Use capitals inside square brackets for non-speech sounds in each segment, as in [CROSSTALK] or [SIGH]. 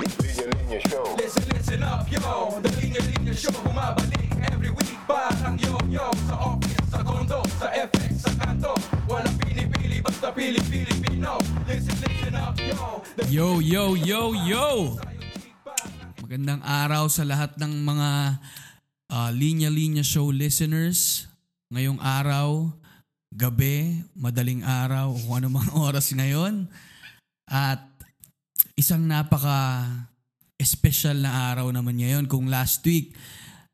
Linya Show. Listen, listen up, yo The Linya Linya Show Bumabalik every week Parang yo-yo Sa office, sa condo, sa FX, sa kanto Walang pinipili, basta pili-pili Pino Listen, listen up, yo The Yo, yo, yo, yo! Magandang araw sa lahat ng mga ah, Linya Linya Show listeners. Ngayong araw, gabi, madaling araw, o kung ano mang [LAUGHS] oras ngayon. At isang napaka special na araw naman ngayon. Kung last week,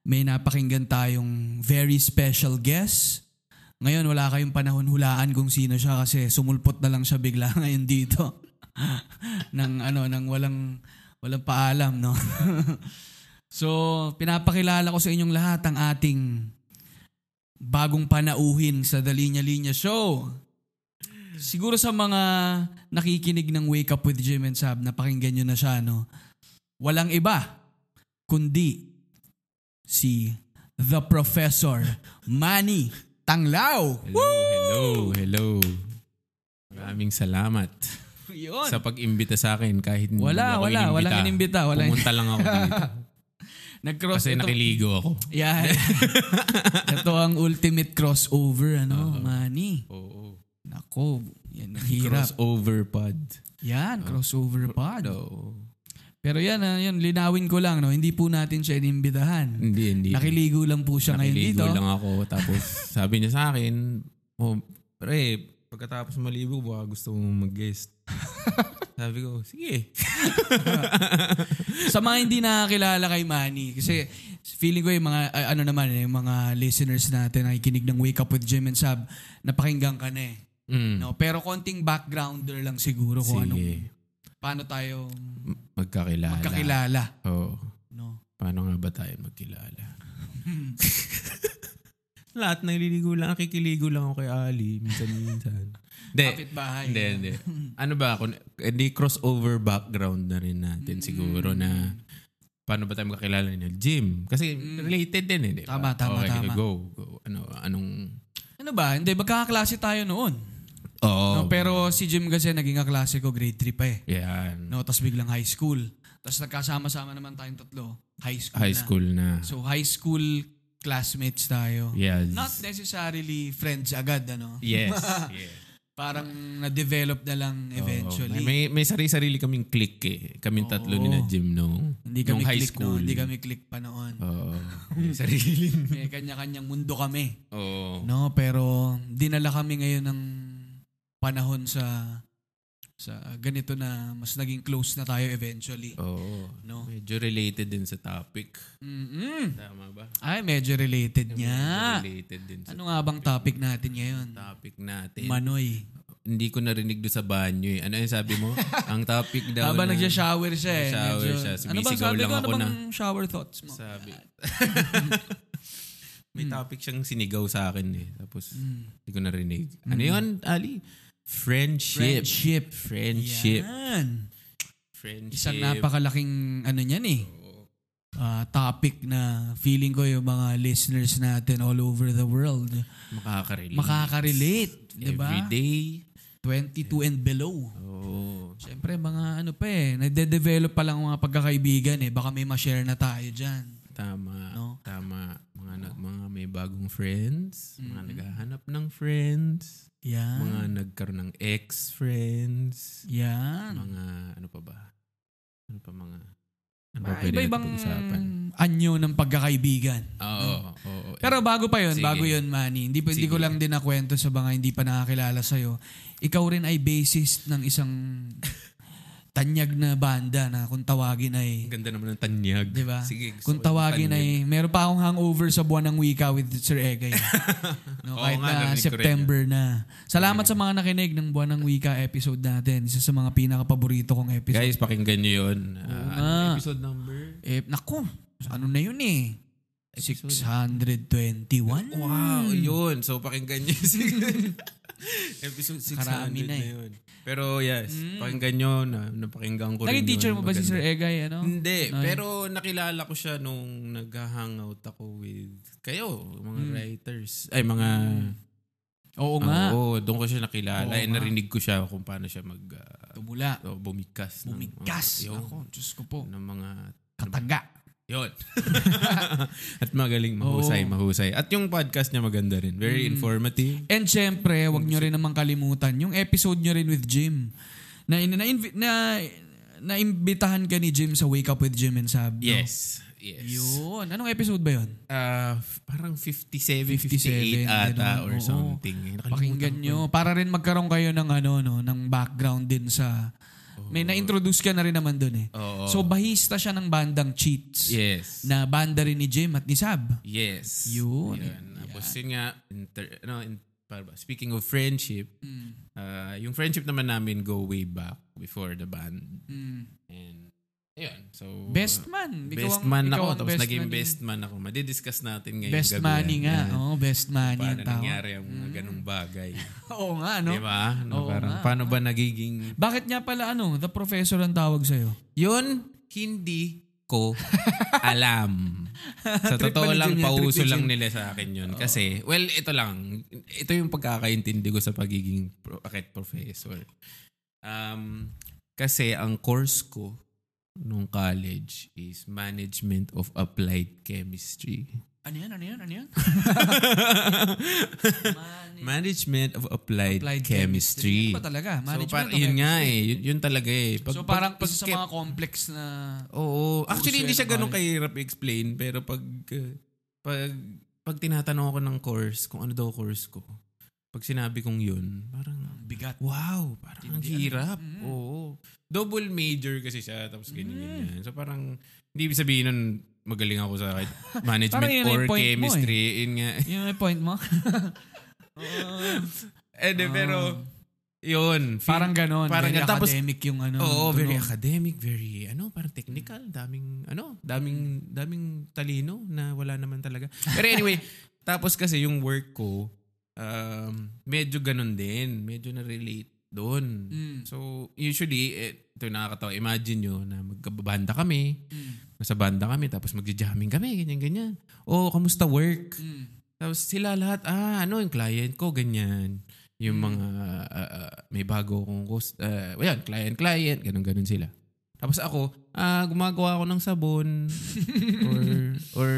may napakinggan tayong very special guest. Ngayon, wala kayong panahon hulaan kung sino siya kasi sumulpot na lang siya bigla [LAUGHS] ngayon dito. ng ano, ng walang, walang paalam, no? [LAUGHS] so, pinapakilala ko sa inyong lahat ang ating bagong panauhin sa The Linya Linya Show. Siguro sa mga nakikinig ng Wake Up with Jim and Sab, napakinggan nyo na siya, no? Walang iba, kundi si The Professor Manny Tanglao. Hello, hello, hello. Maraming salamat Yun. sa pag-imbita sa akin kahit hindi Wala, ako wala, inimbita. walang inimbita, walang- Pumunta lang ako [LAUGHS] dito Nag-cross kasi ito- nakiligo ako. Yan. [LAUGHS] ito ang ultimate crossover, ano, Manny. Oo. Oh, Nako, yan ang hirap. Crossover pod. Ah. Yan, crossover pod. Oo. Pero yan, ah, yan, linawin ko lang, no? hindi po natin siya inimbitahan. Hindi, hindi. Nakiligo lang po siya ngayon dito. Nakiligo lang ako. [LAUGHS] Tapos sabi niya sa akin, oh, pre, pagkatapos maligo, baka gusto mong [LAUGHS] mag-guest. sabi ko, sige. Sa mga hindi nakakilala kay Manny, kasi feeling ko yung mga, ah, ano naman, eh, yung mga listeners natin na ikinig ng Wake Up with Jim and Sab, napakinggan ka na eh. Mm. No? Pero konting backgrounder lang siguro kung anong, Sige. paano tayo Magkakilala. kakilala. Oo. No? Paano nga ba tayo [LAUGHS] magkilala? Lahat naliligo lang. Nakikiligo lang ako kay Ali. Minsan-minsan. [LAUGHS] Hindi. Kapitbahay. Eh, Hindi, hindi. Ano ba? Kun- Hindi crossover background na rin Mm. natin siguro na paano ba tayo makakilala nila? Jim. Kasi related din eh. di ba? Mm. Tama, tama, okay, tama. Go, go. Ano, anong... Ano ba? Hindi, magkakaklase tayo noon. Oo. Oh. No, pero si Jim kasi naging kaklase ko grade 3 pa eh. Yan. No, tapos biglang high school. Tapos nagkasama-sama naman tayong tatlo. High school High na. school na. So high school classmates tayo. yes. Not necessarily friends agad, ano? [LAUGHS] yes. yes. Parang na-develop na lang eventually. Oo. Oh, May, may sarili-sarili kaming clique eh. Kaming tatlo ni na Jim nung, hindi kami nung high click school. Oh. noon. Hindi kami click pa noon. [LAUGHS] Oo. May sarili. May kanya-kanyang mundo kami. Oo. No, pero dinala kami ngayon ng panahon sa sa ganito na mas naging close na tayo eventually. Oo. No. Medyo related din sa topic. Mm-mm. Tama ba? Ay, medyo related niya. Related din sa Ano nga bang topic natin ngayon? topic natin. Manoy. hindi ko narinig doon sa banyo eh. Ano yung sabi [LAUGHS] mo? Ang topic daw Habang na- nagsha-shower siya eh. Nag-shower medyo- siya. Ano bang Sumisigaw sabi lang ko? Ano ako bang na- shower thoughts mo? [LAUGHS] Sabi. May Hmm. topic siyang sinigaw sa akin eh. Tapos, hindi ko narinig. Ano yun, Ali? Friendship. Hmm. Friendship. Friendship. Yan. Friendship. Isang napakalaking ano niyan eh. Oo. ah, topic na feeling ko yung mga listeners natin all over the world Makakarelate. makakarelate, 'di ba? Everyday. 22 and below. Oo. Siyempre, mga ano pa eh, nagde-develop pa lang ang mga pagkakaibigan eh. Baka may ma-share na tayo dyan. Tama. No? Tama. Mga, nag, mga may bagong friends. Mga naghahanap ng friends. Yan. Mga nagkaroon ng ex-friends. Yan. Mga ano pa ba? Ano pa mga... Ano pa Mga pwede Iba-ibang natin pag-usapan? anyo ng pagkakaibigan. Oo. oo, Eh, oo. Hmm. Pero bago pa yon Sige. bago yon Manny. Hindi, pa, hindi ko Sige. lang din nakwento sa mga hindi pa nakakilala sa'yo. Ikaw rin ay bassist ng isang tanyag na banda na kung tawagin ay... Ang ganda naman ng tanyag. Di ba? Sige. gusto Kung ko yung tawagin tanyag. ay, meron pa akong hangover sa buwan ng wika with Sir Egay. [LAUGHS] no, Oo kahit na nga, narinig ko rin September na. Salamat sa mga nakinig ng buwan ng wika episode natin. Isa sa mga pinaka-paborito kong episode. Guys, pakinggan nyo yun. Ah, Oo ano, nga. episode number? Eh, naku, ano na yun eh? 621? Wow, Mm. yun. So, pakinggan [LAUGHS] nyo. yung- Episode 600 Karami na na, eh. Mm. yun. Pero yes, pakinggan nyo. Na, napakinggan ko rin Naging teacher yun. mo ba si Maganda. Sir Egay? Ano? Hindi, pero nakilala ko siya nung nag-hangout ako with kayo, mga writers. Ay, mga... Oo nga. Oo, doon ko siya nakilala. Mm. Oo eh, nga. narinig ko siya kung paano siya mag... ah, Tumula. o bumigkas. ng- ah, Bumigkas. Mm. Yun. Ako, Diyos ko po. ng mga Kataga. yun. [LAUGHS] At magaling mahusay, Oo. Mm. mahusay. At yung podcast niya maganda rin. Very informative. And syempre, wag nyo rin naman kalimutan yung episode nyo rin with Jim. Na na na, na, naimbitahan ka ni Jim sa Wake Up with Jim and Sab. no? Yes. Yes. Yun. Anong episode ba yun? Ah, f- parang 57, 57, 58 ata ganun. or Oo. something. Eh, nakalimutan Pakinggan ko. nyo. Para rin magkaroon kayo ng ano no, ng background din sa Oh. may na-introduce ka na rin naman doon eh. Oo. So bahista siya ng bandang Cheats Oh. Yes. na banda rin ni Jim at ni Sab. Yes. Yun. Tapos yun nga, inter- ano, in- para ba, speaking of friendship, Hmm. ah, yung friendship naman namin go way back before the band. And, ayun. So, Hmm. ah, Best man. Ikaw Oh. best ang- man ikaw ako. ang Tapos best naging man eh. best man ako. Madidiscuss natin ngayon. Best gabi money yan. nga. Yan. Oo, best money Paano ang tao. nangyari ang mga ganong bagay? [LAUGHS] Oo nga, no? Di ba? Ano, Oo parang, nga. paano ba nagiging... Bakit niya pala ano, the professor ang tawag sa'yo? Yun, hindi [LAUGHS] ko alam. sa Trip totoo pa ni lang, Junior, trip pauso ni lang Junior. nila sa akin yun. Kasi, well, ito lang. Ito yung pagkakaintindi ko sa pagiging pro- akit professor. Um, kasi ang course ko nung college is Management of Applied [LAUGHS] Chemistry. Ano yan, ano yan, ano [LAUGHS] yan? Management. Management of Applied, Applied Ano Chemistry. ba talaga? So, Management par- of yun nga eh. Yun, yun talaga eh. Pag- So parang pag- kasi sa pag- mga complex na... Oo. Actually, Puso hindi yan siya ang ganun kahirap i-explain. Pero pag, uh, pag, pag tinatanong ako ng course, kung ano daw course ko, pag sinabi kong yun, parang, Bigat. wow, parang ang Hindi, hirap. ano? Mm. Oo. Double major kasi siya, tapos ganyan, Mm-hmm. ganyan. So parang, hindi ibig sabihin nun, magaling ako sa [LAUGHS] kahit management Parang yun or ang point mo eh. chemistry. Yun nga. [LAUGHS] Yun yung point mo? Oo. Eh, di, pero, yun. Feel- Ah. parang ganon. Parang Parang ganon. Tapos, academic yung ano. Oo, tunog. very academic, very ano, parang technical, daming ano, daming daming talino na wala naman talaga. Pero anyway, tapos kasi yung work ko um, medyo ganun din, medyo na-relate doon. Mm. So, usually, eh, ito yung nakakatawa. Imagine nyo na magkababanda kami, Mm. nasa banda kami, tapos magja-jamming kami, ganyan-ganyan. Oh, kamusta work? Mm. Tapos sila lahat, ah, ano yung client ko, ganyan. Yung Hmm. mga, ah, ah, may bago akong, cus- ah, well, yan, client, client, ganun-ganun sila. Tapos ako, ah, gumagawa ako ng [LAUGHS] sabon. or, or,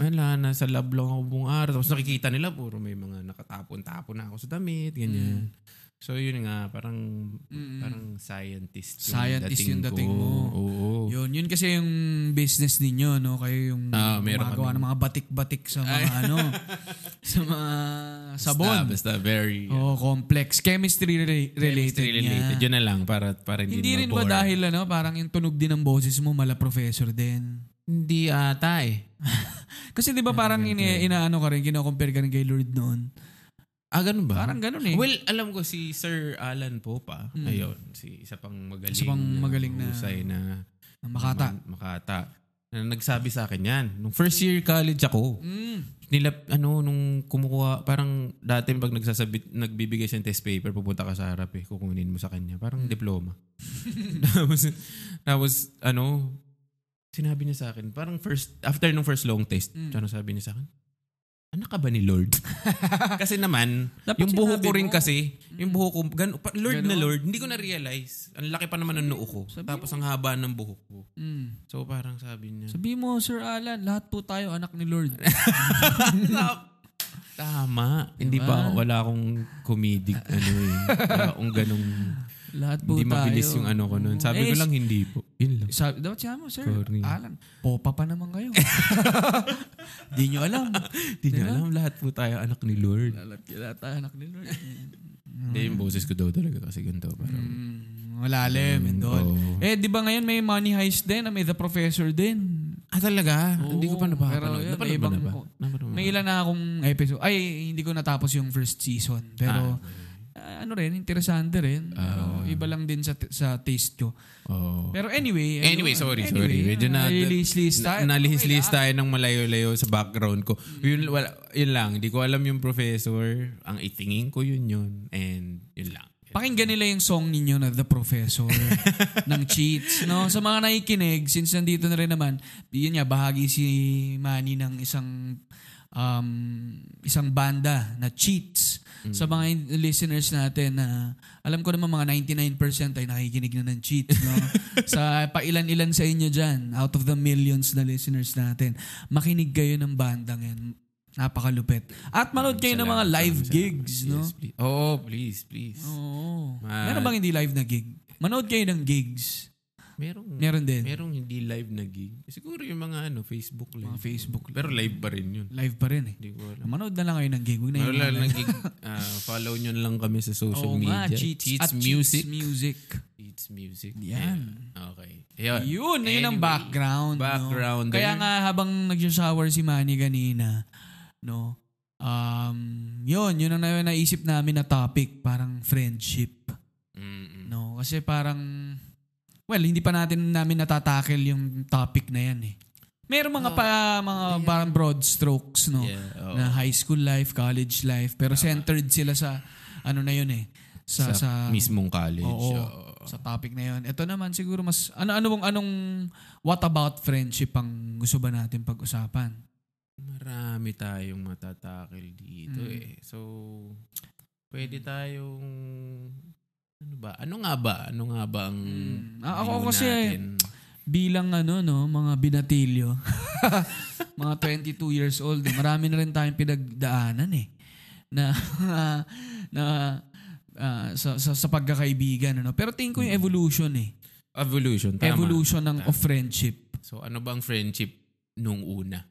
wala, nasa lab lang ako buong araw. Tapos nakikita nila, puro may mga nakatapon-tapon na ako sa damit, Hmm. ganyan. So, yun nga, parang, Mm. parang scientist Scientist yung dating ko. mo. Oo. Yun, yun kasi yung business ninyo, no? Kayo yung Ah, meron gumagawa kami. ng mga batik-batik sa mga [LAUGHS] ano, sa mga sabon. Basta, basta very, Oh, complex. Chemistry rela- related chemistry related. niya. Yun na lang, para, para hindi, Hindi rin ba mabore. dahil ano, parang yung tunog din ng boses mo, mala professor din. Hindi ata eh. Kasi 'di ba parang ina, inaano ka rin, kino-compare ka rin kay Lord noon. Ah, ganun ba? Parang ganun eh. Hmm. Well, alam ko si Sir Alan Popa. Ayun, si isa pang magaling. Isa pang na magaling na- husay na Ang Makata. man- Makata. Na nagsabi sa akin yan. Nung first year college ako, Mm. nilap, ano, nung kumukuha, parang dati pag nagsasabit, nagbibigay siya ng test paper, pupunta ka sa harap eh, kukunin mo sa kanya. Parang Hmm. diploma. [LAUGHS] tapos, tapos, ano, sinabi niya sa akin, parang first, after nung first long test, Mm. ano sabi niya sa akin? Anak ka ba ni Lord? [LAUGHS] kasi naman, Dapat yung buho ko sinabi rin mo. Hmm. kasi, yung buho ko, gan- pa- Lord na Ganon. Lord, hindi ko na-realize. Ang laki pa naman ng noo ko. Sabi tapos ang haba ng buho ko. Mm. So parang sabi niya, Sabi mo, Sir Alan, lahat po tayo anak ni Lord. [LAUGHS] Tama. Diba? Hindi ba? Wala akong comedic ano eh. Wala akong [LAUGHS] ganong... lahat po Hindi tayo. mabilis yung ano ko nun. Sabi Eh, ko lang hindi po. Yun lang. Sabi, dapat siya mo, Sir Corny. Alan. Popa pa naman [LAUGHS] kayo. Di nyo alam. Hindi niya alam. Lahat po tayo anak ni Lord. Lahat lahat tayo anak ni Lord. Hindi yung boses ko daw talaga kasi ganito. Parang... oh. Mm, malalim and all. oo. Eh, di ba ngayon may money heist din, may the professor din. Ah talaga? Oo, hindi ko pa pero napapanood. yun, Napanood may ba na ibang- ba? Napanood May ba? ilan na akong episode. Ay, hindi ko natapos yung first season. Pero, ah, ano rin, interesante rin. Ah, Pero iba lang din sa, sa taste ko. Oo. Pero anyway. ayun. Oh. Anyway, sorry, sorry. Medyo na, nalilis-lis tayo. na- Okay nalilis-lis lang. tayo ng malayo-layo sa background ko. Yun, wala, yun lang. Hindi ko alam yung professor. Ang itingin ko yun yun. And yun lang. Pakinggan nila yung song ninyo na The [LAUGHS] Professor ng Cheats. No? Sa mga nakikinig, since nandito na rin naman, yun nga, bahagi si Manny ng isang um, isang banda na Cheats Mm. sa mga in- listeners natin na alam ko naman mga 99% ay nakikinig na ng cheat. [LAUGHS] No? sa pailan-ilan sa inyo dyan, out of the millions na listeners natin, makinig kayo ng bandang yan. Napakalupit. At manood kayo ng mga Salamat, live salamat. gigs. No? Oh. Yes, please. Oo, please, please. Oo. Ma- Meron bang hindi live na gig? Manood kayo ng gigs. Merong, Meron din. merong hindi live na gig. Siguro yung mga ano, Facebook Mga live. Facebook live. Pero live pa rin yun. Live pa rin eh. Hindi ko alam. Manood na lang kayo ng gig. Huwag na Wala yung- lang gig. Ah, follow nyo lang kami sa social Oo media. nga, cheats, at Cheats music. Music. Cheats music. Cheats Music. Yan. Yeah. Okay. Ayun. Yun, yun ang Anyway, background. no? background eh. Kaya there. nga habang nagsha-shower si Manny kanina, no, um, yun, yun ang na- naisip namin na topic, parang friendship. Mm-mm. No? Kasi parang, well, hindi pa natin namin natatakel yung topic na yan eh. Meron mga pa, mga parang broad strokes, no? Yeah, oh. oo. na high school life, college life, pero centered sila sa, ano na yun eh, sa, sa, mismong college. Oo. Oo. Sa topic na yon. Ito naman siguro mas ano ano bang anong what about friendship ang gusto ba natin pag-usapan? Marami tayong matatakil dito Mm. eh. So, pwede tayong... Ano ba? Ano nga ba? Ano nga ba ang... Mm. Ah, ako view kasi, natin? Bilang ano no, mga binatilyo. [LAUGHS] mga 22 years old, eh, marami na rin tayong pinagdaanan eh na [LAUGHS] na ah, sa, sa sa pagkakaibigan ano. Pero tingin ko yung evolution eh. Evolution. Mm. Tama. Evolution ng of friendship. So, ano ba ang friendship nung una?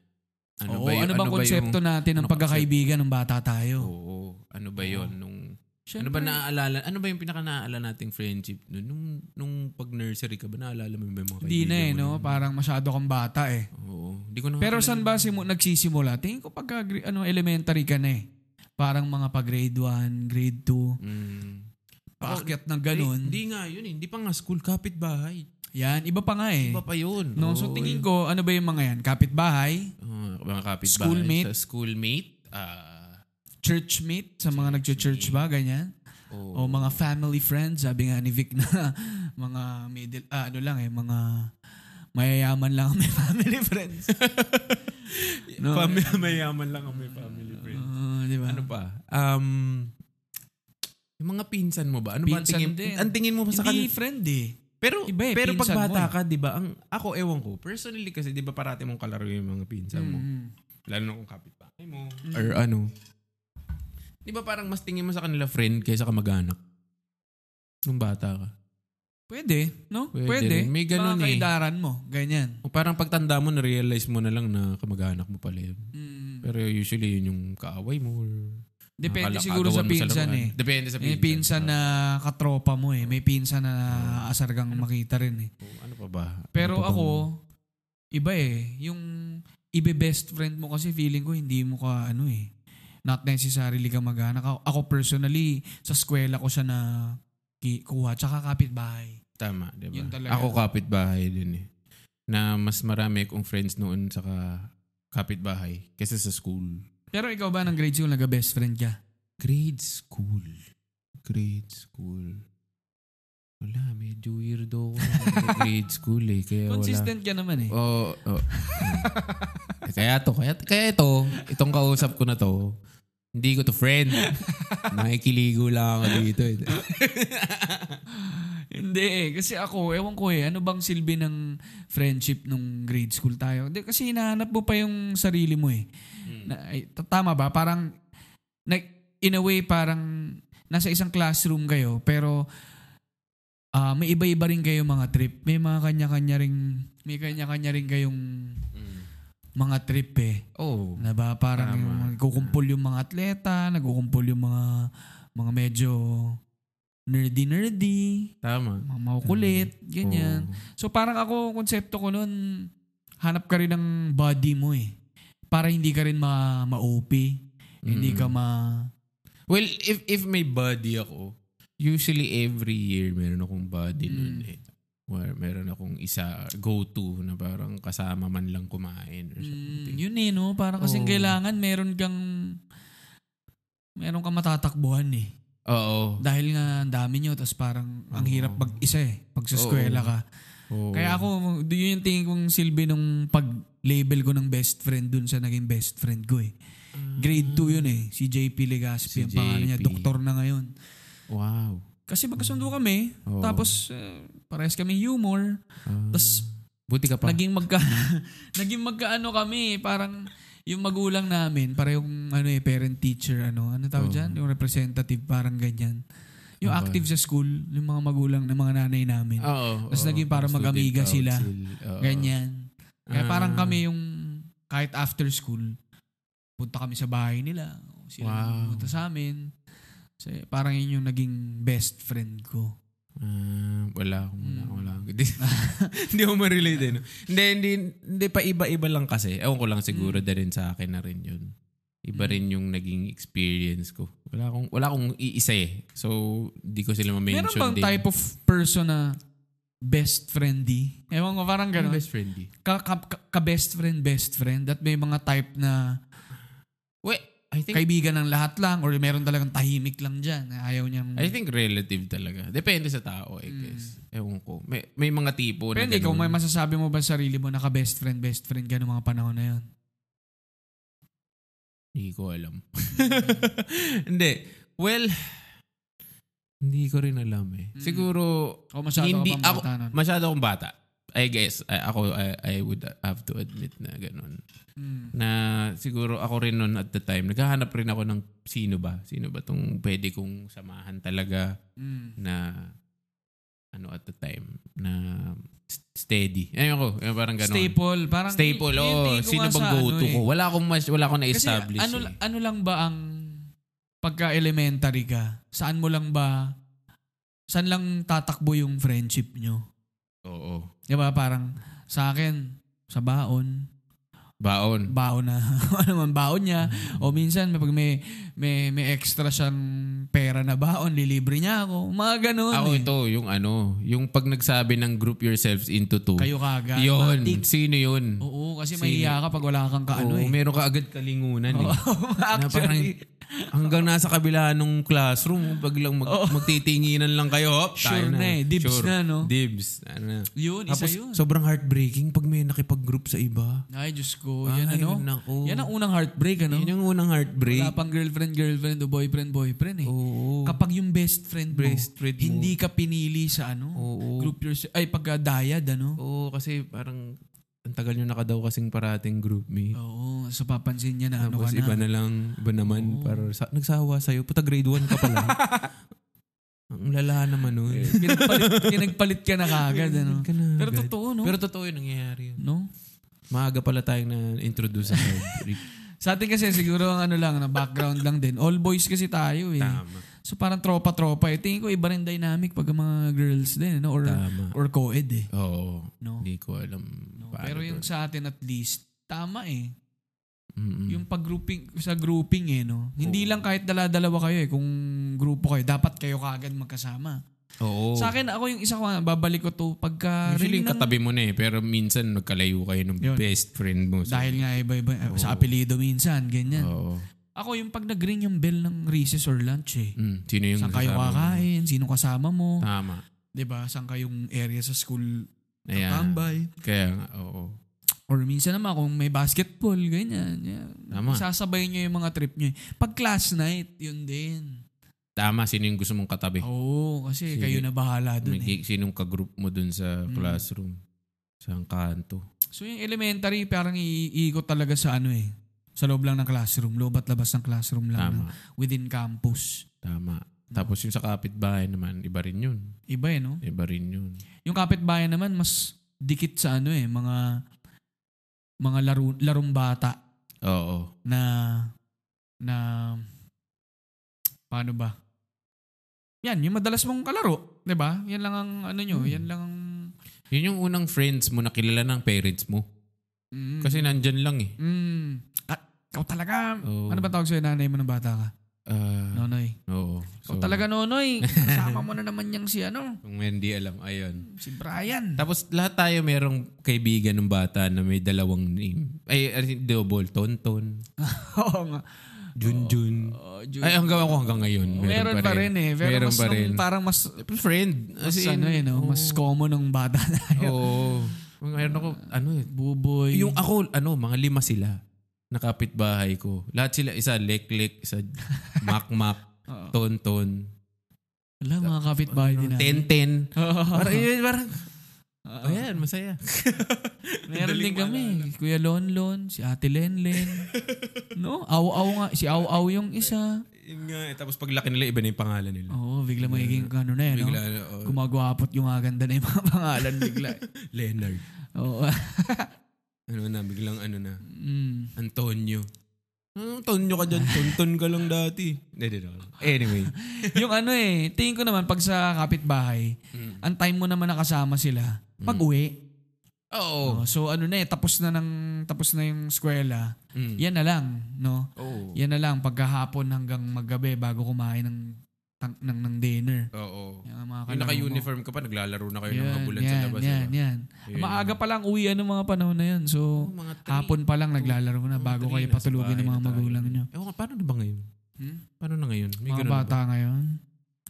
Ano ba ano bang konsepto natin ng ano pagkakaibigan ng bata tayo? Oo. Ano ba yon nung... Ano Syempre, ba naaalala? Ano ba yung pinaka naaalala nating friendship nun? Nung, nung pag nursery ka ba naalala mo ba yung mga Hindi na eh, kaibigan mo no? nun? Parang masyado kang bata eh. Oo. Hindi ko na Pero saan ba simu- nagsisimula? Tingin ko pagka gr- ano, elementary ka na eh. Parang mga pa grade 1, grade 2, Mm. paakyat ng Ay, ganun. Hindi nga yun eh. Hindi pa nga school. Kapit-bahay. Yan, iba pa nga eh. Iba pa yun. No, so tingin ko, ano ba yung mga yan? Kapitbahay, Ah, mga kapitbahay. Schoolmate? Sa schoolmate. ah, churchmate, sa mga nagcho-church ba, ganyan. oo. O mga family friends, sabi nga ni Vic na [LAUGHS] mga middle, ah, ano lang eh, mga mayayaman lang ang may [LAUGHS] family friends. [LAUGHS] no, Fam- [LAUGHS] mayaman lang kami family friend. Ah, di ba? ano pa? Um, yung mga pinsan mo ba? Ano ba ang Pinsan tingin, din. ang tingin mo ba sa Hindi kanila? friend eh. Pero Iba eh, pero pinsan pag bata mo eh. ka, 'di ba? Ang ako ewan ko. Personally kasi 'di ba parati mong kalaro yung mga pinsan mo, Mm. lalo na kung kapitbahay mo or ano. 'Di ba parang mas tingin mo sa kanila friend kaysa kamag-anak? Nung bata ka. Pwede, no? Pwede Pwede. rin. May ganun Mga eh. kaidaran mo, ganyan. O parang pagtanda mo, na-realize mo na lang na kamag-anak mo pala yun. Mm. Pero usually yun yung kaaway mo or Depende nakala- siguro sa kagawan mo pinsan laruan. eh. Depende sa pinsan. May pinsan na katropa mo eh. May pinsan na asar kang makita rin eh. O, ano pa ba? Pero Ano pa bang- ako, iba eh. Yung ibe-best friend mo kasi feeling ko hindi mo ka ano eh. Not necessarily ka mag-anak. Ako, ako personally, sa eskwela ko siya na ki- kuha. Tsaka kapitbahay. Tama, di Yun ba? talaga. Ako kapitbahay din eh. Na mas marami akong friends noon sa ka- kapitbahay kaysa sa school. Pero ikaw ba ng grade school nagka-best friend ka? Grade school. Grade school. Wala, medyo weirdo ako ng [LAUGHS] grade school eh. Kaya wala. Consistent ka naman eh. Oo. Oh, kaya to, kaya, kaya ito, itong kausap ko na to, hindi ko to friend. Nakikiligo lang ako dito. eh. Hindi eh. Kasi ako, ewan ko eh, ano bang silbi ng friendship nung grade school tayo? Hindi, kasi hinahanap mo pa yung sarili mo eh. Na, ay, t- tama ba? Parang, na, in a way, parang nasa isang classroom kayo, pero ah, may iba-iba rin kayo mga trip. May mga kanya-kanya ring may kanya-kanya rin kayong Hmm. mga trip eh. Oo. Na ba parang Tama. yung, nagkukumpol yung mga atleta, nagkukumpol yung mga mga medyo nerdy-nerdy tama. Oh. mga makukulit, ganyan. Mm. Oo. So parang ako, konsepto ko noon, hanap ka rin ng body mo eh. Para hindi ka rin ma- ma-OP. Mm. Hindi ka ma... Well, if if may body ako, usually every year meron akong body nun eh. Where meron akong isa go-to na parang kasama man lang kumain or Mm, something. yun eh, no? Parang kasing Oo. kailangan meron kang... Meron kang matatakbuhan eh. Oo. Dahil nga ang dami nyo, tapos parang ang hirap mag-isa eh. Pag sa Oo. eskwela ka. Oo. Kaya ako, yun yung tingin kong silbi nung pag-label ko ng best friend dun sa naging best friend ko eh. Grade 2 yun eh. Si JP Legaspi Mm. Si ang pangalan niya. JP. Doktor na ngayon. Wow. Kasi magkasundo kami. Oo. Tapos, eh, parehas kami humor. Ah, Tapos, buti ka pa. naging magka... [LAUGHS] naging magkaano kami. eh. Parang, yung magulang namin, parehong ano eh, parent-teacher, ano. Ano tawag Oo. dyan? Yung representative, parang ganyan. Yung Okay. Ah. active sa school, yung mga magulang ng mga nanay namin. Oo. Tapos oo. naging parang Student mag-amiga sila. council. Oo. Ganyan. Kaya parang Ah. kami yung kahit after school, punta kami sa bahay nila. Sila Wow. wow. punta sa amin. Kasi parang yun yung naging best friend ko. Ah, wala akong, wala Hmm. akong, wala [LAUGHS] akong. Hindi- Hindi ako ma-relate eh. no? Hindi, hindi, hindi pa iba-iba lang kasi. Ewan ko lang siguro Hmm. na rin sa akin na rin yun. Iba rin yung naging experience ko. Wala akong, wala akong iisa eh. So, hindi ko sila ma-mention Meron bang din. type of person na best friendy? Ewan ko, parang Ano yung gano'n. best friendy? Ka, ka, ka- ka-best friend, best friend. At may mga type na Wait, I think, kaibigan ng lahat lang or meron talagang tahimik lang dyan. na Ayaw niyang... I think relative talaga. Depende sa tao, I guess. Ewan ko. May, may mga tipo Hmm. Pero na hindi, kung ganun. may masasabi mo ba sa sarili mo na ka-best friend, best friend ka noong mga panahon na yun? Hindi ko alam. [LAUGHS] hindi. Well, hindi ko rin alam eh. Hmm. Siguro, O masyado hindi, ka pang ako, bata nun? Masyado akong bata. I guess, I- ako, I, I would have to admit na ganun. Mm. Na siguro ako rin nun at the time, naghahanap rin ako ng sino ba? Sino ba tong pwede kong samahan talaga Mm. na ano at the time na st- steady. Ayun ko, eh, parang ganun. Staple. Parang Staple, hindi- oh. hindi ko Sino nga bang sa go-to ano ko? eh. Wala akong, mas, wala akong Kasi na-establish. ano, eh. ano lang ba ang pagka-elementary ka? Saan mo lang ba, saan lang tatakbo yung friendship nyo? Oo. Di ba? Parang sa akin, sa baon, Baon. baon na, [LAUGHS] ano man baon niya. O minsan, pag may, may, may extra siyang pera na baon, lilibre niya ako. Mga ganun Ako eh. Ah, oh, ito, yung ano, yung pag nagsabi ng group yourselves into two. Kayo kagad. Yun. Matik. Sino yun? Oo, kasi Sino? mahiya ka pag wala kang kaano Oo, eh. Meron ka agad kalingunan eh. [LAUGHS] Na parang Actually, hanggang nasa kabila nung classroom, biglang mag, magtitinginan lang kayo. Hop, Sure tayo na eh. Dibs na, no? Dibs. Ano. yun, isa Tapos yun. sobrang heartbreaking pag may nakipag-group sa iba. Ay, Diyos ko. Ay, yan ano? naku. Yan ang unang heartbreak, ano? Ah, Yun yung unang Wala heartbreak. pang girlfriend, girlfriend, o boyfriend, boyfriend eh. Oo. Kapag yung best friend mo, Best friend mo. hindi ka pinili sa ano, Oo. group yourself, ay pagka dyad, ano? Oo, kasi parang ang tagal nyo naka daw kasing parating group mate. Oo, so papansin niya na ano Tapos ka iba na. Oh. na lang, iba naman. Para sa, nagsawa sa'yo. Puta, grade 1 ka [LAUGHS] pala. Ang lala naman nun. Pinagpalit, pinagpalit ka na kagad, ano? Ka na Eh. Pero agad. totoo, no? Pero totoo yun, nangyayari yun. no? Maaga pala tayong [LAUGHS] na-introduce sa heartbreak. Sa atin kasi siguro ang ano lang, na background lang din. All boys kasi tayo eh. Tama. So parang tropa-tropa eh. Tingin ko iba rin dynamic pag ang mga girls din, no? Or, Tama. or co-ed eh. Oo. No? Hindi ko alam. No, paano Pero yung to. sa atin at least, tama eh. Mm-mm. Yung pag-grouping, sa grouping eh, no? Hindi lang kahit dala-dalawa kayo eh, kung grupo kayo, dapat kayo kaagad magkasama. Oo. Sa akin, ako yung isa ko, nga, babalik ko to pagka... Usually rin yung ng- katabi mo na eh. Pero minsan nagkalayo kayo ng Yun. best friend mo. So, Dahil nga iba-iba, eh, sa apelido minsan, ganyan. Oo. Ako yung pag nag-ring yung bell ng recess or lunch eh. Mm, sino yung Saan kayo kasama mo? kakain, sino kasama mo, Tama. 'di ba? Saan kayong area sa school Ayan. tambay. Kaya nga, oo. Or minsan naman kung may basketball, ganyan. Yeah. Tama. Sasabay nyo yung mga trip nyo. eh. Pag class night, yun din. Tama, sino yung gusto mong katabi? Oo, kasi Eh. Sige. kayo na bahala dun May eh. Mm. gi- sinong ka-group mo dun sa classroom? Sa kanto? So yung elementary, parang iikot talaga sa ano eh. Sa loob lang ng classroom. Loob at labas ng classroom lang. Tama. no? Within campus. Tama. Mm. Tapos yung sa kapitbahay naman, iba rin yun. Iba eh, no? Iba rin yun. Yung kapitbayan naman, mas dikit sa ano eh. Mga mga laro, larong bata Oo. na na paano ba? Yan, yung madalas mong kalaro, 'di ba? Yan lang ang ano nyo, yan Hmm. lang ang Yun yung unang friends mo na kilala ng parents mo. mm, Kasi nandyan lang eh. mm, at ikaw talaga. Oo. Ano ba tawag sa'yo nanay mo ng bata ka? Ah, Nonoy. Oo. Ikaw talaga [LAUGHS] nonoy. Kasama mo na naman yang si ano, Kung hindi alam, ayun. si Brian. Tapos lahat tayo merong kaibigan ng bata na may dalawang name. Ay, ay, double. Tonton. [LAUGHS] Oo nga. Junjun. Oh, Jun. Ay, hanggang ako hanggang ngayon. meron, pa rin, eh. Pero meron mas pa nung rin. parang mas friend. mas As in, oh. ano eh, no? mas common ng bata tayo. Oo. Mga meron ako, ano eh. [LAUGHS] Buboy. Yung ako, ano, mga lima sila. na kapitbahay ko. Lahat sila, isa lek-lek, [LAUGHS] isa mak-mak, Oo. ton-ton, Wala, mga kapitbahay din natin. [LAUGHS] ten-ten. Oo. Parang yun, parang, ayan, masaya. Meron din Madaling kami. Kuya Lonlon, si Ate [LAUGHS] Lenlen. no? Aw-aw nga. Si Aw-aw yung isa. Yun nga, eh, tapos paglaki nila, iba na yung pangalan nila. Oo, bigla magiging ano na yan, no? Bigla, oh, Gumagwapot yung aganda na yung mga [LAUGHS] pangalan bigla. Leonard. Oo. Ano na, biglang ano na, Mm. Antonio. Anong Antonio ka dyan? Tonton ka lang dati. Hindi, hindi, hindi. [LAUGHS] Anyway. yung ano eh, tingin ko naman pag sa kapitbahay, Mm, ang time mo naman nakasama sila, pag-uwi. Oh, Oo. so ano na eh, tapos na ng tapos na yung eskwela. Mm. Yan na lang, no? Oo. Yan na lang pagkahapon hanggang maggabi bago kumain ng ng ng, ng dinner. Oo. Yung mga Yung kalaro mo. naka-uniform ka pa, naglalaro na kayo ng habulan yan, sa labas. Yan, diba? yan. Yun. Maaga pa lang uwian ng mga panahon na yan. So, mga three- hapon pa lang naglalaro na Mga bago three kayo nasa patulugin ng bahay mga na tayo. magulang nyo. Ewan ko, paano na ba ngayon? Hmm? Paano na ngayon? May Mga ganun na ba? bata ngayon.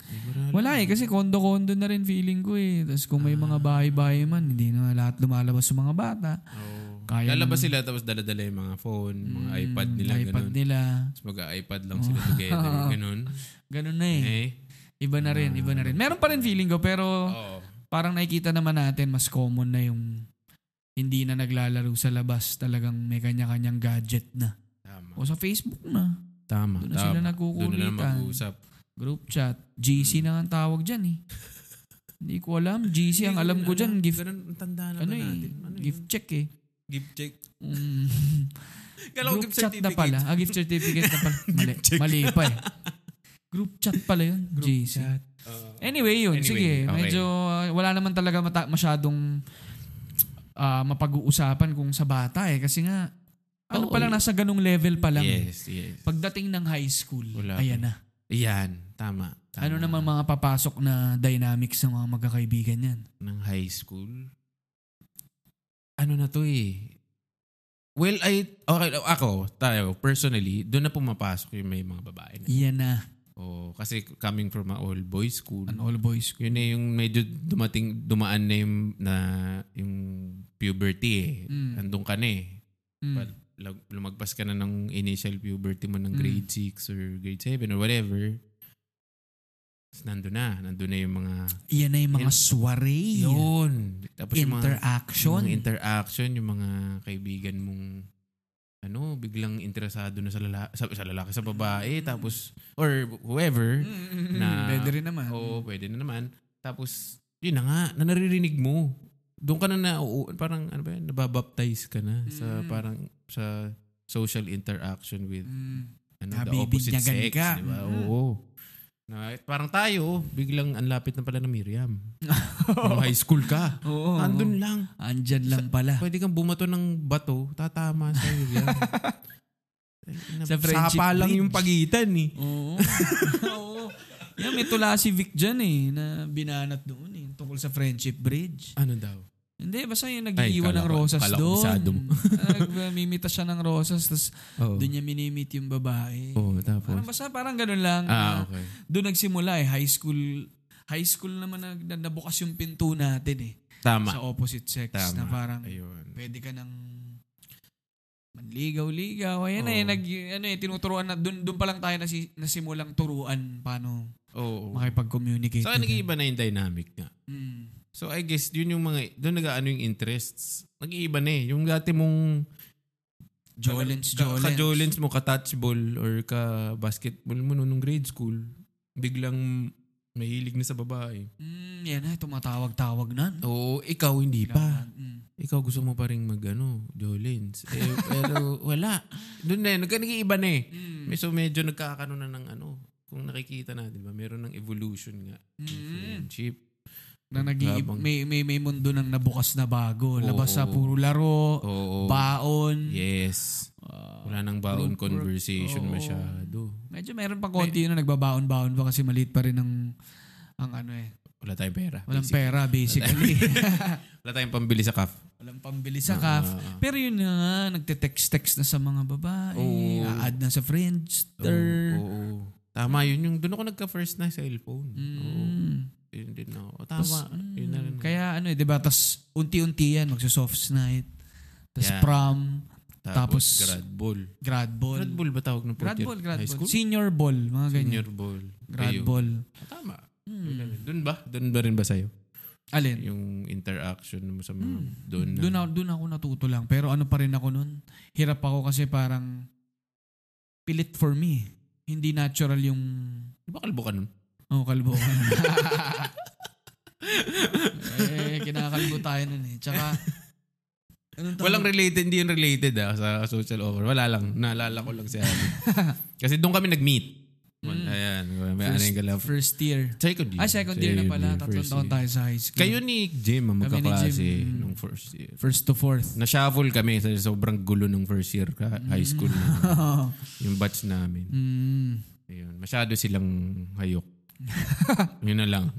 Hindi ko na Ah. alam. Wala eh, kasi kondo-kondo na rin feeling ko eh. Tapos kung may mga bahay-bahay man, hindi na lahat lumalabas sa mga bata. Oo. Kaya Lalabas naman. sila tapos daladala yung mga phone, mga Mm, iPad nila, iPad ganun. nila. Tapos mag-iPad lang sila together, [LAUGHS] ganun. Ganun na eh. Eh, Iba na rin, iba na rin. Meron pa rin feeling ko, pero oo. parang nakikita naman natin, mas common na yung hindi na naglalaro sa labas. Talagang may kanya-kanyang gadget na. Tama. O sa Facebook na. Tama. Oh, Doon na sila tama. Doon na nagkukulitan. lang mag-uusap. Group chat. Hmm. GC na nga ang tawag dyan eh. Hindi ko alam. GC ang alam ko dyan. Gift, Ganun, ang tanda na ano ba eh. natin? Ano yun? Gift check eh. Gift check. Mm. Kala ko Group gift chat na certificate. pala. Ah, gift certificate na pala. Mali, check. mali pa eh. Group chat pala yun. GC. Oo. Anyway, yun. Anyway, Sige. okay. Medyo ah, wala naman talaga mata- masyadong ah, mapag-uusapan kung sa bata eh. Kasi nga, ano Oo. eh. pa lang, nasa ganung level pa lang. Yes, yes. Pagdating ng high school, Wala ayan na. Yan, tama. tama. Ano naman mga papasok na dynamics ng mga magkakaibigan yan? ng high school? Ano na to eh? Well, I, okay, ako, tayo, personally, doon na pumapasok yung may mga babae na. Yan na. Oh, kasi coming from a all boys school, An all boys school. yun na yung medyo dumating, dumaan na yung, na, yung puberty eh. Mm. Andun ka na eh. Mm. Pag lag- lumagpas ka na ng initial puberty mo ng Mm. grade 6 or grade 7 or whatever, tapos nandun na. Nandun na yung mga... Yan na yung mga soiree. Yun! Tapos yung mga, Interaction. yung mga interaction, yung mga kaibigan mong ano, biglang interesado na sa, lala- sa, sa lalaki, sa babae, Mm-hmm. tapos, or whoever, Mm, na- Pwede rin naman. Oo, pwede na naman. Tapos, yun na nga, na naririnig mo. Doon ka na na, oo, parang, ano ba yan, nababaptize ka na sa Mm. parang, sa social interaction with Mm. ano, the opposite Nabibinyagan sex. ka. Di ba? Mm. Oo. Na, parang tayo, biglang ang lapit na pala ng [LAUGHS] Miriam. Nung high school ka. Oo. Andun lang. Andyan lang [LAUGHS] pala. Pwede kang bumato ng bato, tatama sa [LAUGHS] Miriam. Ay, ina- Sa friendship sapa lang bridge. yung pagitan eh. Oo. [LAUGHS] Oo. Yan, may tula si Vic dyan eh, na binanat doon eh, tungkol sa Friendship Bridge. Ano daw? Hindi, basta yung nag-iiwan kala ng ko- rosas kala ko bisado mo. Oh. doon. Nagmimita siya ng rosas, tapos Oo. doon niya minimit yung babae. Oo, tapos. Parang basta parang ganun lang. Oh. Ah, okay. Doon nagsimula eh, high school. High school naman na, na nabukas yung pinto natin eh. Tama. Sa opposite sex na Tama. parang Ayun. pwede ka ng manligaw-ligaw. Ayan Oo. eh, nag, ano eh, tinuturuan na, doon, doon pa lang tayo nasi, nasimulang turuan paano Oo. makipag-communicate. Sa with akin, nag-iiba na yung dynamic nga. them. Mm. So I guess yun yung mga, doon nag-ano yung interests. Nag-iiba na eh. Yung dati mong Jolens, ka- Jolens. ka-jolens mo, ka-touchball or ka-basketball mo noong grade school, biglang mahilig na sa babae. Mm, yan na, tumatawag-tawag na. no? Oo, ikaw hindi pa. Mm. Ikaw gusto mo pa rin mag ano, Jolens. Eh, pero wala. Doon na eh, nagka- nag-iiba na eh. Mm. May- So medyo nagkakano na ng ano, kung nakikita natin ba, meron ng evolution nga. Yung Mm. Friendship. Na nag Habang- may, may, may mundo nang nabukas na bago. Oo. Labas sa puro laro, Oo. baon. Yes. Ah, Wala nang Group baon work. conversation Oo. masyado. medyo meron pang konti yun na nagbabaon-baon pa kasi maliit pa rin ang, ang ano eh. Wala tayong pera. Walang Basic. pera basically. [LAUGHS] Wala Ah. tayong pambili sa kaf. [LAUGHS] Walang pambili sa kaf. Pero yun na nga, nagte-text-text na sa mga babae. Oo. A-add na sa Oo. Friendster. oo. Tama, yun yung doon ako nagka-first na cellphone. Oo. Mm. Yun din ako. O, Tas, hmm, Tama. yun na rin. Kaya ano eh, di ba? Tapos unti-unti yan, magsa-soft night. Tapos Yeah. prom. Tapos, Tapos- grad ball. Grad ball. Grad ball ba tawag ng Grad fourth year ball, grad high ball. school? Senior ball, mga ganyan. Senior ball. Grad Ayun. Ah, ball. Tama. Hmm. Doon ba? Doon ba rin ba sa'yo? Alin? Yung interaction mo sa mga Hmm. doon na. Doon ako, doon ako natuto lang. Pero ano pa rin ako noon. Hirap ako kasi parang pilit for me. Hindi natural yung Di ba kalbo ka [LAUGHS] nun? oh, [LAUGHS] kalbo ko. eh, kinakalbo tayo nun eh. Tsaka, anong tawag- Walang related, hindi yun related ah, sa social over. Wala lang. Naalala ko lang si [LAUGHS] Abby. Kasi doon kami nag-meet. Mm. Ayan. May ano first, yung galaw. first year. Second year. Ah, second year na pala. year, Tatlong first taon year. tayo sa high school. Kayo ni Jim ang Kami ni magkaklase Jim. hmm. nung first year. First to fourth. Na-shuffle kami sa sobrang gulo nung first year ka, Hmm. high school. na- yung batch namin. [LAUGHS] mm. Ayun. Masyado silang [LAUGHS] hayok. Yun na lang.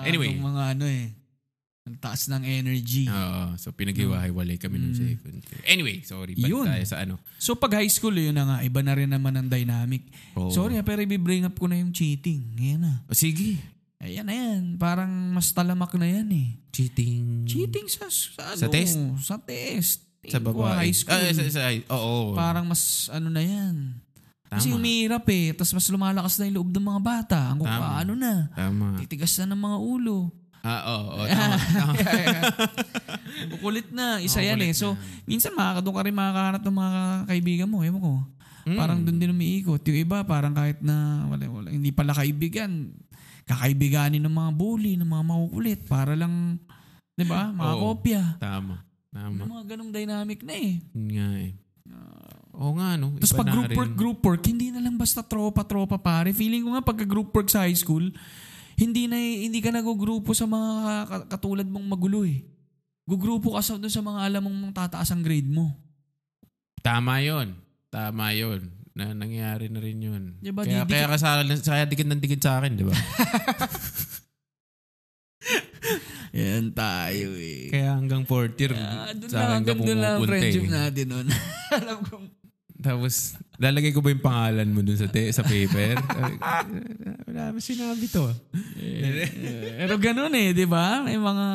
Anyway. Ah, anyway. mga ano eh. Ang taas ng energy. Oo. So pinaghiwa-hiwalay kami nung second year. Anyway, sorry. Ba't Hmm. Yun. tayo sa ano? So pag high school, yun na nga, iba na rin naman ang dynamic. Oo. Sorry ha, pero i-bring up ko na yung cheating. Ayan na. O, sige. Ayan na yan. Parang mas talamak na yan eh. Cheating. Cheating sa, sa, ano, Sa test? Sa test. Sa Tingin ko, babae. High school. Ah, sa, sa, oo. Parang mas ano na yan. Kasi Tama. humihirap eh. Tapos mas lumalakas na yung loob ng mga bata. Ang kung Tama. paano na. Tama. Titigas na ng mga ulo. Ah, oo. [LAUGHS] oo, tama. tama. Kukulit na. Isa Oo, yan eh. kulit So, minsan makakadong ka rin makakahanap ng mga kaibigan mo. Ewan ko. Mm. Parang doon din umiikot. Yung iba, parang kahit na wala, wala, hindi pala kaibigan, kakaibiganin ng mga bully, ng mga makukulit para lang, di ba, mga Oo. Hmm. kopya. Tama. Tama. Yung mga ganong dynamic na eh. Yun nga eh. Oo nga, Ah. no? Tapos Iba pag na group rin. work, group work, hindi na lang basta tropa-tropa pare. Feeling ko nga pagka group work sa high school, hindi na hindi ka nagugrupo sa mga ka- katulad mong magulo eh. Gugrupo ka sa doon sa mga alam mong tataas ang grade mo. Tama yun. Tama yun. Na, nangyari na rin yun. Diba, di- kaya, di- kaya, ka sa, kaya dikit ng dikit sa akin, di [LAUGHS] ba? Yan tayo eh. kaya hanggang fourth year, Ah, doon lang, sa akin ka hanggang doon lang ang pumupunta friendship eh. natin nun. [LAUGHS] Alam kong, Tapos, lalagay ko ba yung pangalan mo dun sa, te, sa [LAUGHS] paper? Ay, Wala naman sinabi to. pero ganun eh, di ba? May mga,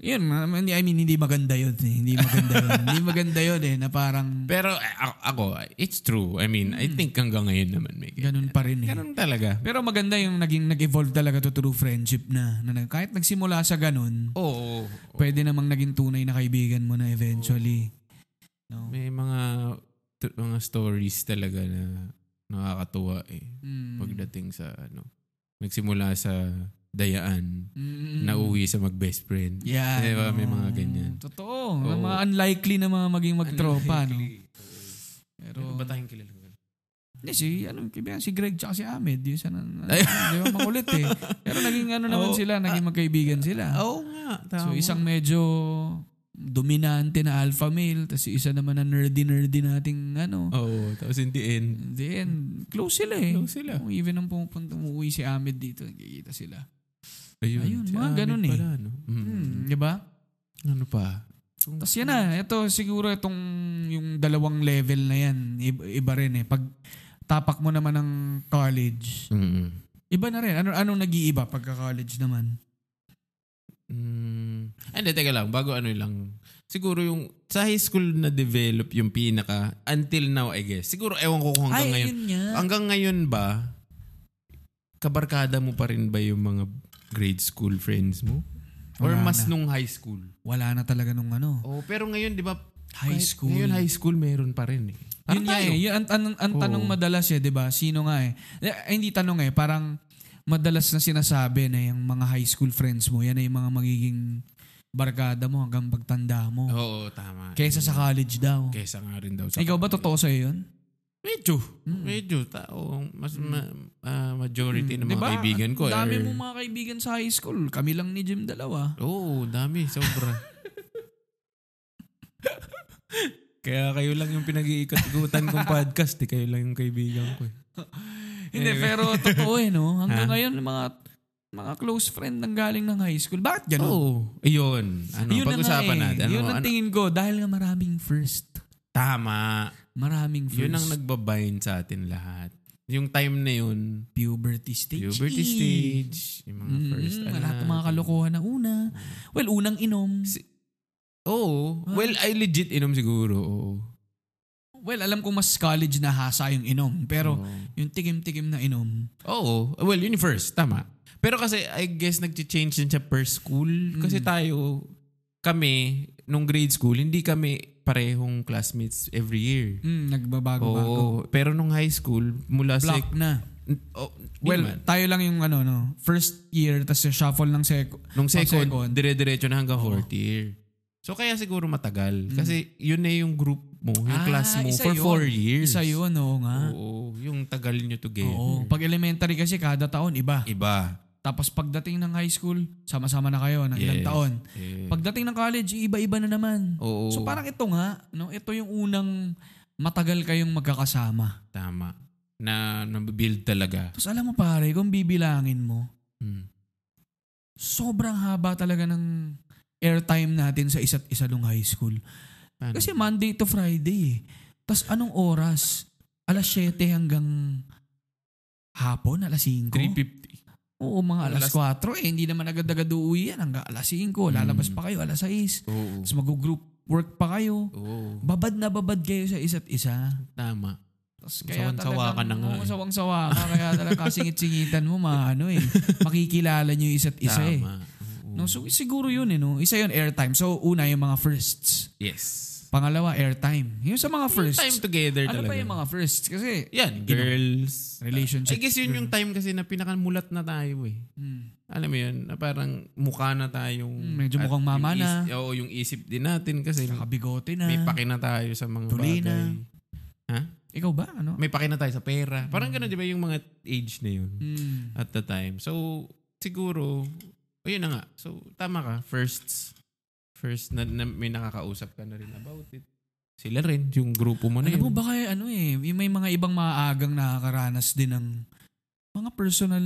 yun, ma- hindi, I mean, hindi maganda yun eh. Hindi maganda yun. hindi maganda yun eh, na parang, [LAUGHS] Pero eh, ako, ako, it's true. I mean, I think hanggang ngayon naman may ganun ganun. pa rin eh. Ganun talaga. Pero maganda yung naging nag-evolve talaga to true friendship na, na na- kahit nagsimula sa ganun, Oo. pwede namang naging tunay na kaibigan mo na eventually. No? May mga t- mga stories talaga na nakakatuwa eh. Mm. Pagdating sa ano, nagsimula sa dayaan, Mm. nauwi sa mag-best friend. Yeah. Di ba? May no. mga ganyan. Totoo. May Oo. Mga unlikely na mga maging magtropa. No? Pero, Ano, Pero, ba tayong [LAUGHS] kilala ko? Hindi, si, ano, kaibigan, si Greg tsaka si Ahmed. Yung sana, Ay. di ba, makulit eh. [LAUGHS] Pero naging ano naman Oo. sila, naging magkaibigan sila. Oo nga. so, isang medyo dominante na alpha male, tapos yung isa naman na nerdy-nerdy nating ano. Oo. Tapos in the end, And then, close sila eh. Close sila. Oh, even nung pumupunta, umuwi si Ahmed dito, nagkikita sila. ayun. Ayun, si mga Ahmed ganun eh. pala, no? Mm. Hmm, di ba? Ano pa? Tapos yan na, ito siguro itong yung dalawang level na yan, iba, iba rin eh. Pag tapak mo naman ng college, Mm-mm. Iba na rin. Ano, anong nag-iiba pagka-college naman? Mm. Hindi, teka lang. Bago ano lang. Siguro yung sa high school na develop yung pinaka until now I guess. Siguro ewan ko kung hanggang ngayon. yun nga. Hanggang ngayon ba kabarkada mo pa rin ba yung mga grade school friends mo? Or Wala mas na. nung high school? Wala na talaga nung ano. Oh, pero ngayon 'di ba High kahit- school. Ngayon high school meron pa rin eh. Yun Parang nga tayo. eh. Yun, ang, ang- ang Oo. tanong madalas eh, di ba? Sino nga eh. Eh, hindi tanong eh. Parang madalas na sinasabi na yung mga high school friends mo, yan ay mga magiging barkada mo hanggang pagtanda mo. Oo, tama. Kesa sa college daw. Kesa nga rin daw sa Ikaw ba totoo sa'yo yun? Medyo. Medyo. Tao. Mas ma- ah, majority ng mga Diba? kaibigan ko. Ang Dami eh. mo mga kaibigan sa high school. Kami lang ni Jim dalawa. Oo, dami. Sobra. [LAUGHS] Kaya kayo lang yung pinag-iikot-ikutan kong podcast. Eh. Kayo lang yung kaibigan ko. Eh. Hindi, Anyway. pero totoo eh, [LAUGHS] no? Hanggang Ha? ngayon, mga mga close friend ng galing ng high school. Bakit ganun? Oo. Ayun. Ano, Yun na nga pag-usapan eh. natin. Ano, Yun ang ano, tingin ko. Dahil nga maraming first. tama. Maraming first. Yun ang nagbabind sa atin lahat. Yung time na yun, puberty stage. puberty Eh. stage, yung mga Mm, first, ano Mm. lahat ng na, mga kalokohan na una. Well, unang inom. Oo. Ah. Well, I legit inom siguro. Oo. Well, alam ko mas college na hasa yung inom. Pero Oo. yung tikim-tikim na inom, Oo. Well, yun yung first. Tama. Pero kasi, I guess, nag-change din siya per school. Hmm. Kasi tayo, kami, nung grade school, hindi kami parehong classmates every year. mm, nagbabago-bago. Oo. Pero nung high school, mula sa... Block na. Oh, di Well, man. tayo lang yung ano, no? First year, tapos shuffle ng sec- nung oh, second, dire-diretso na hanggang fourth year. So, kaya siguro matagal. Kasi yun na yung group mo, yung Hmm. Ah, class mo isa for yun. four years. Isa yun, oo nga. Oo. Yung tagal nyo together. Oo. Pag elementary kasi, kada taon, iba. Iba. Tapos pagdating ng high school, sama-sama na kayo ng ilang Yes. taon. Eh, Pagdating ng college, iba-iba na naman. oo. So parang ito nga, no? ito yung unang matagal kayong magkakasama. Tama. Na nabibuild talaga. Tapos alam mo pare, kung bibilangin mo, Mm. sobrang haba talaga ng airtime natin sa isa't isa nung high school. Paano? Kasi Monday to Friday. eh. Tapos anong oras? Alas 7 hanggang hapon, alas 5? 350. Oo, mga alas, Alas- 4 eh. Hindi naman agad-agad uuwi yan hanggang alas 5. Lalabas Mm. pa kayo alas 6. Oo. Tapos mag-group work pa kayo. Oo. Babad na babad kayo sa isa't isa. Tama. Tapos Sawang-sawa ka na nga oo, eh. Sawang-sawa ka. Kaya talaga kasingit-singitan mo, maano eh. Makikilala nyo yung isa't isa eh. Tama. Oo. No, so siguro yun eh, no? Isa yun, airtime. So una yung mga firsts. yes. Pangalawa, airtime. Yung sa mga firsts. Time together ano talaga. pa yung mga firsts? Kasi, Yan, girls. Relationship. I guess yun yung time kasi na pinakamulat na tayo eh. mm, Alam mo yun, na parang mukha na tayong... Mm, medyo at mukhang mama yung na. is- Oo, yung isip din natin kasi nakabigote na. may paki na tayo sa mga Tuloy na. bagay. Ha? Ikaw ba? Ano? May paki na tayo sa pera. Parang ganun, di ba, yung mga age na yun Mm. at the time. So, siguro, ayun na nga. So, tama ka. First, first na, na may nakakausap ka na rin about it. Sila rin, yung grupo mo na Alam mo yun. ba kaya ano eh, yung may mga ibang maagang nakakaranas din ng mga personal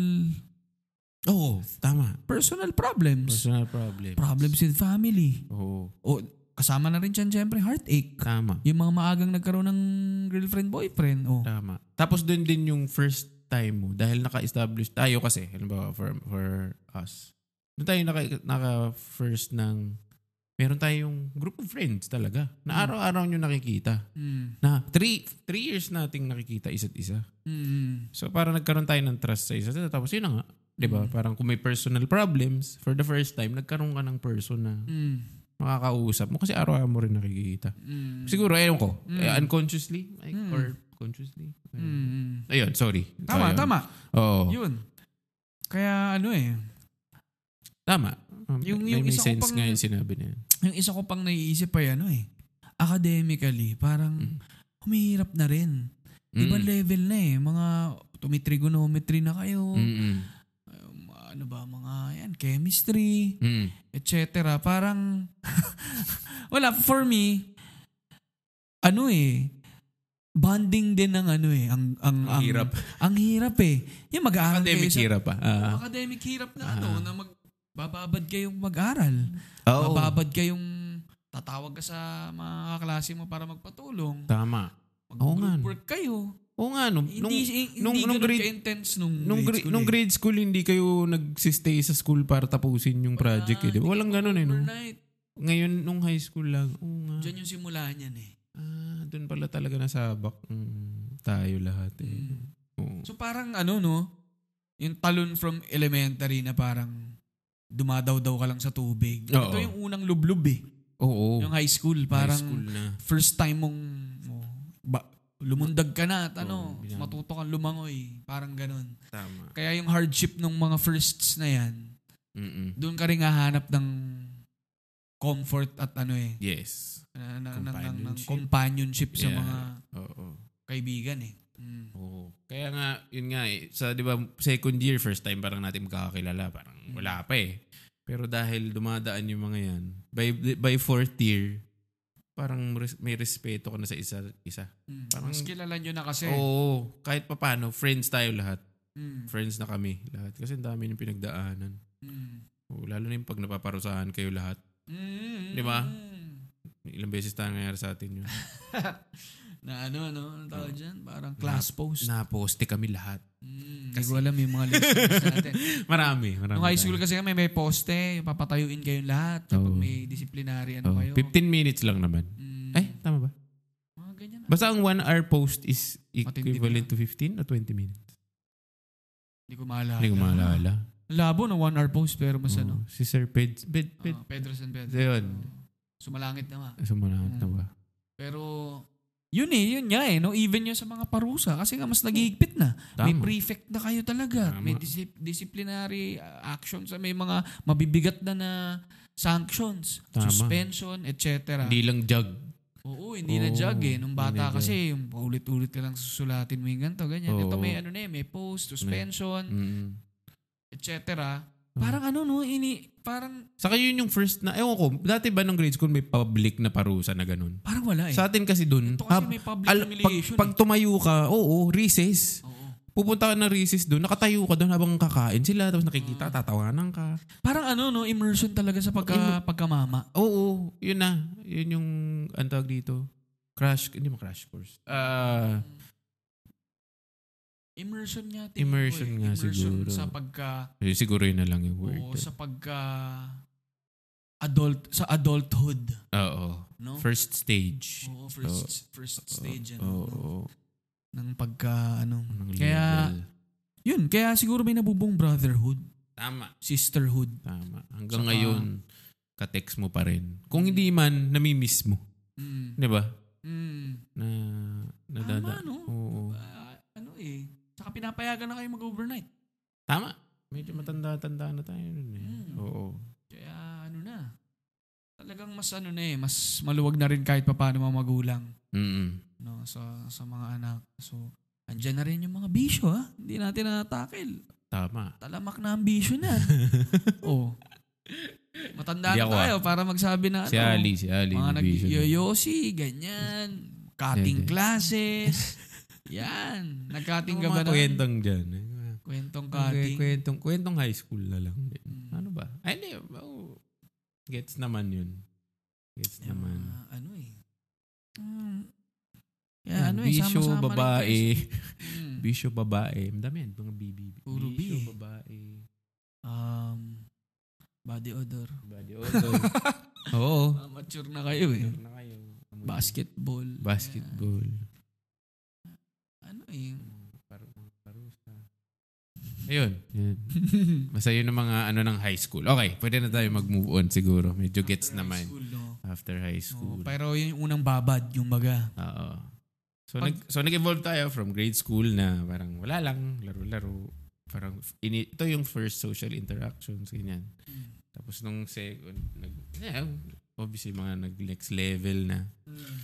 Oo, tama. personal problems. Personal problem. Problems with family. Oo, O kasama na rin dyan syempre heartache. tama. Yung mga maagang nagkaroon ng girlfriend, boyfriend. O. Tama. Tapos doon din yung first time mo dahil naka-establish tayo kasi, halimbawa for, for us. Doon tayo naka, naka-first ng meron tayong group of friends talaga na araw-araw nyo nakikita. Mm. Na three, three years nating nakikita isa't isa. Mm. So parang nagkaroon tayo ng trust sa isa't isa. Tapos yun na nga. 'Di Mm. ba Parang kung may personal problems, for the first time, nagkaroon ka ng person na Mm. makakausap mo kasi araw-araw mo rin nakikita. Mm. Siguro, ayun ko. Mm. Eh, unconsciously like, Mm. or consciously. Mm, mm. Ayun, sorry. Tama, Ayun. tama. Oo. Yun. Kaya ano eh, tama. Um, Yung- may, yung may isa ko sense pang- nga yung sinabi niya. yung isa ko pang naiisip ay ano eh, academically, parang Mm. humihirap na rin. Ibang level na eh, mga tumitrigonometry na kayo, Mm-mm. um, ano ba, mga yan, chemistry, Mm. etc. Parang, [LAUGHS] wala, for me, ano eh, bonding din ng ano eh, ang, ang, Ang hirap. Ang hirap eh. Yung mag-aaral Academic kayo sa- hirap pa. Ah. academic hirap na Ah. ano, na mag, bababad kayong mag-aral. Oo. Bababad kayong tatawag ka sa mga kaklase mo para magpatulong. Tama. Oo nga, Mag-group no. work kayo. Oo nga, nung, nung, hindi, hindi nung, nung ganun grade, ka-intense nung, nung, grade grade, school. nung eh. grade school, hindi kayo nagsistay sa school para tapusin yung project. eh, di ba? hindi Walang ka ganun eh. No? Overnight. Ngayon, nung high school lang, oo nga. Diyan yung simula niyan eh. Ah, doon pala talaga nasabak mm, tayo lahat Mm. eh. Oo. So parang ano no, yung talon from elementary na parang dumadaw-daw ka lang sa tubig. Oo. Ito yung unang lublub eh. Oo. Yung high school. Parang high school na. first time mong oh, ba, lumundag ka na at ano, Oo, binang- matuto kang lumangoy. Parang ganun. Tama. Kaya yung hardship ng mga firsts na yan, Mm-mm. doon ka rin hahanap ng comfort at ano eh, Yes. na, na, na- ng- ng Companionship. companionship sa Yeah. mga Oo. kaibigan eh. Mm. Oo. Kaya nga, yun nga eh. Sa, di ba, second year, first time parang natin magkakakilala. Parang Mm. wala pa eh. Pero dahil dumadaan yung mga yan, by, by fourth year, parang res- may respeto ka na sa isa. isa. Mm. Parang- Mas kilala nyo na kasi. Oo. Kahit papano, friends tayo lahat. Mm. Friends na kami lahat. Kasi ang dami ng pinagdaanan. Mm. Oo, lalo na yung pag napaparusahan kayo lahat. Mm. Di ba? Ilang beses tayo nangyari sa atin yun. [LAUGHS] Na ano, ano, ano tawag dyan? Parang class post. Naposte kami lahat. Mm, Hindi ko alam yung [LAUGHS] mga listeners natin. Marami, marami. Nung high tayo. school kasi kami, may poste, yung papatayuin kayong lahat. Kapag Oo. may disciplinary, ano Oh, kayo. 15 minutes lang naman. Mm, Ay, tama ba? Mga ganyan. Basta ang 1 hour post is Matindi equivalent to 15 o 20 minutes. Hindi ko maalala. Hindi ko maalala. Labo na one hour post, pero mas ano. Oh, Si Sir Ped. Ped, Ped. Ah, Pedro San Pedro. Ayun. Sumalangit na nga. Asa mo na na ba? Pero, yun eh, yun nga eh. No? Even yun sa mga parusa. Kasi nga mas nagigipit na. May Tama. prefect na kayo talaga. Tama. May disip- disciplinary uh, actions. May mga mabibigat na na sanctions, Tama. suspension, etc. Hindi lang jug. Oo, hindi na Oo, jug eh. Nung hindi bata na jug. kasi, yung paulit-ulit ka lang susulatin mo yung ganito, ganyan. Ito Oo. may ano na eh, may post, suspension, Mm. etc. Parang ano no, ini, parang, Saka yun yung first na, ewan ko, dati ba nung grade school may public na parusa na ganun? parang wala eh. Sa atin kasi dun, Ito kasi ah, may public al- pag, humiliation eh. pag tumayo ka, oo, recess. Oo. Pupunta ka ng recess dun, nakatayo ka dun habang kakain sila, tapos Mm. nakikita, tatawanan ka. Parang ano no, immersion talaga sa pagka, pagkamama. Oo, yun na. Yun yung, ang tawag dito, crash, hindi mo crash course. Ah, Immersion nga tingin Immersion ko eh. nga immersion siguro. sa pagka, eh, siguro yun na lang yung word. oo, sa pagka, adult, sa adulthood. Oo. No? First stage. Oo, first, first stage ano, Oo. no? ng pagka, ano. Anong Kaya, level? yun, kaya siguro may nabubong brotherhood, Tama. sisterhood. Tama. Hanggang Saka- ngayon, ka-text mo pa rin. Kung hindi man, namimiss mo. Mm. Di ba? Mm. Na, Tama, nadada. no? Oo. Ah, ano eh. Saka pinapayagan na kayo mag-overnight. Tama. Medyo matanda-tanda na tayo nun eh. Mm. Oo. Kaya ano na. Talagang mas ano na eh. Mas maluwag na rin kahit papaano mga magulang. Mm-mm. No, sa, sa mga anak. So, andyan na rin yung mga bisyo ha. Hindi natin natatakil. Tama. [LAUGHS] Talamak na ang bisyo na. oh. Matanda Hindi na ako, ah. tayo para magsabi na ano, Si Ali, si Ali. Mga yung vision. nag-yoyosi, ganyan. Cutting Pwede. [LAUGHS] classes. Yan. Nag-cutting ka Yung ba na? Ano mga kwentong dyan. eh. Kwentong Okay, cutting. kwentong, kwentong high school na lang. din. Mm. Ano ba? Ay, hindi. Oh. Gets naman yun. Gets Yung naman. mga ano eh. Mm. Kaya Yan, ano eh, bisyo, sama-sama rin babae. tayo sa- Mm. Bisyo, babae. Ang dami yan. Mga bibi. Puro B bisyo, eh. babae. Um, body odor. Body [LAUGHS] odor. Oo. Ah, [LAUGHS] mature na kayo eh. Na kayo. Amoy- Basketball. Basketball. Ayan. Ano eh. [LAUGHS] Paru- parusa. Ayun. Yan. Basta yun ang mga ano ng high school. Okay, pwede na tayo mag-move on siguro. Medyo gets After high naman. School, no? After high Oo, school. pero yun yung unang babad, yung baga. Oo. So, Pag- nag, so nag-evolve tayo from grade school na parang wala lang, laro-laro. Parang ini, ito yung first social interactions, ganyan. Mm. Tapos nung second, nag, eh, obviously mga nag-next level na. Mm-hmm.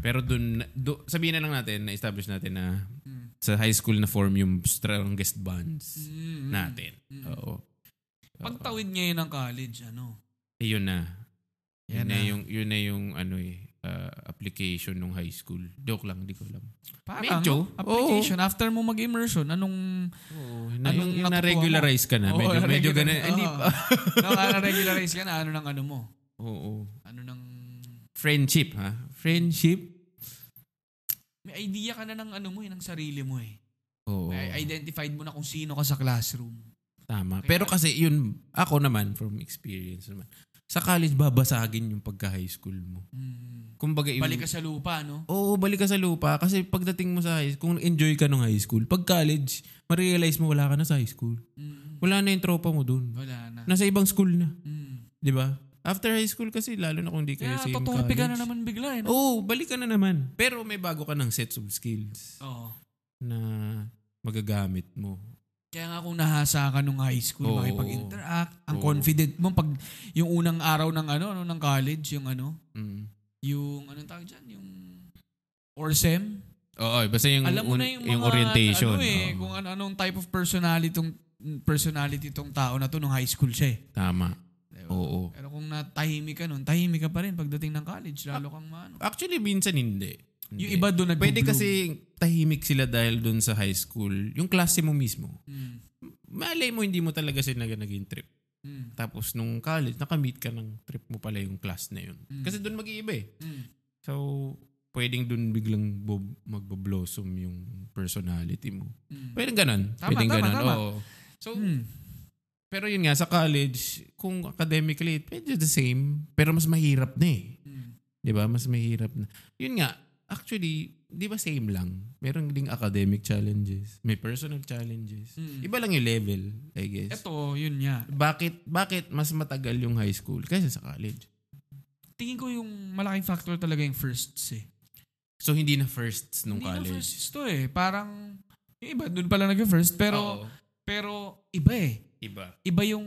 Pero dun, na- do, sabihin na lang natin, na-establish natin na Mm. sa high school na form yung strongest bonds Mm. natin. Oh, Mm. Oo. Oo. Pagtawid ngayon ng college, ano? Ayun na. Yan Yun na. na. yung, yun na yung ano eh, ah, application ng high school. Joke lang, hindi ko alam. Parang ano, Medyo. application. After mo mag-immersion, [LAUGHS] anong... Oo, na, Anong yung, natutuwa na-regularize ka na. Oo, Medyo, medyo na-regular- ganun. Hindi oo. pa. Nakaka-regularize ka na ano ng ano mo. Oo. Ano ng... Friendship, ha? Friendship? May idea ka na ng ano mo eh, ng sarili mo eh. Oo. May identified mo na kung sino ka sa classroom. Tama. Pero kasi yun, ako naman, from experience naman, sa college babasagin yung pagka-high school mo. Mm. Kumbaga, yung- Balik ka sa lupa, no? Oo, balik ka sa lupa. Kasi pagdating mo sa high school, kung enjoy ka nung high school, pag college, marealize mo wala ka na sa high school. Mm. Wala na yung tropa mo dun. Wala na. Nasa ibang school na. Mm. Di ba? After high school kasi, lalo na kung di kayo Kaya same tutumpi college. ka na naman bigla eh. No? Oo, balik ka na naman. Pero may bago ka ng sets of skills Oo. na magagamit mo. Kaya nga kung nahasa ka nung high school, Oo. makipag-interact, ang Oo. confident mo pag yung unang araw ng ano, ano ng college, yung ano, Mm. yung anong tawag dyan, yung Orsem. Oo, basta yung, Alam mo un- na yung, mga, orientation. Ano eh, Oo. kung ano, anong type of personality tong personality tong tao na to nung high school siya eh. Tama. Diba? Oo. Pero kung natahimik ka nun, tahimik ka pa rin pagdating ng college, lalo kang maano. Actually, minsan hindi. Hindi. Yung iba doon nagbo-bloom. Pwede kasi tahimik sila dahil doon sa high school. Yung klase mo mismo. Mm, Malay mo, hindi mo talaga sila naging trip. mm, Tapos nung college, nakamit ka ng trip mo pala yung class na yun. Mm. Kasi doon mag-iiba eh. mm. So, pwedeng dun biglang bo- magbo-blossom yung personality mo. Mm. Pwedeng ganun. Tama, pwedeng tama, ganun. tama. Oo. So, Hmm. pero yun nga, sa college, kung academically, medyo the same. Pero mas mahirap na eh. Mm. Di ba? Mas mahirap na. Yun nga, actually, di ba same lang? Meron ding academic challenges. May personal challenges. Mm. Iba lang yung level, I guess. Ito, yun niya. Bakit, bakit mas matagal yung high school kaysa sa college? Tingin ko yung malaking factor talaga yung firsts eh. So, hindi na firsts Hindi nung na college. firsts to eh. Parang, yung iba, dun pala nag-first. Pero, Oo. pero iba eh. iba. Iba yung,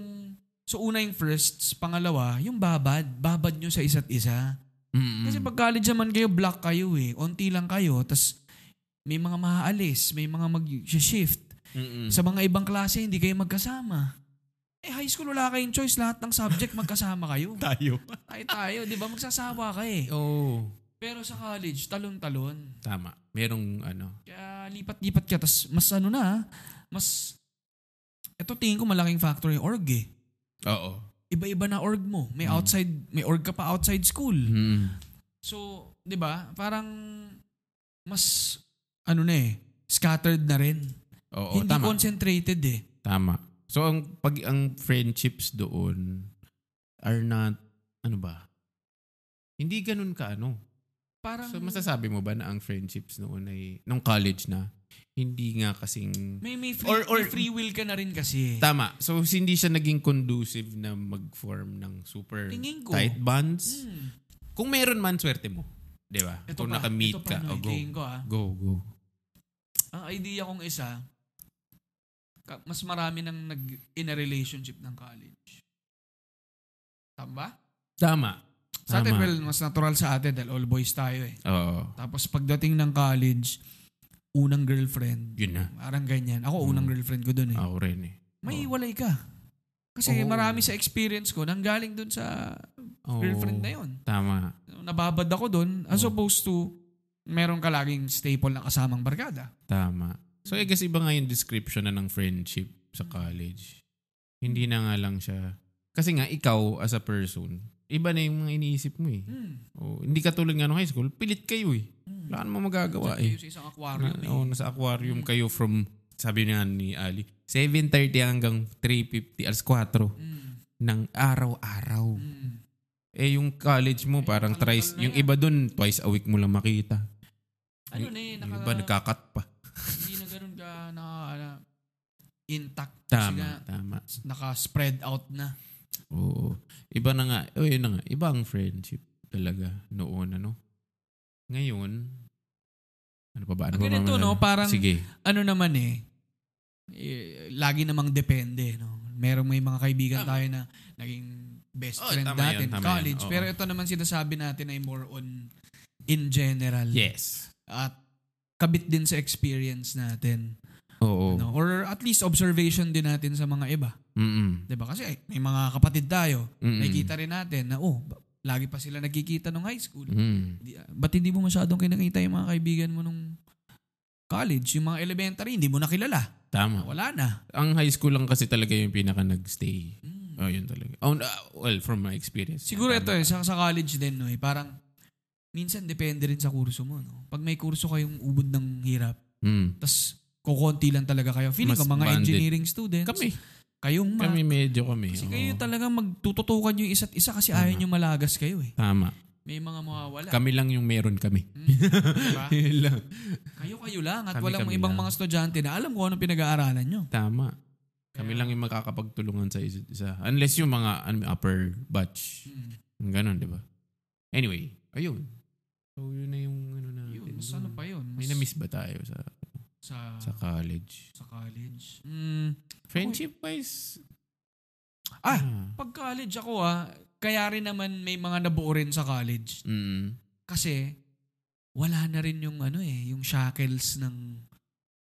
so una yung firsts, pangalawa, yung babad. Babad nyo sa isa't isa. Mm-mm. Kasi pag college naman kayo, black kayo eh. Onti lang kayo. Tapos, may mga maaalis, may mga mag-shift. Mm-mm. Sa mga ibang klase, hindi kayo magkasama. Eh, high school, wala kayong choice. Lahat ng subject, magkasama kayo. tayo. Tayo tayo, di ba? Magsasawa ka eh. Oo. Pero sa college, talon-talon. Tama. Merong ano. Kaya lipat-lipat ka. Tapos, mas ano na, ah, mas... Ito tingin ko malaking factor yung org eh. Oo. Iba-iba na org mo. Hmm. May outside, may org ka pa outside school. Mm. So, 'di ba? Parang mas ano na eh, scattered na rin. Oo, Hindi tama. concentrated eh. Tama. So ang pag ang friendships doon are not ano ba? Hindi ganun ka ano. Parang So masasabi mo ba na ang friendships noon ay nung college na hindi nga kasing may may free, Or- or- may free will ka na rin kasi. tama. So hindi siya naging conducive na mag-form ng super Tingin ko. tight bonds. Hmm. Kung meron man swerte mo, 'di ba? Ito Kung pa, naka-meet ito pa, ka, ano, oh, go. tingin ko ah. Go, go. Ang Ah, idea kong isa, ka- mas marami nang nag in a relationship ng college. Tama ba? Tama. Sa atin, Tama. well, mas natural sa atin dahil all boys tayo eh. Oo. Tapos pagdating ng college, unang girlfriend. Yun na. Parang ganyan. Ako, unang Hmm. girlfriend ko dun eh. Ako rin eh. May iwalay ka. Kasi Oo. marami sa experience ko nanggaling dun sa Oo. girlfriend na yun. Tama. Nababad ako dun as Oo. opposed to meron ka laging staple na kasamang barkada. Tama. So I guess iba nga yung description na ng friendship sa college. Hindi na nga lang siya. Kasi nga ikaw as a person, iba na yung mga iniisip mo eh. Hmm. O, hindi katulad nga nung high school, pilit kayo eh. Hmm. Wala ka namang magagawa Kayo eh. sa isang Na, aquarium oh, eh. nasa aquarium kayo from, sabi niya ni Ali, 7.30 hanggang 3.50, alas 4 Hmm. ng araw-araw. Hmm. Eh yung college mo Eh, parang kalakal thrice, na yung yan. iba dun twice a week mo lang makita. Ano na eh, Yung naka, iba nagkakat pa. hindi na ganun ka na, na intact. Kasi nga, Tama, tama. naka-spread out na. Oo. Iba na nga. O yun na nga. Iba ang friendship talaga noon ano. Ngayon, ano pa ba? Ano Ang pa ba ganito, mga- no? Parang- Sige. Ano naman eh, eh, lagi namang depende. No? Merong may mga kaibigan Tama. tayo na naging best Oh, friend tama natin, yun, tama college. yun, oo. Pero ito naman sinasabi natin ay more on in general. Yes. At kabit din sa experience natin. Oo. No? Or at least observation din natin sa mga iba. Mm-mm. 'Di ba Kasi eh, may mga kapatid tayo. Mm-mm. Nakikita rin natin na oh, ba- lagi pa sila nagkikita nung high school. Mm. Di- Ba't hindi mo masyadong kinakita yung mga kaibigan mo nung college? Yung mga elementary, hindi mo nakilala. Tama. Wala na. Ang high school lang kasi talaga yung pinaka nagstay. Mm. Oh, yun talaga. Oh, ah, well, from my experience. Siguro ito eh, Tama. sa, sa college din, no, eh, parang minsan depende rin sa kurso mo. No? Pag may kurso kayong ubod ng hirap, Mm. tas kukonti lang talaga kayo. Feeling Mas ko mga bonded. engineering students, Kami. kayong ma- Kami medyo kami. Kasi Oo. kayo talagang magtututukan yung isa't isa kasi Tama. ayaw nyo malagas kayo eh. Tama. May mga mawawala. Kami lang yung meron kami. Mm, diba? [LAUGHS] Yun lang. Kayo-kayo lang at Kami- walang kami ibang lang. mga estudyante na alam ko anong pinag-aaralan nyo. Tama. Kami lang yung makakapagtulungan sa isa't isa. Unless yung mga ano, upper batch. Mm. Ang Ganon, di ba? Anyway, ayun. So, yun na yung ano natin. Yun, mas ano pa yun? May Mas na-miss ba tayo sa, sa, sa sa, college? college. Mm, Friendship-wise? Ah! pag college ako ah, kaya rin naman may mga nabuo rin sa college. Mm. Kasi wala na rin yung ano eh, yung shackles ng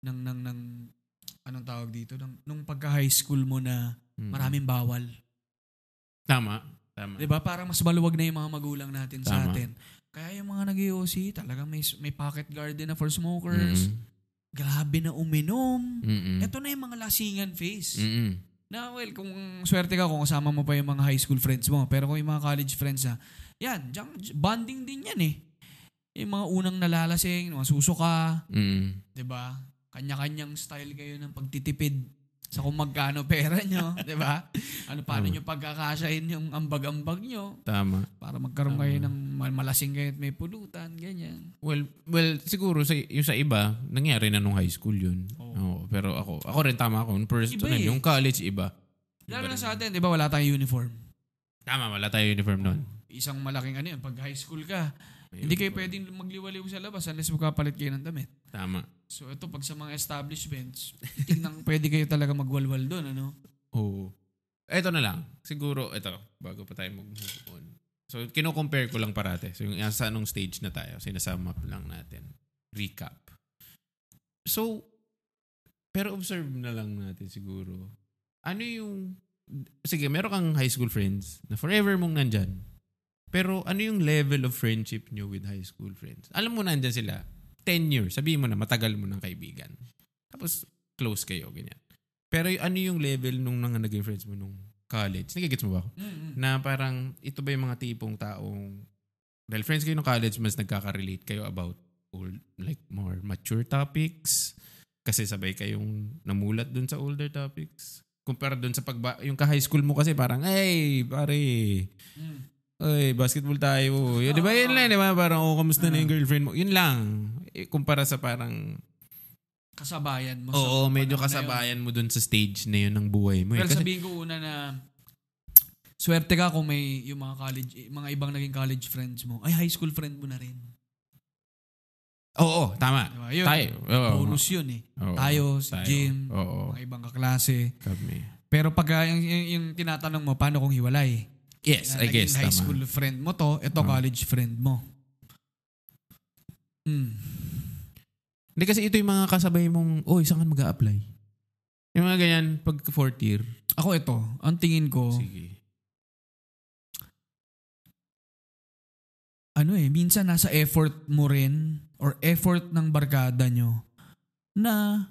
ng ng ng anong tawag dito ng nung pagka high school mo na Mm. maraming bawal. Tama. Tama. 'Di ba? Parang mas maluwag na yung mga magulang natin sa Tama. atin. Kaya yung mga nag-EOC, talagang may may pocket garden na for smokers. Mm-mm. Grabe na uminom. Mm-mm. Ito na yung mga lasingan face. Mm-mm. Na well, kung swerte ka kung kasama mo pa yung mga high school friends mo. Pero kung yung mga college friends na, yan, dyan- bonding din yan eh. yung mga unang nalalasing, mga susuka, Mm. 'di ba? Kanya-kanyang style kayo ng pagtitipid sa kung magkano pera [LAUGHS] nyo, 'di ba? Ano paano Tama. nyo pagkakasahin yung ambag-ambag nyo Tama. para magkaroon kayo Tama. ng mal- malasing kayo at may pulutan, ganyan. Well, well siguro sa yung sa iba, nangyari na nung high school yun. Oo, pero ako, ako rin tama ako. Yung Iba Personal, eh. yung college, iba. Lalo na Iba rin. sa atin, 'di ba? Wala tayong uniform. Tama, wala tayo uniform noon. Isang malaking ano yun, pag high school ka, May hindi kayo uniform. pwedeng magliwaliw sa labas unless magkapalit kayo ng damit. Tama. So ito pag sa mga establishments, [LAUGHS] tingnan pwede kayo talaga magwalwal doon, ano? Oo. Eto na lang. Siguro, eto, bago pa tayo mag-move on. So, kino-compare ko lang parate. So, yung sa anong stage na tayo, sinasama up lang natin. Recap. So, pero observe na lang natin siguro. Ano yung, sige, meron kang high school friends na forever mong nandyan. Pero ano yung level of friendship nyo with high school friends? Alam mo, nandyan sila. 10 years. Sabihin mo na, matagal mo ng kaibigan. Tapos, close kayo, ganyan. Pero y- ano yung level nung mga naging friends mo nung college? Nagigets mo ba ako? Mm-mm. Na parang ito ba yung mga tipong taong dahil friends kayo nung college mas nagkaka-relate kayo about old, like more mature topics kasi sabay kayong namulat dun sa older topics kumpara dun sa pagba yung ka-high school mo kasi parang hey pare Mm. ay basketball tayo yun, di ba yun lang di ba parang oh kamusta na Ah. yung girlfriend mo yun lang Eh, kumpara sa parang Kasabayan mo. sa oo medyo panahon na yun. kasabayan mo dun sa stage na yun ng buhay mo eh. Pero Kasi- sabihin ko una na swerte ka kung may yung mga college mga ibang naging college friends mo. Ay high school friend mo na rin. Oo, tama. Diba? Yun. Tayo. Oo. Bonus 'yun eh. Oo. Tayo, si Tayo. Jim, Oo. mga ibang kaklase. Kami. Pero pag ah, yung, yung, yung tinatanong mo paano kung hiwalay? Yes, Na I guess. naging high tama. Hmm. school friend mo to, ito Oo. college friend mo. Mm. Hindi kasi ito yung mga kasabay mong, oh, saan ka mag apply Yung mga ganyan, pag fourth year. Ako ito, ang tingin ko, Sige. ano eh, minsan nasa effort mo rin or effort ng barkada nyo na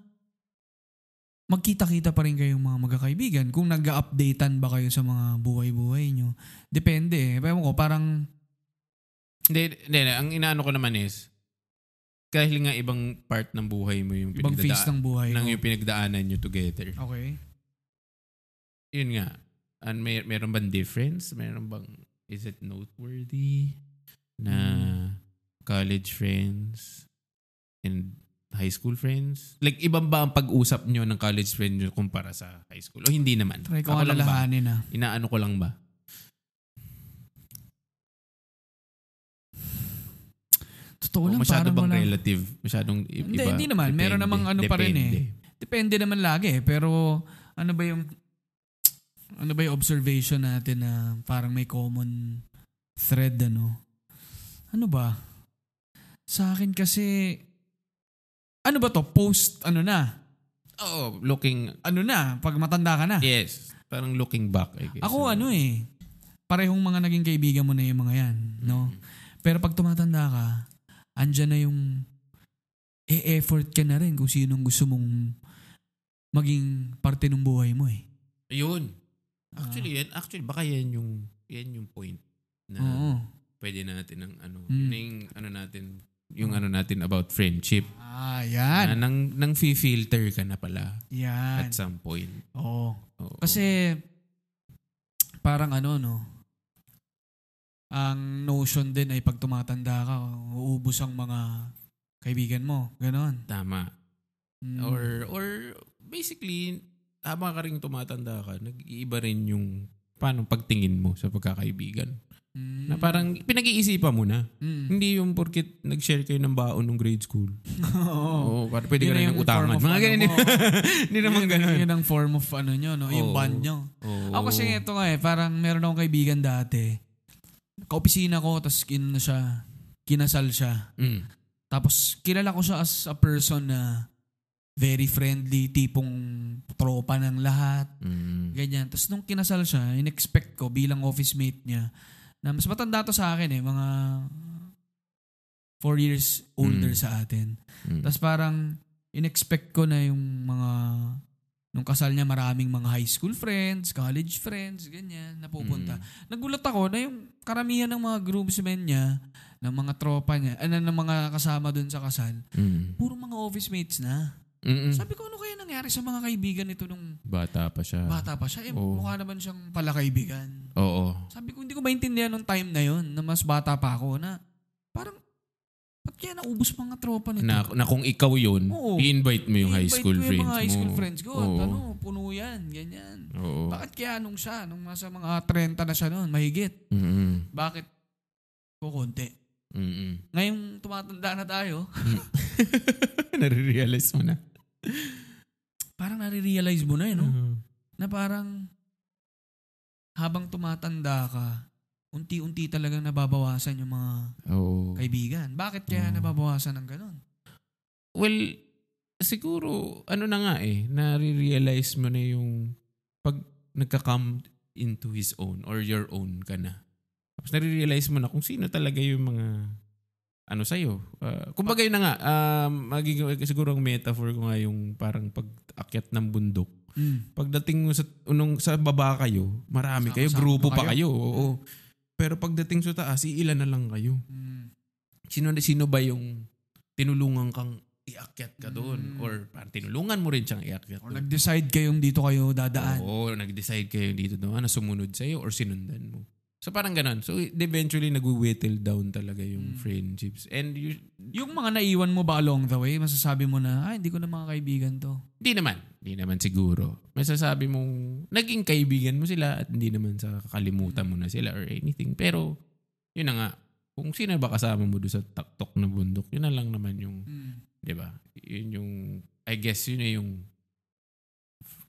magkita-kita pa rin kayong mga magkakaibigan kung nag updatean ba kayo sa mga buhay-buhay nyo. Depende eh. Pero ko, parang, Hindi, hindi, hindi. Ang inaano ko naman is, dahil nga ibang part ng buhay mo yung ibang phase pinagdadaan, ng buhay ng ko. yung pinagdaanan nyo together. Okay. Yun nga. And may, meron bang difference? Meron bang, is it noteworthy na college friends and high school friends? Like, ibang ba ang pag-usap nyo ng college friend nyo kumpara sa high school? O hindi naman? Try ko nga Ako lang ba? lalahanin ah. Inaano ko lang ba? Totoo lang, o masyado parang bang walang- relative? Masyadong i- Hindi, iba? hindi naman. Meron namang ano pa rin eh. Depende naman lagi eh. Pero, ano ba yung, ano ba yung observation natin na parang may common thread ano? Ano ba? Sa akin kasi, ano ba to? Post, ano na? Oo, looking, Ano na? Pag matanda ka na. yes. Parang looking back, I guess. Ako ano eh, parehong mga naging kaibigan mo na yung mga yan, no? Pero pag tumatanda ka, andyan na yung e-effort ka na rin kung sinong gusto mong maging parte ng buhay mo eh. Ayun. Ah. Actually, yan, actually, baka yan yung, yan yung point na Oo. pwede natin ng Mm. ano, yun na yung ano natin, yung ano natin about friendship. Ah, yan. Na nang, nang filter ka na pala Yan. Oh. at some point. Oo. Oo. Kasi, parang ano, no? Ang notion din ay pag tumatanda ka, uubos ang mga kaibigan mo. Ganon. tama. Mm. Or or basically habang ka rin tumatanda ka, nag-iiba rin yung paano pagtingin mo sa pagkakaibigan. Mm. Na parang pinag-iisipan mo na. Mm. Hindi yung porkit nag-share kayo ng baon nung grade school. [LAUGHS] Oo. Oo, parang pwede ka Yun na rin yung ng utangan. form of Mga ano ganyan. [LAUGHS] mo. Hindi naman Yun- ganun. Oh. Yun ang form of ano nyo, no? Yung Oo. bond nyo. Oo. Ako kasi ito nga eh, parang meron akong kaibigan dati. Kaopisina ko, tapos kin na siya, kinasal siya. Mm. Tapos kilala ko siya as a person na very friendly, tipong tropa ng lahat, Mm. ganyan. Tapos nung kinasal siya, in-expect ko bilang office mate niya na mas matanda to sa akin eh, mga 4 years older Mm. sa atin. Mm. Tapos parang inexpect ko na yung mga nung kasal niya maraming mga high school friends, college friends, ganyan, napupunta. Mm. Nagulat ako na yung karamihan ng mga groomsmen niya ng mga tropa niya, ano, ng mga kasama dun sa kasal, Mm. puro mga office mates na. Mm-mm. Sabi ko, ano kaya nangyari sa mga kaibigan nito nung Bata pa siya. bata pa siya? Eh, Oo. mukha naman siyang pala kaibigan. Oo. Sabi ko, hindi ko maintindihan nung time na yon na mas bata pa ako na parang, ba't kaya naubos mga tropa nito? Na, na kung ikaw yun, Oo. i-invite mo yung high I-invite school ko friends yung mo. mga high school friends ko. Oo. At ano, puno yan, ganyan. Oo. Bakit kaya nung siya, nung nasa mga 30 na siya noon, mahigit, Mm-mm. bakit kukunti? Mm-mm. [LAUGHS] Ngayong tumatanda na tayo, Nare-realize mo na. parang nare-realize mo na eh, Mm-hmm. no? Na parang habang tumatanda ka, unti-unti talagang nababawasan yung mga Oo. kaibigan. Bakit kaya Oo. nababawasan ng ganun? Well, siguro, ano na nga eh, nare-realize mo na yung pag nagka-come into his own or your own ka na. Tapos nare-realize mo na kung sino talaga yung mga ano sa'yo. Uh, kumbaga yun na nga, um, magiging, siguro ang metaphor ko nga yung parang pag-akyat ng bundok. Mm. Pagdating mo sa, unong, sa baba kayo, marami kayo, Sama-sama grupo pa pa kayo. oo. Pero pagdating sa taas, iilan na lang kayo Mm. sino sino ba yung tinulungan kang iakyat ka doon Mm. or parang tinulungan mo rin siyang iakyat Or doon. nag-decide kayong dito kayo dadaan. Oo, nag-decide kayo dito doon na sumunod sa iyo or sinundan mo. So parang ganun. So eventually nagwi-whittle down talaga yung Mm. friendships. And you, Yung mga naiwan mo ba along the way, masasabi mo na, ay, hindi ko na mga kaibigan to. di naman, di naman siguro. Masasabi mong naging kaibigan mo sila at hindi naman sa kakalimutan mo na sila or anything. Pero yun na nga, kung sino ba kasama mo doon sa taktok na bundok, yun na lang naman yung Mm. Di ba? Yun yung, I guess yun na yung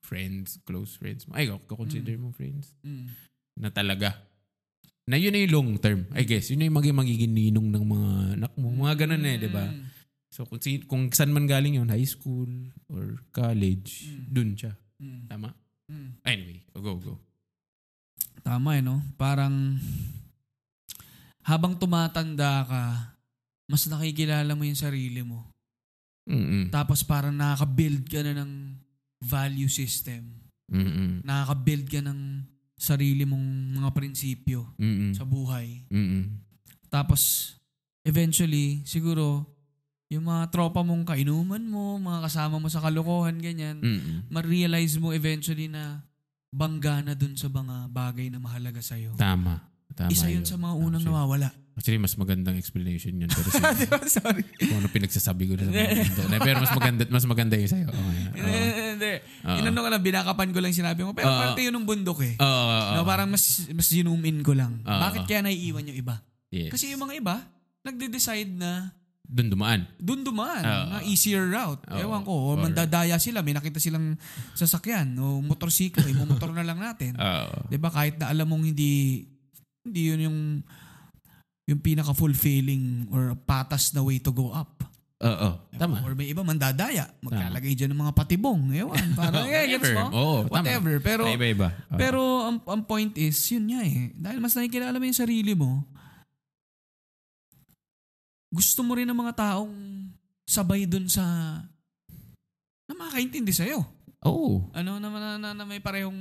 friends, close friends mo. Ay, consider mo friends. Mm. Na talaga. Na yun na yung long term. I guess, yun na yung maging magiging ninong ng mga anak mo. Mga ganun eh, di ba? Mm. So, kung, si, kung saan man galing yun, high school or college, Mm. dun siya. Mm. Tama? Mm. Anyway, go, go. Tama eh, no? Parang habang tumatanda ka, mas nakikilala mo yung sarili mo. Mm-mm. Tapos parang nakaka-build ka na ng value system. Mm-mm. Nakaka-build ka ng sarili mong mga prinsipyo Mm-mm. sa buhay. Mm-mm. Tapos, eventually, siguro, yung mga tropa mong kainuman mo, mga kasama mo sa kalokohan, ganyan, Mm-mm. ma-realize mo eventually na bangga na dun sa mga bagay na mahalaga sa'yo. Tama. Tama Isa yun sa mga unang Actually, nawawala. Actually, mas magandang explanation [LAUGHS] yun. Pero sige. Sorry. kung ano pinagsasabi ko na sa [LAUGHS] mga mundo. Na, pero mas maganda, mas maganda yun sa'yo. Okay. Hindi, hindi. Oo. Inano ko lang, binakapan ko lang sinabi mo. Pero Oo. parte yun ng bundok eh. Oo. Oo, oo, No, oo. parang mas mas zoom in ko lang. Oo. Bakit kaya naiiwan yung iba? Ah. Yes. Kasi yung mga iba, nagde-decide na Doon dumaan. Doon dumaan, Oo. na easier route. Ah. Oo. Ewan ko, o Or- mandadaya sila, may nakita silang sasakyan o motorsiklo, imomotor na lang natin. Oo. 'Di ba? Kahit na alam mong hindi hindi 'yun yung yung pinaka fulfilling or patas na way to go up. Oo. Tama. Or may iba mandadaya, maglalagay dyan ng mga patibong, [LAUGHS] ewan, Oo, parang eh, gets whatever. mo? Oo, tama. Whatever, pero Ay, Iba-iba. Oo. pero ang, ang point is, yun nga eh. Dahil mas nakikilala mo yung sarili mo, gusto mo rin ng mga taong sabay dun sa na makakaintindi sa'yo. Oo. Ano na, na, na, na may parehong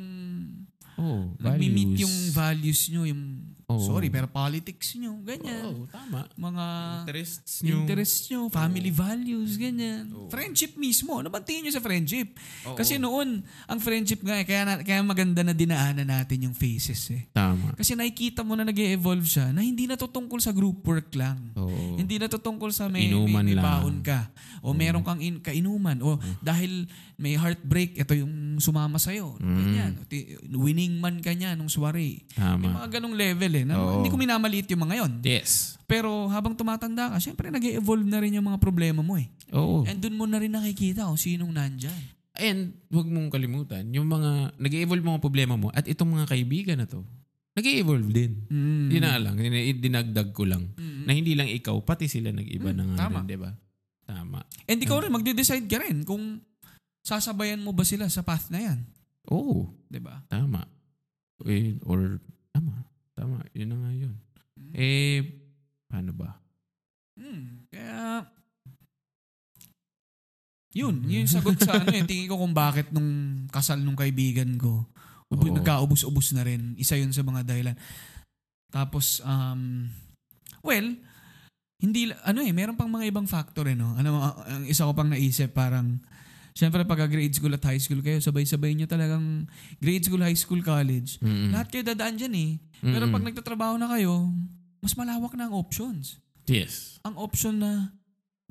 Oo. nagmi-meet Values. yung values nyo, yung Oo. sorry, pero politics nyo, ganyan. Oo, tama. Mga Interests nyo. interests nyo, family values, ganyan. Friendship mismo. Ano ba tingin nyo sa friendship? Kasi noon, ang friendship nga eh, kaya, na- kaya maganda na dinaanan natin yung faces eh. Tama. Kasi nakikita mo na nag evolve siya na hindi na to tungkol sa group work lang. Oo. Hindi na to tungkol sa may, Inuman may, may lang. Mm. baon ka. O meron kang in, kainuman. O dahil may heartbreak, ito yung sumama sa'yo. Mm. Ganyan. O ti- Winning man ka niya nung suwari. May Tama. mga ganong level eh. Na, Oo. Hindi ko minamaliit yung mga yon. Yes. Pero habang tumatanda ka, syempre nag evolve na rin yung mga problema mo eh. Oo. And dun mo na rin nakikita kung sinong nandyan. And huwag mong kalimutan, yung mga nag-evolve mga problema mo at itong mga kaibigan na to, nag-evolve din. Mm. Yun na lang, din- dinagdag ko lang. Na hindi lang ikaw, pati sila nag-iba na nga tama. rin, di ba? Tama. And ikaw rin, magde-decide ka rin kung sasabayan mo ba sila sa path na yan. Oo, 'di ba? tama. Eh, or, tama. Tama, yun na nga yun. Eh, paano ba? Hmm. Kaya yun, yun yung sagot sa [LAUGHS] ano eh. Tingin ko kung bakit nung kasal nung kaibigan ko, ubu- Oo. nagkaubos-ubos na rin. Isa yun sa mga dahilan. Tapos, um, well, hindi la- ano eh meron pang mga ibang factor eh no ano a- ang isa ko pang naisip parang syempre pagka grade school at high school kayo sabay-sabay nyo talagang grade school high school college Mm-mm. lahat kayo dadaan dyan eh pero Hmm. Mm-mm. pag nagtatrabaho na kayo mas malawak na ang options Yes. ang option na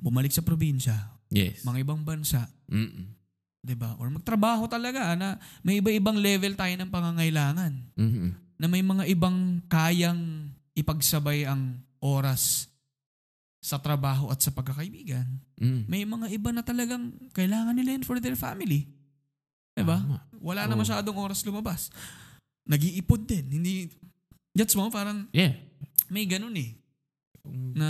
bumalik sa probinsya Yes. mga ibang bansa Mm-mm. 'di ba or magtrabaho talaga na may iba-ibang level tayo ng pangangailangan Mm-mm. na may mga ibang kayang ipagsabay ang oras sa trabaho at sa pagkakaibigan. Mm. May mga iba na talagang kailangan nila yun for their family. Diba? Tama. Wala na Oo. masyadong oras lumabas. Nag-iipon din. Hindi, gets mo? Parang Yeah. may ganun eh. Mm. Na,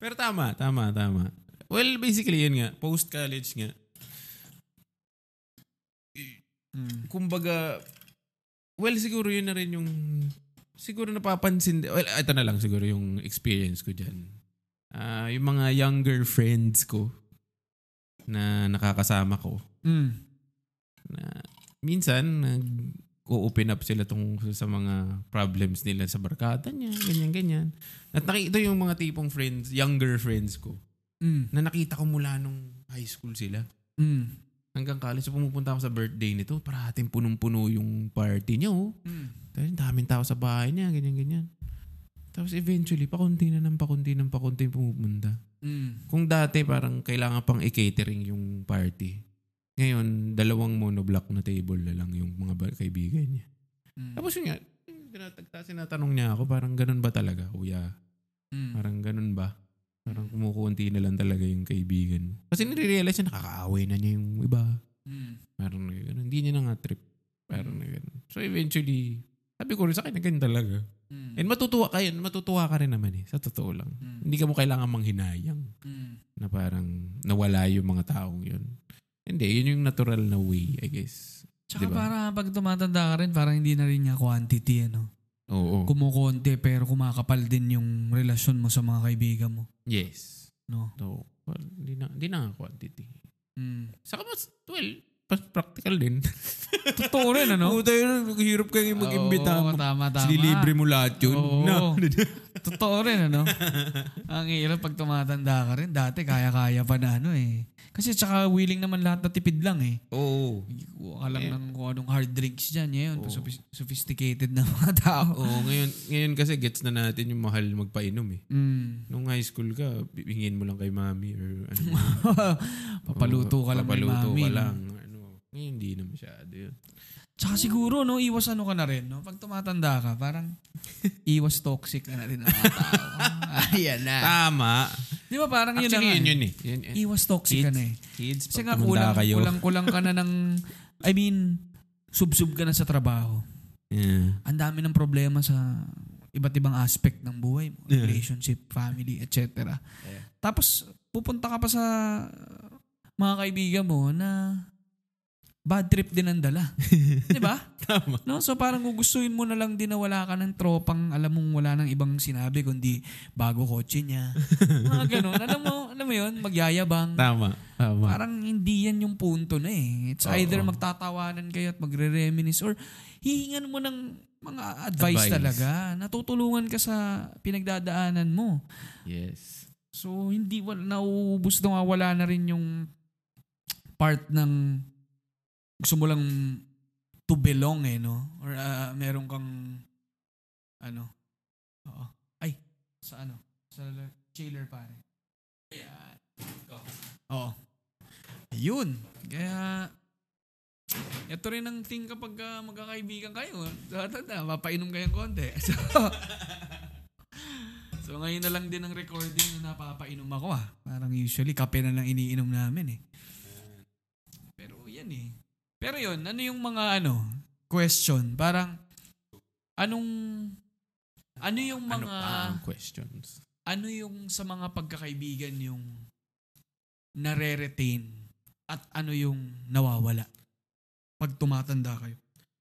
Pero tama, tama, tama. Well, basically yun nga, post-college nga. mm, Kumbaga, well, siguro yun na rin yung, siguro napapansin, well, ito na lang siguro yung experience ko dyan. Ah, yung mga younger friends ko na nakakasama ko, mm, na minsan nag-open up sila tungkol sa mga problems nila sa barkada niya, ganyan ganyan. At nakita yung mga tipong friends, younger friends ko mm, na nakita ko mula nung high school sila mm, hanggang college. So, pumupunta ako sa birthday nito, parating punong-puno yung party niya, oh. mm. Dahil daming tao sa bahay niya, ganyan ganyan. Tapos eventually, pakunti na ng pakunti ng pakunti yung pumupunta. mm. Kung dati parang kailangan pang i-catering yung party. Ngayon, dalawang monoblock na table na lang yung mga ba- kaibigan niya. Mm. Tapos yun nga, tinatagta, sinatanong niya ako, parang ganun ba talaga, kuya? Mm. Parang ganun ba? Parang kumukunti na lang talaga yung kaibigan mo. Kasi nire-realize niya, nakakaaway na niya yung iba. Mm. Parang na ganun. Hindi niya na nga trip. Parang na ganun. So eventually, sabi ko rin sa akin, na ganun talaga. Mm. And matutuwa ka yun, matutuwa ka rin naman eh, sa totoo lang. Mm. Hindi ka mo kailangan manghinayang Mm. na parang nawala yung mga taong yun. Hindi, yun yung natural na way, I guess. Tsaka Diba? parang pag tumatanda ka rin, parang hindi na rin niya quantity, ano? Oo. kumukonti pero kumakapal din yung relasyon mo sa mga kaibigan mo. yes. No? No. Well, di na, di na nga quantity. Mm. Saka mas, well, mas practical din. [LAUGHS] Totoo rin, ano? Puta yun, hirap kayong Oo, mag-imbita. tama, tama. Sinilibre mo lahat yun. Oo. Na. Totoo rin, ano? Ang hirap pag tumatanda ka rin. Dati, kaya-kaya pa na, ano eh. Kasi tsaka willing naman lahat na tipid lang, eh. [LAUGHS] Oo. Kuha ka Eh. lang ng kung anong hard drinks dyan. Ngayon, pa sophis- sophisticated na mga tao. Oo, ngayon, ngayon kasi gets na natin yung mahal magpainom eh. Mm. Nung high school ka, bibingin mo lang kay mami or ano. [LAUGHS] Papaluto ka lang ni Papaluto mami. ka no? lang. Ano. Ngayon, hindi na masyado yun. Tsaka siguro, no, iwas ano ka na rin, no? Pag tumatanda ka, parang [LAUGHS] iwas toxic ka na rin ng mga tao. [LAUGHS] [LAUGHS] Ayan na. Tama. Di ba parang yun na nga Actually, yun eh. yun eh. Yun, yun. Iwas toxic ka na eh. Kids, Kasi nga pag tumanda kulang, kulang, kulang ka na ng, I mean, sub-sub ka na sa trabaho. Yeah. [LAUGHS] Ang dami ng problema sa iba't ibang aspect ng buhay mo. Yeah. Relationship, family, etc. Yeah. Tapos, pupunta ka pa sa mga kaibigan mo na bad trip din ang [LAUGHS] dala. Di ba? Tama. No, so parang gugustuhin mo na lang din na wala ka ng tropang alam mong wala ng ibang sinabi kundi bago kotse [LAUGHS] niya. Mga ganun. Alam mo, alam mo yun, magyayabang. Tama. Tama. Parang hindi yan yung punto na eh. It's Oo. either magtatawanan kayo at magre-reminis or hihingan mo ng mga advice, Advice. talaga. Natutulungan ka sa pinagdadaanan mo. yes. So hindi wal nauubos na wala na rin yung part ng gusto mo lang to belong eh no or ah, meron kang ano oo ay sa ano sa chiller pare Ayan. oo ayun kaya ito rin ang thing kapag ah, magkakaibigan kayo tatanda mapainom kayong konti [LAUGHS] so So ngayon na lang din ang recording na napapainom ako ah. Parang usually kape na lang iniinom namin eh. Pero yan eh. Pero yun, ano yung mga ano, question? Parang, anong, ano yung ano mga, pa ang questions? ano yung sa mga pagkakaibigan yung nare-retain at ano yung nawawala pag tumatanda kayo?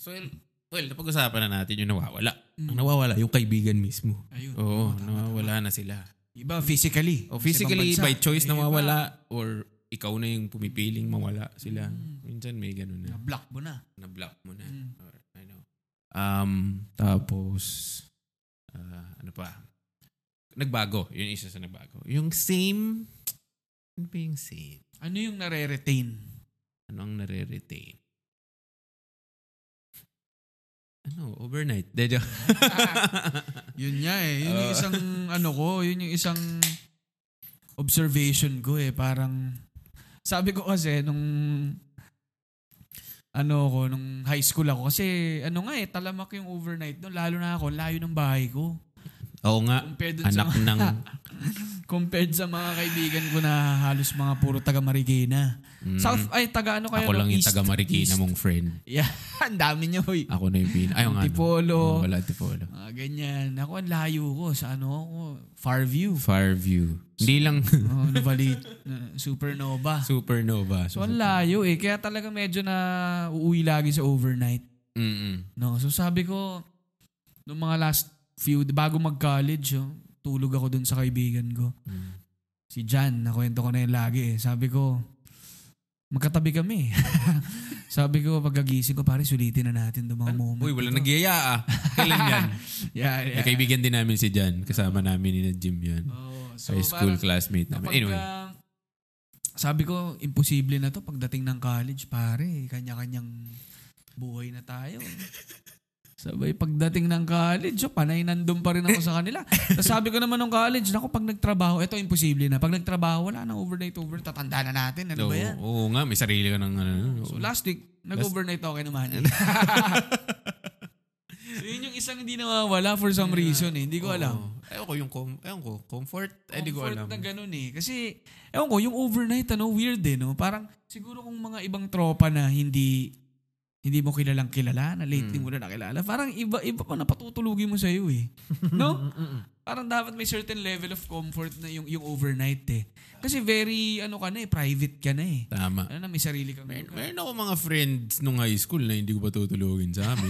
So, well, well, napag-usapan na natin yung nawawala. Mm. Ang nawawala, yung kaibigan mismo. Ayun. Oo, Tama, tama. nawawala na sila. Iba physically. O Sa ibang physically, bansa. by choice Eh, iba- nawawala or ikaw na yung pumipiling mawala sila. Minsan may ganun na. Na-block mo na. Na-block mo na. Mm. Or, I know. Um, tapos, ah, ano pa? Nagbago. Yun isa sa nagbago. Yung same, ano ba yung same? Ano yung nare-retain? Ano ang nare-retain? Ano? Overnight. Dejo. [LAUGHS] Yun niya eh. Yun yung Oo. [LAUGHS] isang ano ko, yun yung isang observation ko eh. Parang sabi ko kasi nung ano ko, nung high school ako. Kasi ano nga eh, talamak yung overnight. No? Lalo na ako, layo ng bahay ko. Oo nga. Compared dun sa, Anak ng... [LAUGHS] compared sa mga kaibigan ko na halos mga puro taga Marikina. Mm, South, ay taga ano kayo? ako no? lang yung East, taga Marikina East. mong friend. Yeah, [LAUGHS] ang dami niyo. Hoy. Ako na yung pin. Ayaw nga. no. Antipolo. Oo, Oh, wala Antipolo. Mga ganyan. Ako, ang layo ko sa ano ako. Farview. Farview. Hindi lang [LAUGHS] Oh, Novali, na- supernova. supernova. So, ang layo eh. Kaya talaga medyo na uuwi lagi sa overnight. Mm-mm. No? So, sabi ko, nung mga last few, bago mag-college, oh, tulog ako dun sa kaibigan ko. Mm. Si Jan, nakwento ko na yun lagi eh. Sabi ko, magkatabi kami. [LAUGHS] sabi ko, pagkagising ko, pare, sulitin na natin itong mga moment. Uy, wala na to. nagyaya ah. Kailan yan? [LAUGHS] Yeah, May yeah. kaibigan din namin si Jan. Kasama namin ni na Jim yan. Oh, so, High school parang- classmate namin. Kapag, Anyway. ah, sabi ko, imposible na to pagdating ng college, pare. Kanya-kanyang buhay na tayo. [LAUGHS] Sabay, pagdating ng college, oh, panay nandun pa rin ako sa [LAUGHS] kanila. Tapos sabi ko naman nung college, naku, pag nagtrabaho, eto imposible na. Pag nagtrabaho, wala nang overnight over. Tatanda na natin, ano Oo, ba yan? oo nga, may sarili ka ng ano. So last week, nag-overnight ako kay naman. [LAUGHS] so yun yung isang hindi nawawala for some reason eh. Hindi ko alam. Ayaw ko yung com- ayaw ko, comfort. Ay, di ko comfort alam. na ganun eh. Kasi, ewan ko, yung overnight, ano, weird eh, no? Parang, siguro kung mga ibang tropa na hindi, hindi mo kilalang kilala, na lately mo na nakilala, parang iba-iba pa napatutulugin mo sa'yo eh. No? parang dapat may certain level of comfort na yung, yung overnight eh. Kasi very, ano ka na eh, private ka na eh. Tama. Ano na, may sarili kang Meron ako mga friends nung high school na hindi ko pa tutulugin sa [LAUGHS] amin.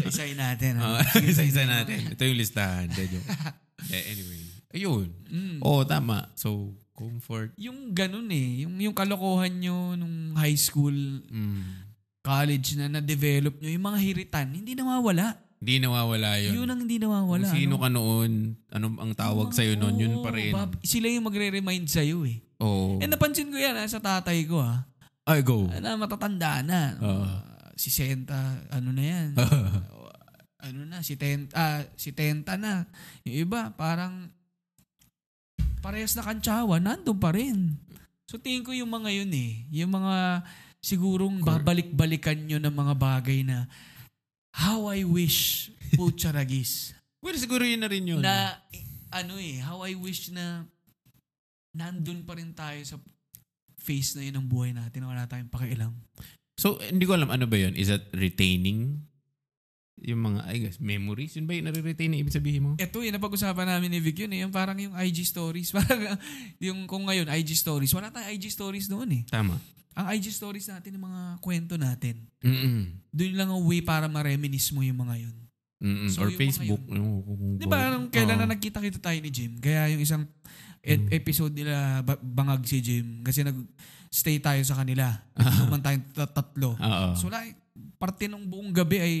Isa-isay natin. ano? [LAUGHS] Ah, Isa-isa natin. Ito yung listahan. Dejo. [LAUGHS] Eh, anyway. Ayun. Mm. Oo, tama. So, comfort. Yung ganun eh, yung, yung kalokohan nyo nung high school, Mm. college na na-develop nyo, yung mga hiritan, hindi nawawala. Hindi nawawala yun. Yun ang hindi nawawala. Kung no? sino Oh, ka noon, ano ang tawag Mga- sa'yo noon, yun oo, pa rin. bab- sila yung magre-remind sa'yo eh. Oo. Eh napansin ko yan ha, sa tatay ko ha, Ay, go. Ah. na matatanda na. Ah, Oo. si Senta, ano na yan. Ah. ano na, si Tenta, ah, si Tenta na. Yung iba, parang parehas na kantsawa, nandun pa rin. So tingin ko yung mga yun eh. Yung mga sigurong Cor- babalik-balikan nyo ng mga bagay na how I wish Pucharagis. [LAUGHS] well, siguro yun na rin yun. na eh, ano eh, how I wish na nandun pa rin tayo sa face na yun ng buhay natin na wala tayong pakialam. so, hindi ko alam ano ba yun. Is that retaining? Yung mga, I guess, memories? Yun ba yung nare-retain na ibig sabihin mo? Ito eh, napag-usapan namin ni Vic yun eh, yung parang yung IG stories. [LAUGHS] Parang ah, yung kung ngayon, IG stories. Wala tayong IG stories noon eh. Tama. Ang IG stories natin, yung mga kwento natin. Mm-mm. Doon lang ang way para ma-reminisce mo yung mga yun. Mm-mm. So, Or yung mga Facebook. Yung, Di ba, nung kailan na nagkita-kita tayo ni Jim? Kaya yung isang e- episode nila, ba- bangag si Jim. Kasi nag-stay tayo sa [LAUGHS] kanila. Naman tayong tat- tatlo. Oo. So like, parte ng buong gabi ay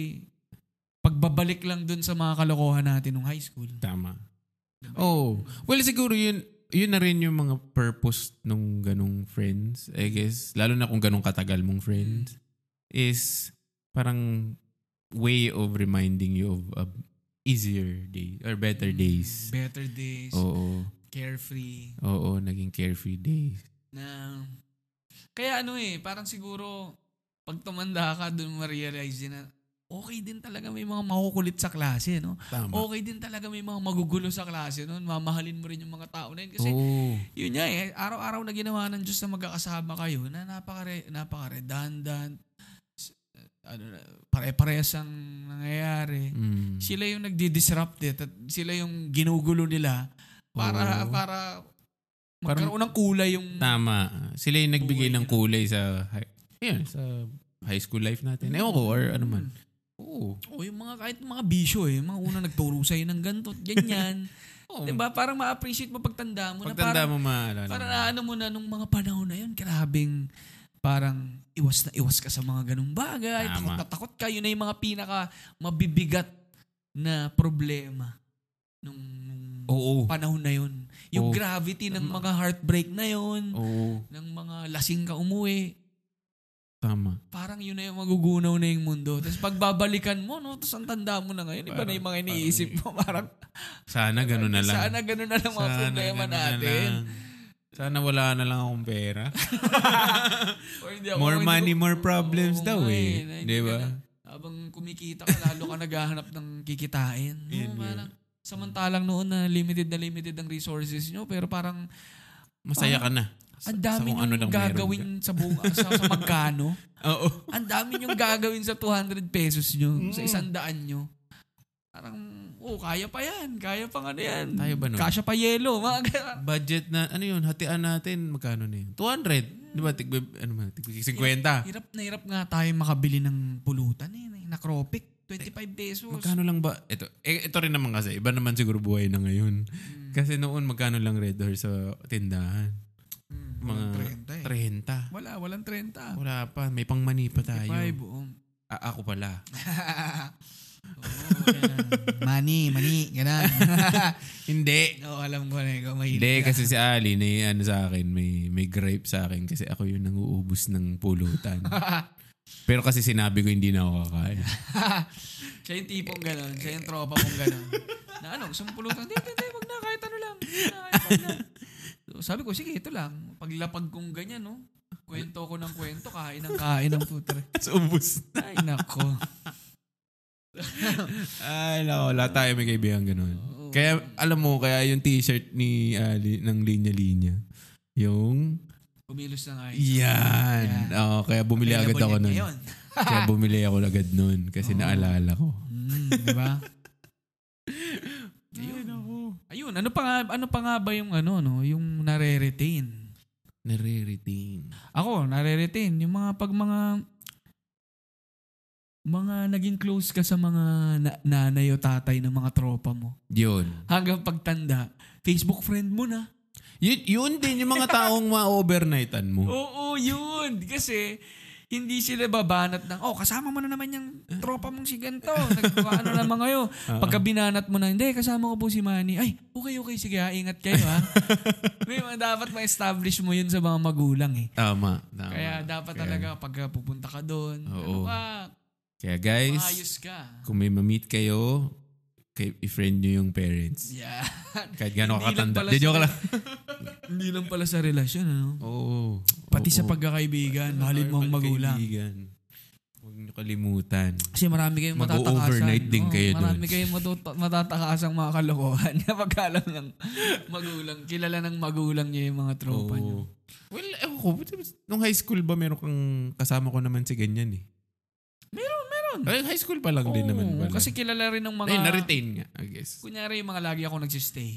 pagbabalik lang dun sa mga kalokohan natin nung high school. Tama. Oh, well siguro yun yun na rin yung mga purpose nung ganong friends, I guess. Lalo na kung ganong katagal mong friends is parang way of reminding you of a easier day or better days. Oh. Better days, Oo. carefree. Oo, naging carefree days. Na, kaya ano eh, parang siguro pag tumanda ka, dun ma-realize din na okay din talaga may mga makukulit sa klase, no? Tama. Okay din talaga may mga magugulo sa klase, no? Mamahalin mo rin yung mga tao na yun. Kasi Oo. yun nga eh, araw-araw na ginawa ng Diyos na magkakasama kayo na napaka, napaka redundant, ano, na, pare-parehas ang nangyayari. Mm. Sila yung nagdi-disrupt it at sila yung ginugulo nila para, para Oo. Parang- magkaroon ng kulay yung... Tama. Sila yung Buhay nagbigay Mm. ng kulay sa hi- yun, sa high school life natin. Ewan ko, or ano man. Oo. O oh, yung mga kahit mga bisyo eh, mga una nagturo sa'yo ng ganito, ganyan. [LAUGHS] Di Oo. ba? Parang ma-appreciate mo pagtanda mo na Pagtanda mo maalala. parang, parang mo. ano mo na nung mga panahon na yun, grabing parang iwas na iwas ka sa mga ganung bagay, Tama. takot na takot ka. Yun na yung mga pinaka mabibigat na problema nung, nung Oo. panahon na yun. Yung Oo. gravity Mm. ng mga heartbreak na yun, Oo. ng mga lasing ka umuwi, Tama. parang yun na yung magugunaw na yung mundo. Tapos pagbabalikan mo, no, tapos ang tanda mo na ngayon, iba na yung mga iniisip mo. Parang, Sana ganun ano na lang. sana ganun na lang mga Sana problema ganun na natin. lang. Sana wala na lang akong pera. [LAUGHS] Or hindi ako- more hindi ko- money, more problems Oo daw nga eh. na hindi Di ka ba? na- Habang kumikita ka, lalo ka naghahanap ng kikitain. No, Yun, yun. parang, samantalang noon na limited na limited ang resources nyo, pero parang Masaya ka na. Sa- ang sa dami kung ano nyo lang meron ka. gagawin sa buong, sa, sa magkano. Oo. Ang dami nyong gagawin sa 200 pesos nyo, Mm. sa isang daan nyo. Parang, oh, kaya pa yan. Kaya pa ano yan. Tayo ba nun? Kasya pa yelo. Mga ganun. Budget na, ano yun, hatian natin, magkano na yun? 200. Di ba? Tigbe, ano man, tigbe 50. Hirap na hirap nga tayo makabili ng pulutan eh. ng Necropic. 25 pesos. Magkano lang ba? Ito, eh, ito rin naman kasi. Iba naman siguro buhay na ngayon. Kasi noon, magkano lang Red Horse sa tindahan? Mm, Mga walang 30 eh. 30. Wala, walang 30. Wala pa. May pangmani pa tayo. 5, [LAUGHS] oo. A- ako pala. Oo, ganun. Money, money, ganun. Hindi. [LAUGHS] Oo, alam ko na ikaw Hindi, mahilig. ka. kasi si Ali, may ano sa akin, may, may gripe sa akin kasi ako yung nanguubos ng [LAUGHS] pulutan. Pero kasi sinabi ko hindi na ako [LAUGHS] kakain. [LAUGHS] Siya yung tipong ganun. Siya yung tropa kong ganun. na ano, gusto mong pulutan? Hindi, hindi, hindi, wag na, kahit ano lang. Wag na, kahit ano lang. So, sabi ko, sige, ito lang. Paglapag kong ganyan, no? Kwento ko ng kwento, kain ng kain ng putre. So, ubos. Ay, nako. Ay, nako, lahat tayo may kaibigan ganun. Kaya, alam mo, kaya yung t-shirt ni Ali, ng linya-linya, yung, Kumilos na nga yun. yan. Oo, kaya bumili agad Available ako yan nun. ngayon. kaya bumili ako agad nun [LAUGHS] kasi naalala ko. Mm, di ba? Ayun. Ayun, ano pa nga, ano pa nga ba yung ano no, yung nare-retain? Nare-retain. Ako, nare-retain yung mga pag mga mga naging close ka sa mga na- nanay o tatay ng mga tropa mo. Yun. Hanggang pagtanda, Facebook friend mo na. Yun, yun din yung mga taong ma-overnightan mo. Oo, yun. Kasi hindi sila babanat ng, oh, kasama mo na naman yung tropa mong si ganito. Nagpaano naman kayo. [LAUGHS] Pagka binanat mo na, hindi, kasama ko po si Manny. Ay, okay, okay, sige, ha, ingat kayo [LAUGHS] ha. May mga dapat ma-establish mo yun sa mga magulang eh. Tama, tama. Kaya dapat talaga pagka pupunta ka doon, ano Oo. ka, Kaya guys, maayos ka. kung may ma-meet kayo, kay, i-friend nyo yung parents. Yeah. Kahit gano'ng Hindi lang katanda. pala Di, joke sila- lang. [LAUGHS] hindi lang pala sa relasyon, ano? Oo. Pati sa Oo. pagkakaibigan, mahalin mo ang Mahal magulang. kaibigan. Huwag nyo kalimutan. Kasi marami kayong matatakasan. Mag-overnight din Oo, kayo dun. Marami kayong matuta- matatakasang mga kalokohan. [LAUGHS] Kapag alam ng magulang, kilala ng magulang niya yung mga tropa niyo. Oo. Well, ewan ko. Nung high school ba meron kang kasama ko naman si ganyan eh? Meron, meron. Ay, high school pa lang din naman Oo, pala. Kasi kilala rin ng mga... Ay, na-retain nga, I guess. Mm. Kunyari yung mga lagi ako nagsistay.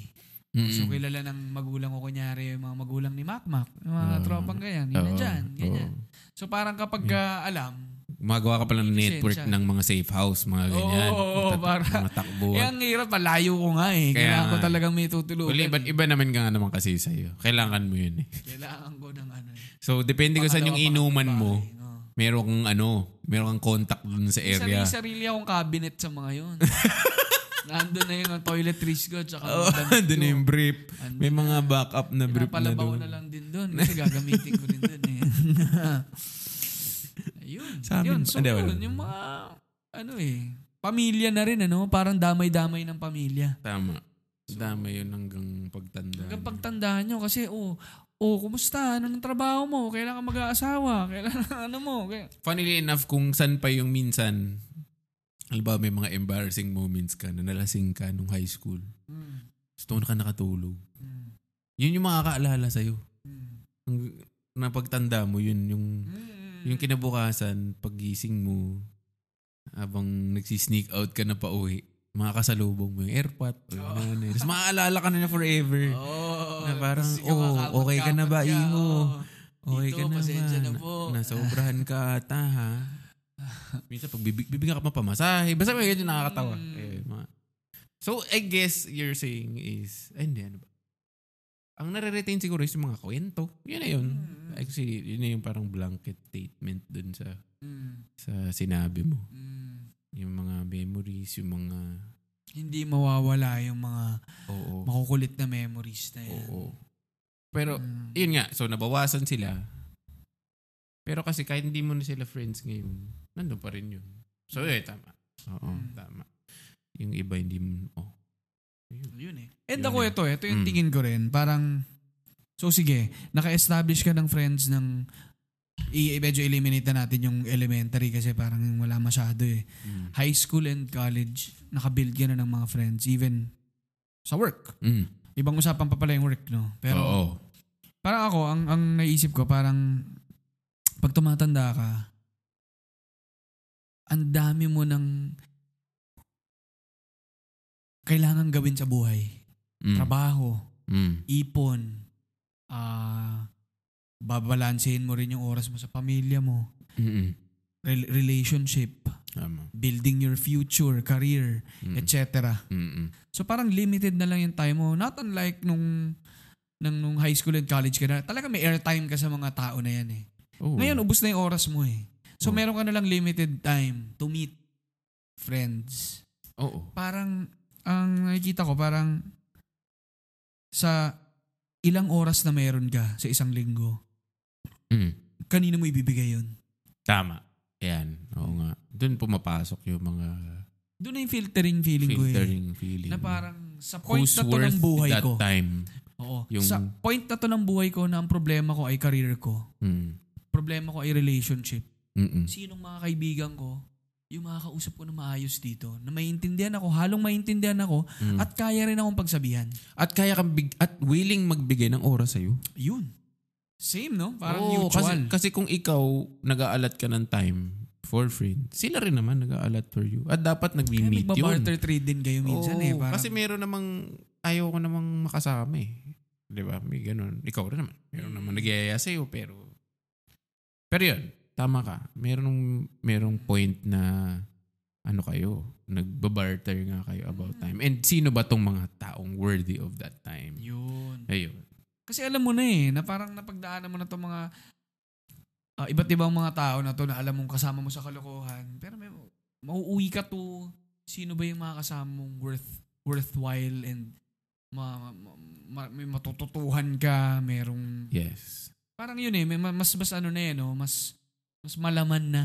Mm-mm. So kilala ng magulang ko kunyari yung mga magulang ni Makmak. Yung mga Oo. tropang ganyan. Yun Mm. Oo, Mm. nandyan. Ganyan. oo. So parang kapag ka alam, Gumagawa ka pala ng network Lisensya. ng mga safe house, mga ganyan. Oo, oo, Magtatak- para- Mga takbuhan. eh ang hirap, malayo ko nga eh. Kaya Kailangan ko nga. talagang may tutulungan. Well, iba, iba naman ka nga naman kasi sa'yo. Kailangan mo yun eh. Kailangan ko ng ano eh. So, depende kung saan yung Pangalawa, inuman mo, bahay, oh. oo. meron kang ano, meron kang contact dun sa Sarili, area. sarili akong cabinet sa mga [LAUGHS] yun. Nandun na yun ang toiletries ko tsaka mga Oo, damit Oh, [LAUGHS] dun ko. yung brief. Andun May mga backup na brief na Ano Pinapalabaw doon. na lang din doon kasi gagamitin ko rin doon eh. [LAUGHS] Ayun. Sa yun, amin- so hindi, wala. yun, yung mga ano eh, pamilya na rin ano, parang damay-damay ng pamilya. Tama. Dama yun hanggang pagtanda. Hanggang pagtandaan nyo kasi oh, oh, kumusta? Ano ng trabaho mo? Kailan ka mag-aasawa? [LAUGHS] Kailan ano mo? Kaya, Funnily enough, kung saan pa yung minsan, halimbawa may mga embarrassing moments ka na nalasing ka nung high school. mm, Tapos doon ka nakatulog. mm, Yun yung makakaalala sa'yo. mm, Ang- Napagtanda mo, yun yung... mm. Yung kinabukasan, paggising mo, habang nagsisneak out ka na pa uwi, makakasalubong mo yung airpot. O yung ano, ano. Tapos maaalala ka na na forever. Oh, Na parang, sige, oh, makakabot okay ka na kapag ba, Ingo? oo. okay dito, ka na pasensya ba? na po. [LAUGHS] Na- Nasobrahan ka ata ha. Minsan pag bibig, bibigyan ka pa pamasahe. Basta may ganyan nakakatawa. Mm. Ayun, mga- So, I guess you're saying is, ay hindi, ano ba? Ang nare-retain siguro is yung mga kwento. Yun na yun. Actually, yun na yung parang blanket statement dun sa Mm, sa sinabi mo. mm. Yung mga memories, yung mga... Hindi mawawala yung mga Oo. makukulit na memories na yan. Oo. Pero, Mm. yun nga. So, nabawasan sila. Pero kasi kahit hindi mo na sila friends ngayon, nandun pa rin yun. So, eh, tama. Oo, Mm. tama. Yung iba hindi mo... Oh. Yun eh. And Yun ako eh. ito, ito yung Mm. tingin ko rin. Parang, so sige, naka-establish ka ng friends ng, i- medyo eliminate na natin yung elementary kasi parang wala masyado eh. Mm. High school and college, nakabuild ka na ng mga friends, even sa work. Mm. Ibang usapan pa pala yung work, no? Pero, Oo. parang ako, ang, ang naisip ko, parang, pag tumatanda ka, ang dami mo ng kailangan gawin sa buhay. Mm. Trabaho, Mm. ipon, ah babalansehin mo rin yung oras mo sa pamilya mo, Mm-mm. rel- relationship, Tama. building your future, career, Mm. etc. Mm-mm. So parang limited na lang yung time mo. Not unlike nung nung, nung high school and college ka na. Talaga may airtime ka sa mga tao na yan eh. Oo. Ngayon, ubus na yung oras mo eh. So Oo. meron ka na lang limited time to meet friends. Oo. parang ang nakikita ko parang sa ilang oras na meron ka sa isang linggo, Mm. kanino mo ibibigay yun? Tama. Ayan. Oo nga. Doon pumapasok yung mga Doon na yung filtering feeling ko filtering feeling. eh. Na mo. parang sa point Who's na to ng worth buhay that ko. time. Oo. Yung- Sa point na to ng buhay ko na ang problema ko ay career ko. Mm. Problema ko ay relationship. Mm-mm. Sinong mga kaibigan ko, yung mga kausap ko na maayos dito, na maintindihan ako, halong maintindihan ako, Mm. at kaya rin akong pagsabihan. At kaya kang big, at willing magbigay ng oras sa'yo. Yun. Same, no? Parang Oo, mutual. Kasi, kasi kung ikaw nag-aalat ka ng time for friend, sila rin naman nag-aalat for you. At dapat Kaya nagmi-meet yun. magbabarter trade din kayo minsan eh. Oo, Parang, Kasi meron namang, ayaw ko namang makasama eh. Di ba? May ganun. Ikaw rin naman. Meron naman nagyayaya sa'yo pero... Pero yun, tama ka. Merong, merong point na ano kayo, nagbabarter nga kayo Mm. about time. And sino ba tong mga taong worthy of that time? yun. Ayun. Kasi alam mo na eh, na parang napagdaanan mo na to mga ah, iba't ibang mga tao na to na alam mong kasama mo sa kalokohan. Pero may, mauuwi ka to, sino ba yung mga kasama mong worth, worthwhile and ma, ma- ma- may matututuhan ka, merong... Yes. Parang yun eh, may, ma- mas, mas ano na eh, no? mas, mas malaman na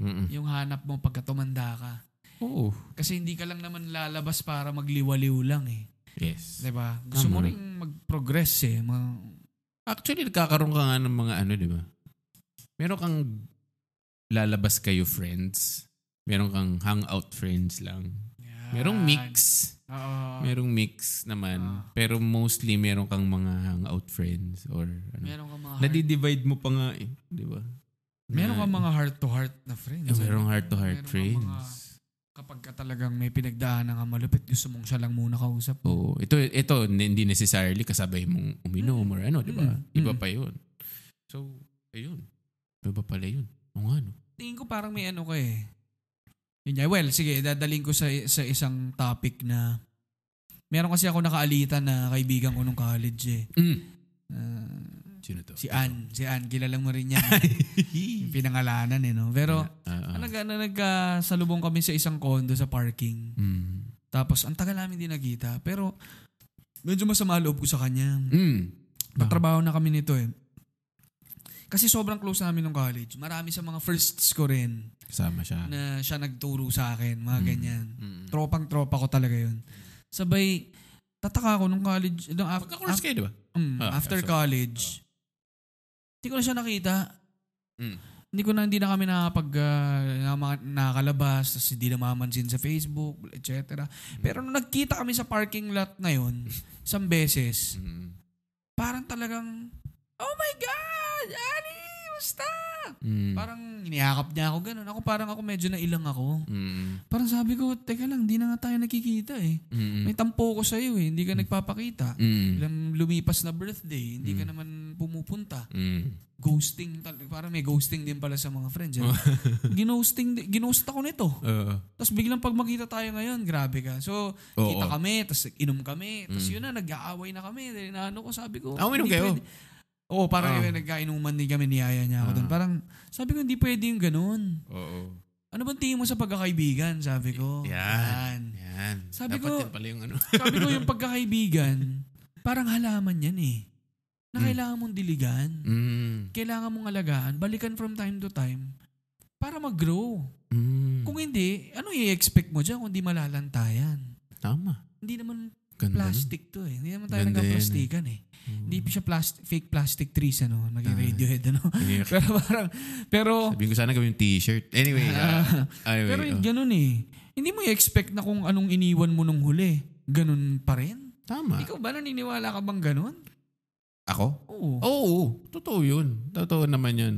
Mm-mm. Oh, yung hanap mo pagka tumanda ka. Oo. Kasi hindi ka lang naman lalabas para magliwaliw lang eh. Yes. Diba? Gusto mo Tama. rin mag-progress eh. Ma- Actually, nagkakaroon ka nga ng mga ano, di ba? Meron kang lalabas kayo friends. Meron kang hangout friends lang. Yan. Merong mix. Oo. Merong mix naman. Ah. Pero mostly meron kang mga hangout friends or ano. Meron ka mga heart, Nadidivide mo pa nga eh. Di ba? meron Na- ka mga heart-to-heart na friends. Eh, merong heart-to-heart Meron ka friends. Kapag ka talagang may pinagdaanan ka malupit, gusto mong siya lang muna kausap. Oo. Ito, ito, hindi necessarily kasabay mong uminom or ano, di ba? Mm. Iba Mm. pa yun. So, ayun. Iba pala yun. O nga, no? Tingin ko parang may ano ka eh. Yun nga. Well, sige, dadaling ko sa, sa isang topic na meron kasi ako nakaalitan na kaibigan ko nung college eh. Mm. Ah, Sino to? si Ann. Si Ann, kilala mo [LAUGHS] rin yan. Yung pinangalanan eh, no? Pero, Ah, ah. nag, na, nagkasalubong kami sa isang condo sa parking. Mm. Tapos, ang tagal namin di nagkita. Pero, medyo masama loob ko sa kanya. Mm. Nagtrabaho na kami nito eh. Kasi sobrang close namin nung college. Marami sa mga firsts ko rin Kasama siya. na siya nagturo sa akin, mga Mm. ganyan. Mm. Tropang-tropa ko talaga yun. Sabay, tataka ako nung college, nung af- af- Magka-course kayo, di ba? mm, Ah, after sorry. college, hindi ko na siya nakita. Mm. Hindi ko na, hindi na kami nakapag, uh, nakakalabas, tapos hindi na mamansin sa Facebook, etc. Pero nung nagkita kami sa parking lot na yun, isang beses, Mm. parang talagang, oh my God, Annie, kamusta? Mm. Parang iniyakap niya ako ganun. Ako parang ako medyo nailang ako. Mm. Parang sabi ko, teka lang, di na nga tayo nakikita eh. Mm. May tampo ko sa'yo eh, hindi ka nagpapakita. Mm. Ilang lumipas na birthday, hindi ka naman pumupunta. Mm. Ghosting talaga. Parang may ghosting din pala sa mga friends. Oh. [LAUGHS] Eh. Ginosting, di- ginost ako nito. Oo. Tapos biglang pag magkita tayo ngayon, grabe ka. So, Oo. Mm. kita kami, tapos inom kami. Tapos yun na, nag-aaway na kami. Then, ano ko, sabi ko. Ah, uminom hindi kayo? pwede. Oo, parang Ah. yun, nagkainuman din kami, niyaya niya ako doon. Parang, sabi ko, hindi pwede yung ganun. Oo. Ano bang tingin mo sa pagkakaibigan? Sabi ko. Yan. Yan. Yan. Sabi Dapat ko- yan pala yung [LAUGHS] ano. Sabi ko, yung pagkakaibigan, parang halaman yan eh. Na kailangan mong diligan. mm. Kailangan mong alagaan. Balikan from time to time para mag-grow. Mm. Kung hindi, ano i-expect mo dyan kung di malalantayan? Tama. Hindi naman Ganda. plastic to eh. Hindi naman tayo Ganda yan, nagka-plastikan eh. Hindi pa siya plastic, fake plastic trees ano, maging Ah. radiohead ano. [LAUGHS] Yeah. pero parang, pero, Sabihin ko sana gawin yung t-shirt. Anyway. ah, anyway, [LAUGHS] pero oh. ganun eh. Hindi mo i-expect na kung anong iniwan mo nung huli, ganun pa rin. Tama. Ikaw ba naniniwala ka bang ganun? Ako? Oo. Oo. totoo yun. Totoo naman yun.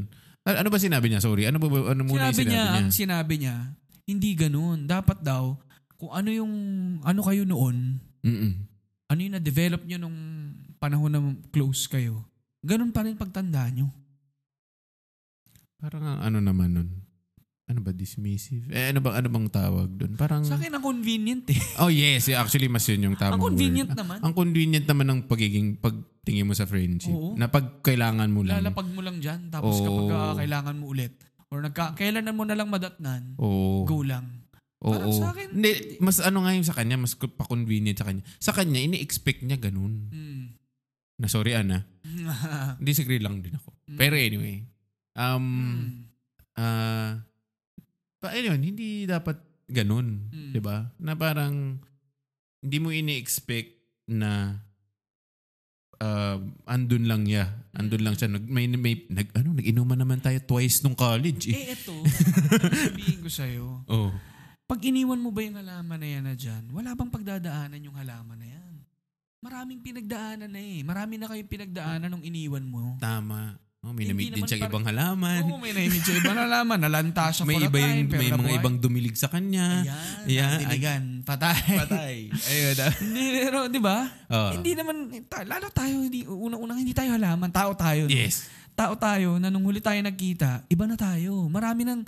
A- Ano ba sinabi niya? Sorry. Ano ba ano sinabi niya, muna yung sinabi niya? ang sinabi niya, hindi ganun. Dapat daw, kung ano yung, ano kayo noon, Mm-mm. ano yung na-develop nyo nung panahon na close kayo, ganun pa rin pagtanda nyo. Parang ang ano naman nun. Ano ba? Dismissive? Eh, ano ba ano bang tawag dun? Parang... Sa akin, ang convenient eh. Oh yes, Yeah, actually mas yun yung tamang ang convenient word. naman. Hmm. Ang convenient naman ng pagiging pagtingin mo sa friendship. Oo. Na pag kailangan mo lang. Lalapag mo lang dyan, tapos Oo. kapag ah, kailangan mo ulit, or nagka, kailanan mo na lang madatnan, Oo. go lang. Oo. Parang sa akin- Hindi, mas ano nga yung sa kanya, mas ko- pa-convenient sa kanya. Sa kanya, ini-expect niya ganun. Mm. [LAUGHS] Na sorry, Ana. Hmm. Disagree lang din ako. Mm. Pero anyway. Um, Mm. ah pa ayun, hindi dapat ganun. Mm. 'di ba? Na parang hindi mo ini-expect na uh, andun lang niya. Andun lang siya. Nag, may, may, nag, ano, nag-inuman naman tayo twice nung college. Eh. Eh, [LAUGHS] eto, ang sabihin ko sa'yo, Oh. pag iniwan mo ba yung halaman na yan na dyan, wala bang pagdadaanan yung halaman na yan? Maraming pinagdaanan na eh. Marami na kayong pinagdaanan nung iniwan mo. Tama. Oh, may Hindi namit din naman siya parang- ibang halaman. Oo, may naimig siya ibang halaman. Nalanta siya may for a iba time, yung, pero may mga nabuhay. ibang dumilig sa kanya. Ayan, Yeah, yeah, dinigan. Patay. Patay. [LAUGHS] Ah. Ayun. ah. [LAUGHS] Oh, hindi, pero di ba? Oo. Hindi naman, ta- lalo tayo, hindi, unang-unang hindi tayo halaman. Tao tayo. no? Yes. Tao tayo na nung huli tayo nagkita, iba na tayo. Marami ng,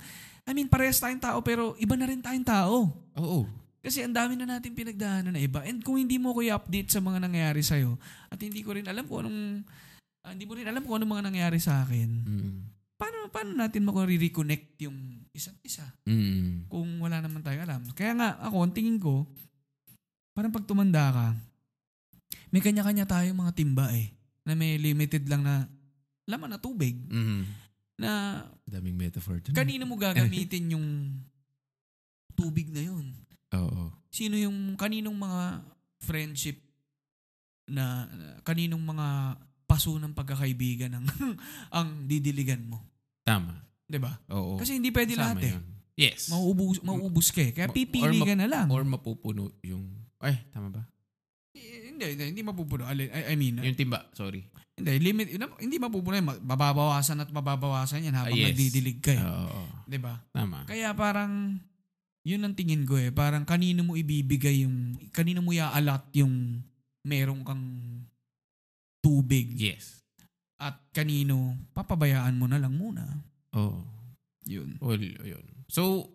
I mean, parehas tayong tao pero iba na rin tayong tao. Oo. Kasi ang dami na natin pinagdaanan na iba. And kung hindi mo ko i-update sa mga nangyayari sa'yo, at hindi ko rin alam kung anong, ah, hindi mo rin alam kung anong mga nangyayari sa akin, Mm. paano, paano natin makare-reconnect yung isa't isa Mm. kung wala naman tayo alam? Kaya nga, ako, ang tingin ko, parang pag tumanda ka, may kanya-kanya tayo mga timba eh, na may limited lang na laman na tubig Mm. na Daming metaphor. dun. kanino mo gagamitin [LAUGHS] yung tubig na yun? Oo. sino yung kaninong mga friendship na kaninong mga paso ng pagkakaibigan ang [LAUGHS] ang didiligan mo, Tama. 'di ba? Oo. Kasi hindi pwede Tama lahat eh. yun. Yes. Mauubos mauubos ka eh. Kaya Ma- pipili or ma- ka na lang. Or mapupuno yung... Ay, tama ba? Eh, hindi, hindi, hindi mapupuno. Alin- I, I mean, Yung timba, [LAUGHS] sorry. hindi, limit, hindi mapupuno. yan. Mababawasan at mababawasan yan habang Ah, yes. nagdidilig ka eh. Oo, oo. 'Di ba? Tama. Kaya parang, yun ang tingin ko eh. Parang kanino mo ibibigay yung, kanino mo i-allot yung merong kang tubig Yes. at kanino, papabayaan mo na lang muna. Oo. Yun. Well, yun. So,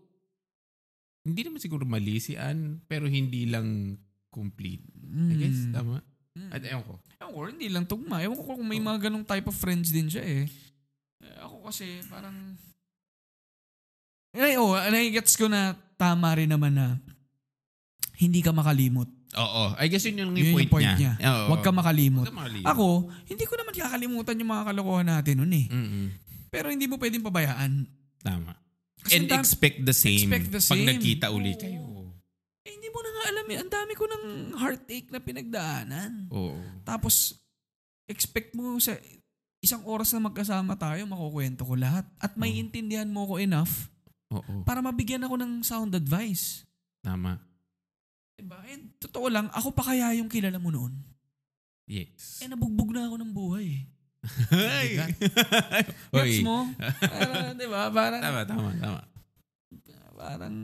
hindi naman siguro mali si Ann, pero hindi lang complete. I guess, tama? Mm. At ewan ko. Ewan ko, hindi lang tugma. Ewan ko kung may mga ganong type of friends din siya eh. Eh, Ako kasi, parang... Ay, oh, nai-gets ko na tama rin naman na hindi ka makalimot. Oo. I guess yun yung, Yun yung point, point niya. niya. Oo. Huwag ka Huwag makalimot. ka mali. Ako, hindi ko naman kakalimutan yung mga kalokohan natin noon eh. Mm-mm. Pero hindi mo pwedeng pabayaan. Tama. Kasi And ang dami- expect the same. Expect the Pag same. nagkita uli Oo. kayo. eh, hindi mo na nga alam eh. Ang dami ko ng heartache na pinagdaanan. Oo. Tapos, expect mo sa isang oras na magkasama tayo, makukwento ko lahat. At may intindihan mo ko enough Oo. para mabigyan ako ng sound advice. Tama. Diba? And totoo lang, ako pa kaya yung kilala mo noon. Yes. Eh, nabugbog na ako ng buhay. eh. Ay! Reps [LAUGHS] Oy. Diba? mo. Parang, di ba? Parang, Tama, tama, tama. parang,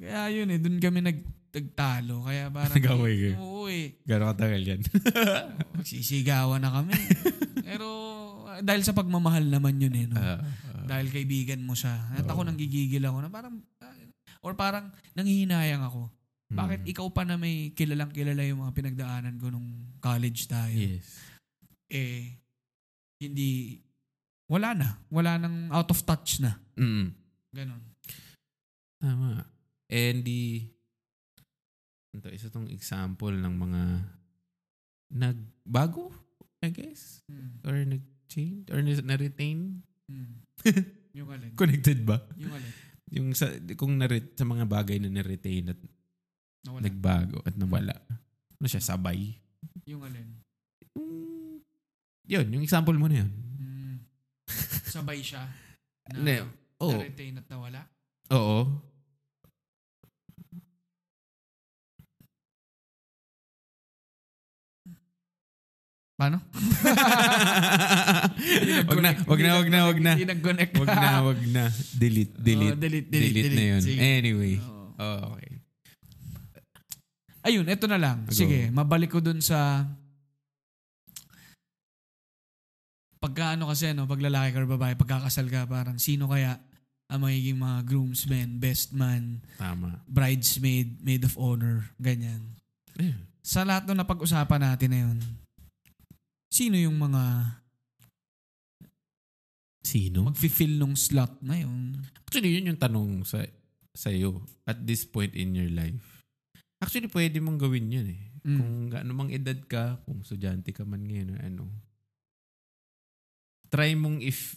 kaya yun eh, dun kami nag, nagtalo. Kaya parang, [LAUGHS] Nag-away kayo. Oo eh. Gano'ng katagal yan? Sisigawan na kami. [LAUGHS] Pero, ah, dahil sa pagmamahal naman yun eh. No? [LAUGHS] Ah, dahil kaibigan mo siya. At ako nanggigigil ako na parang, ah, or parang nanghihinayang ako. Hmm. Bakit Mm. ikaw pa na may kilalang kilala yung mga pinagdaanan ko nung college tayo? yes. Eh, hindi, wala na. Wala nang out of touch na. Mm. Ganon. Tama. And the... Ito, isa tong example ng mga nagbago, I guess. Mm, Or nag-change. Or nas- na-retain. [LAUGHS] mm. yung alin. Connected ba? Yung alin. Yung sa, kung narit, sa mga bagay na na-retain at Nawala. nagbago at nawala. Ano siya, sabay? yung alin. Yung- Yun, yung example mo na yun. Mm. Sabay siya. Na, Na, oo. Na-retain at nawala. Oo. [LAUGHS] Paano? wag na, wag na, wag na, wag na. Hindi nag-connect. Wag na, wag na. Delete, delete. [LAUGHS] Oh, delete, delete, delete, na yun. Sige. Anyway. Oo. Oh, okay. Ayun, eto na lang. Go. Sige, mabalik ko dun sa pagka ano kasi no, pag lalaki ka or babae, pagkakasal ka, parang sino kaya ang magiging mga groomsmen, best man, Tama. bridesmaid, maid of honor, ganyan. Ayun. Sa lahat na napag-usapan natin na yun, sino yung mga Sino? magfi-fill nung slot na yun? Actually, yun yung tanong sa sa'yo at this point in your life. Actually, pwede mong gawin yun eh. Mm. Kung gaano mang edad ka, kung estudyante ka man ngayon or ano. Try mong if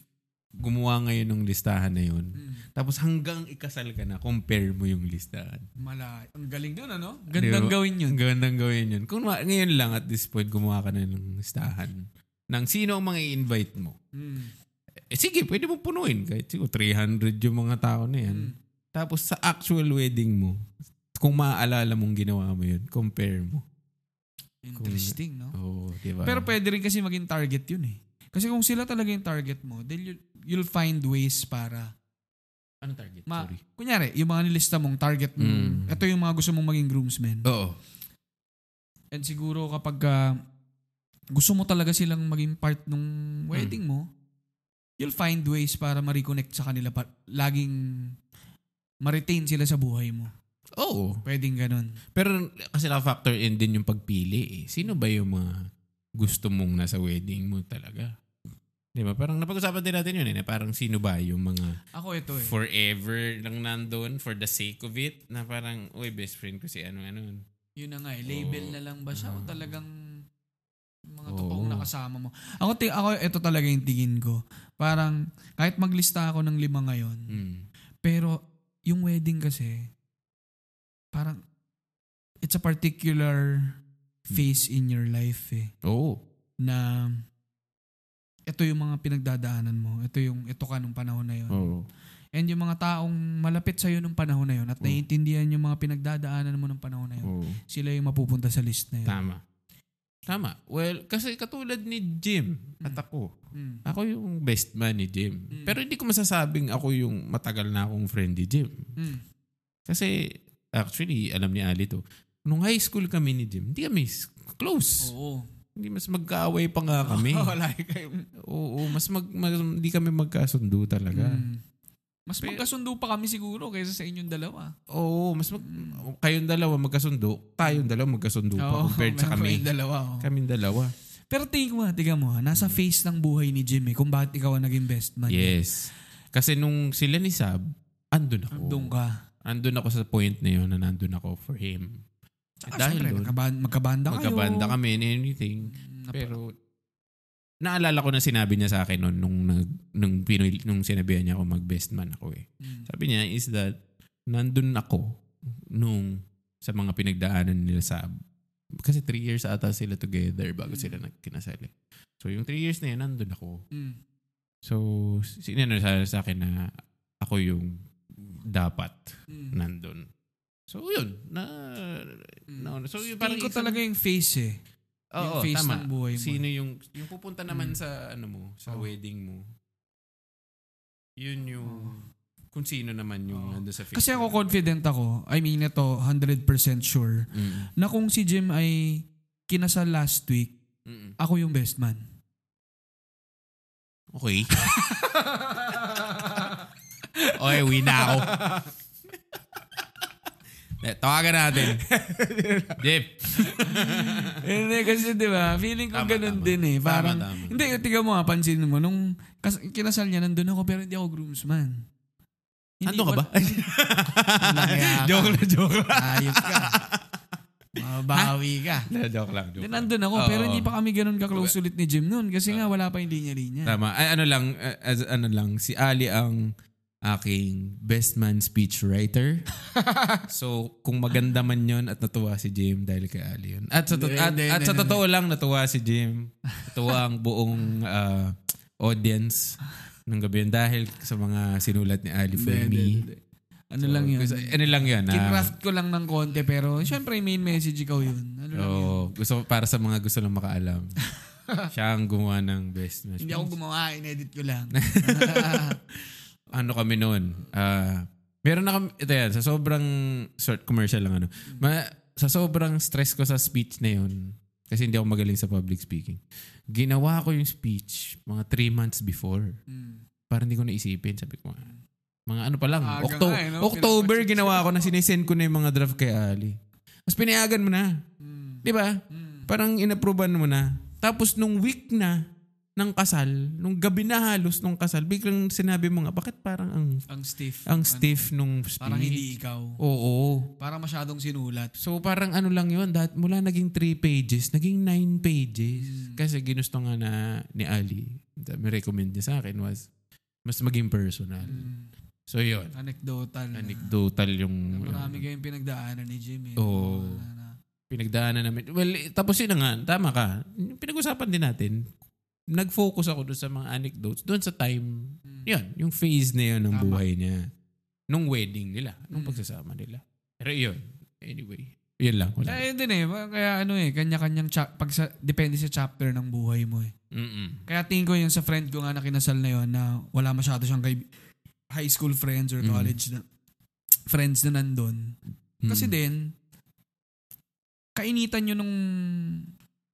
gumawa ngayon ng listahan na yun. Mm, Tapos hanggang ikasal ka na, compare mo yung listahan. [LAUGHS] mala. Ang galing nun, ano? Gandang Di ba? gawin yun. Ang gandang gawin yun. Kung ma- ngayon lang at this point, gumawa ka na ng listahan ng sino ang mga i-invite mo. Mm, Eh sige, pwede mo punuin. Kahit siguro 300 yung mga tao na yan. mm. Tapos sa actual wedding mo, kung maaalala mong ginawa mo yun, compare mo. Interesting, no? Oo, di ba? Oh. Pero pwede rin kasi maging target yun eh. Kasi kung sila talaga yung target mo, then you'll, you'll find ways para... Ano target? Ma- Sorry. Kunyari, yung mga nilista mong target mo, Mm. ito yung mga gusto mong maging groomsmen. Oo. And siguro kapag ah, gusto mo talaga silang maging part nung wedding mo, you'll find ways para ma-reconnect sa kanila. Pa- laging ma-retain sila sa buhay mo. Oo. Pwedeng ganun. Pero kasi na-factor in din yung pagpili eh. Sino ba yung mga gusto mong nasa wedding mo talaga? Di ba? Parang napag-usapan din natin yun eh. na Parang sino ba yung mga Ako ito eh. forever lang nandun for the sake of it na parang, uy, best friend ko si ano, ano-ano. Yun na nga eh. Label Oo. na lang ba siya o talagang mga Oh. Mm. Oo. totoong nakasama mo? Ako, ti- ako ito talaga yung tingin ko. Parang kahit maglista ako ng lima ngayon, Mm. pero yung wedding kasi, parang it's a particular Mm. phase in your life eh. Oo. Na ito yung mga pinagdadaanan mo. Ito yung ito ka nung panahon na yun. Oo. And yung mga taong malapit sa'yo nung panahon na yun at Oo. naiintindihan yung mga pinagdadaanan mo nung panahon na yun, Oo. sila yung mapupunta sa list na yun. Tama. Tama. Well, kasi katulad ni Jim at ako, Mm. ako yung best man ni Jim. Mm. Pero hindi ko masasabing ako yung matagal na akong friend ni Jim. Mm. Kasi actually, alam ni Ali to, nung high school kami ni Jim, hindi kami s- close. Oo. Hindi mas magkaaway pa nga [LAUGHS] kami. Oh. [LAUGHS] Wala kayo. Oo, mas mag, mas- hindi kami magkasundo talaga. Mm. Mas Pero- magkasundo pa kami siguro kaysa sa inyong dalawa. Oo, mas mag, kayong dalawa magkasundo, tayong dalawa magkasundo pa Mm. Oo, compared sa meron pa kami. yung dalawa. oo. Kaming dalawa. Pero tingin ko nga, tiga mo ha, nasa face ng buhay ni Jimmy kung bakit ikaw ang naging best man. Yes. Kasi nung sila ni Sab, andun ako. Ah, Doon ka. andun ako sa point na yun na nandun ako for him. Tsaka Eh, dahil Ah, syempre, doon, magkaban- magkabanda kayo. Magkabanda kami and anything. Mm, napa- Pero, naalala ko na sinabi niya sa akin noon nung, nung, nung, pinoy- nung sinabihan niya ako mag-best man ako eh. Mm. Sabi niya is that, nandun ako nung sa mga pinagdaanan nila Sab. Kasi three years ata sila together bago Mm. sila nagkinasal eh. So yung three years na yun, nandun ako. Mm. So, sinano sa, sa akin na ako yung dapat Mm. nandun. So, yun. Na, Mm. na so, yun, Tingin ko talaga yung face eh. Yung Oo, phase ng tama. buhay mo. Sino yung, yung pupunta Mm. naman sa, ano mo, sa Oo. wedding mo. Yun yung, kung sino naman yung Oo. nandun sa phase. Oh. Kasi ako mo. confident ako, I mean ito, 100% sure, Mm. na kung si Jim ay kinasal last week, Mm. ako yung best man. [LAUGHS] Okay. okay, uwi na ako. Eh, Tawagan [LAUGHS] natin. Jeff. Hindi kasi 'di ba, feeling ko Tama, ganun tama. din eh. Tama, Parang tama. hindi tiga mo nga, pansinin mo nung kas- kinasal niya nandun ako pero hindi ako groomsman. Hindi Nandun ka ko- ba? Walang iya ka. joke lang, joke lang. Ayos ka. Mabawi ka. joke lang, joke Then lang. nandun ako, Oo. pero hindi pa kami ganun ka-close ulit ni Jim noon kasi nga wala pa yung linya-linya. Tama. Ay, ano lang, eh, as, ano lang, si Ali ang aking best man speech [LAUGHS] writer. so, kung maganda man yon at natuwa si Jim dahil kay Ali yun. At sa, to- Hindi, at, hindi, at hindi, sa hindi. totoo lang, natuwa si Jim. Natuwa ang buong ah, audience ng gabi yun dahil sa mga sinulat ni Ali for Hindi, me. hindi, hindi. Ano So, lang yun? gusto- Ano lang yun. ah. Kinraft ko lang ng konti pero syempre main message ikaw yun. Ano lang yun? Oo. gusto para sa mga gusto lang [LAUGHS] makaalam. Siya ang gumawa ng best man Hindi ako gumawa, inedit ko [LAUGHS] lang. [LAUGHS] ano kami noon, ah, meron na kami, ito yan, sa sobrang, short commercial lang ano, ma, sa sobrang stress ko sa speech na yun, kasi hindi ako magaling sa public speaking, ginawa ko yung speech mga three months before. Mm. Para hindi ko naisipin, sabi ko, ah, mga ano pa lang, Aga Octo- nga eh, no? October Pinapatsit ginawa ko na sinisend ko na yung mga draft kay Ali. Mas pinayagan mo na, Mm. di ba? Mm. Parang inaproban mo na. Tapos nung week na ng kasal, nung gabi na halos nung kasal, biglang sinabi mo nga, bakit parang ang Ang stiff. Ano, ang stiff nung speech. Parang hindi ikaw. Oo. Parang masyadong sinulat. So parang ano lang yun, dat, mula naging 3 pages, naging 9 pages. Mm. Kasi ginusto nga na ni Ali, may recommend niya sa akin was, mas maging personal. Mm. So yun, Anecdotal. na. Hmm. anecdotal yung Ah. Marami kayong pinagdaanan ni Jim. Eh. Oo. Na- na- pinagdaanan namin. Well, eh, tapos yun na nga, tama ka. Pinag-usapan din natin. Nag-focus ako doon sa mga anecdotes, doon sa time, Mm. yun, yung phase na yun ng Tama. buhay niya. Nung wedding nila, nung Mm. pagsasama nila. Pero yun, anyway, yun lang. Wala. Kaya yun din eh. Kaya ano eh, kanya-kanyang chap- pag sa, depende sa chapter ng buhay mo eh. Mm-mm. Kaya tingin ko yung sa friend ko nga na kinasal na yun na wala masyado siyang kaib- high school friends or Mm. college na friends na nandun. Kasi Mm. din, kainitan yun nung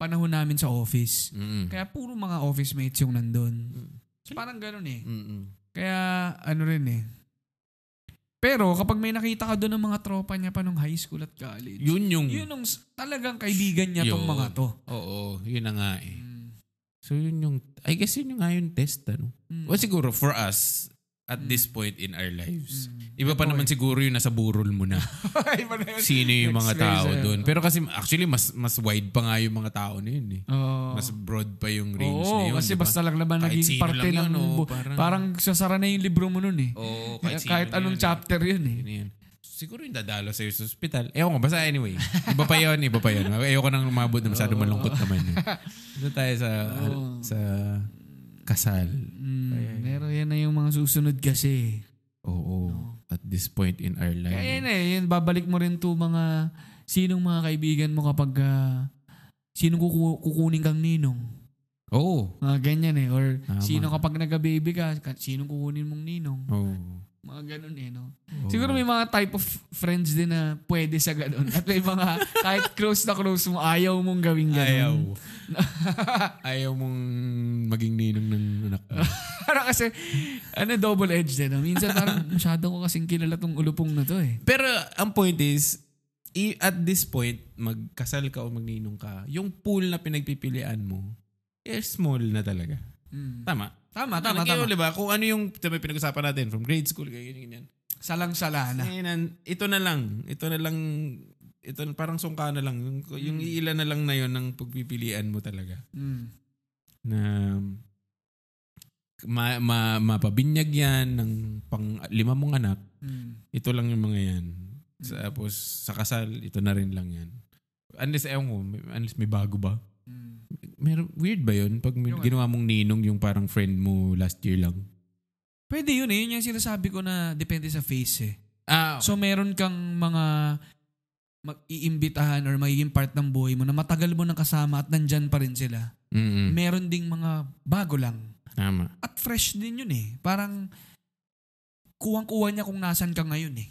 panahon namin sa office. Mm-mm. Kaya puro mga office mates yung nandun. Mm. So, parang ganun eh. Mm-mm. Kaya ano rin eh. Pero kapag may nakita ka doon ng mga tropa niya pa nung high school at college, Yun yung... yun ang s- talagang kaibigan niya tong Yun. mga to. Oo, yun na nga eh. Mm. So yun yung... I guess yun yung nga yung test, ano? Mm. Well, siguro for us, Mm. at this point in our lives, Mm. iba pa Ako naman eh. siguro yung nasa burol mo na. Iba na yun. Sino yung mga Next tao phase, doon. eh. Pero kasi actually, mas mas wide pa nga yung mga tao na yun eh. Oo. Mas broad pa yung range Oo, na yun. kasi di ba? basta lang naman Kahit naging sino parte lang ng... yun, oo, bu- parang- parang, sasara na yung libro mo nun eh. Oo, kahit, sino na anong yun eh. chapter yun eh. Yun na yun. Siguro yung dadalo sa'yo sa ospital. Ewan ko, basta [LAUGHS] anyway. Iba pa yun, iba pa yun. Ayoko nang umabot na masyado malungkot naman [LAUGHS] yun. Doon tayo sa, Oo. sa kasal. Mm, Kaya yun. pero yan na yung mga susunod kasi. Oo. At this point in our life. Kaya yun eh, yun, babalik mo rin to mga... Sinong mga kaibigan mo kapag... ah, sinong kuku- kukunin kang ninong? Oo. Mga ganyan eh. Or Tama. sino kapag nagka-baby ka, ka- sinong kukunin mong ninong? Oo. Mga ganun eh, no? Oo. Siguro may mga type of friends din na pwede sa ganun. At may mga kahit close na close mo, ayaw mong gawin ganun. Ayaw. [LAUGHS] Ayaw mong maging ninong ng anak. mo. [LAUGHS] parang kasi, ano, double-edged eh. No? Minsan parang masyado ko kasing kilala tong ulupong na to eh. Pero ang point is, i- at this point, magkasal ka o magninong ka, yung pool na pinagpipilian mo, eh, small na talaga. Mm. Tama. Tama, tama, Kayo, tama. diba? Kung ano yung diba, pinag-usapan natin from grade school, ganyan, ganyan. Salang-sala na. Ngayon, an- ito na lang. Ito na lang. Ito na- parang sungka na lang. Yung, yung Hmm. ilan na lang na yon ng pagpipilian mo talaga. Mm. Na ma, ma, mapabinyag yan ng pang lima mong anak. Mm. Ito lang yung mga yan. Sa- Tapos sa kasal, ito na rin lang yan. Unless, ewan ko, may- unless may bago ba? Mm. Meron, weird ba yun? Pag may- Yung ano? ginawa mong ninong yung parang friend mo last year lang. Pwede yun eh. Yun yung sinasabi ko na depende sa face eh. Ah, So meron kang mga mag-iimbitahan or magiging part ng buhay mo na matagal mo nang kasama at nandyan pa rin sila. Mm-mm. Meron ding mga bago lang. Tama. At fresh din yun eh. Parang kuwang-kuwa niya kung nasan ka ngayon eh.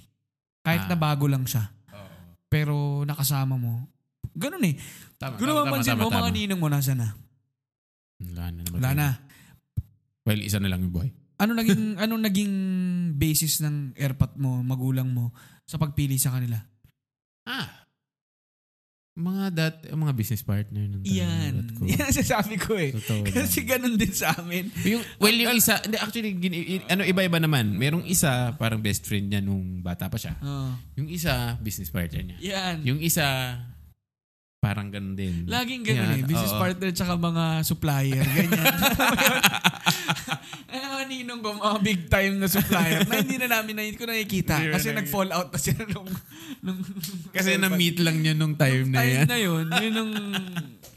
Kahit na Ah. bago lang siya. Pero nakasama mo. Ganun eh. Ah, Tama. Kung mapansin mo, mga ninong mo nasa na. Wala na. naman. Wala na. Well, isa na lang yung buhay. Ano naging [LAUGHS] ano naging basis ng airpat mo, magulang mo sa pagpili sa kanila? Ah. Mga dat, mga business partner ng Yan. [LAUGHS] Yan ang sasabi ko eh. [LAUGHS] Totoo lang. Kasi ganun din sa amin. Yung, well, yung isa, hindi, actually, gin- i- ano, iba-iba naman. Merong isa, parang best friend niya nung bata pa siya. Oo. Yung isa, business partner niya. Oh, Yan. Yung isa, parang ganun din. Laging ganun Yan, eh. Business oo. partner tsaka mga supplier. [LAUGHS] Ganyan. [LAUGHS] Ang mga ninong ko, mga big time na supplier na hindi na namin na hindi ko nakikita. Hindi mo Kasi nakikita. nag-fall out na sila nung... nung Kasi na-meet lang niya nung time na Time yan. na yun. Yun ang...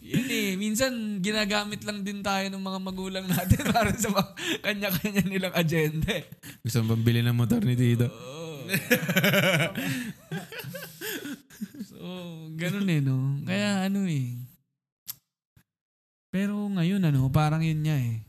Yun eh. Minsan, ginagamit lang din tayo ng mga magulang natin [LAUGHS] para sa mga kanya-kanya nilang agenda eh. Gusto mo bang bilhin ng motor ni Tito? [LAUGHS] So, ganun eh, no? Kaya ano eh. Pero ngayon, ano, parang yun niya eh.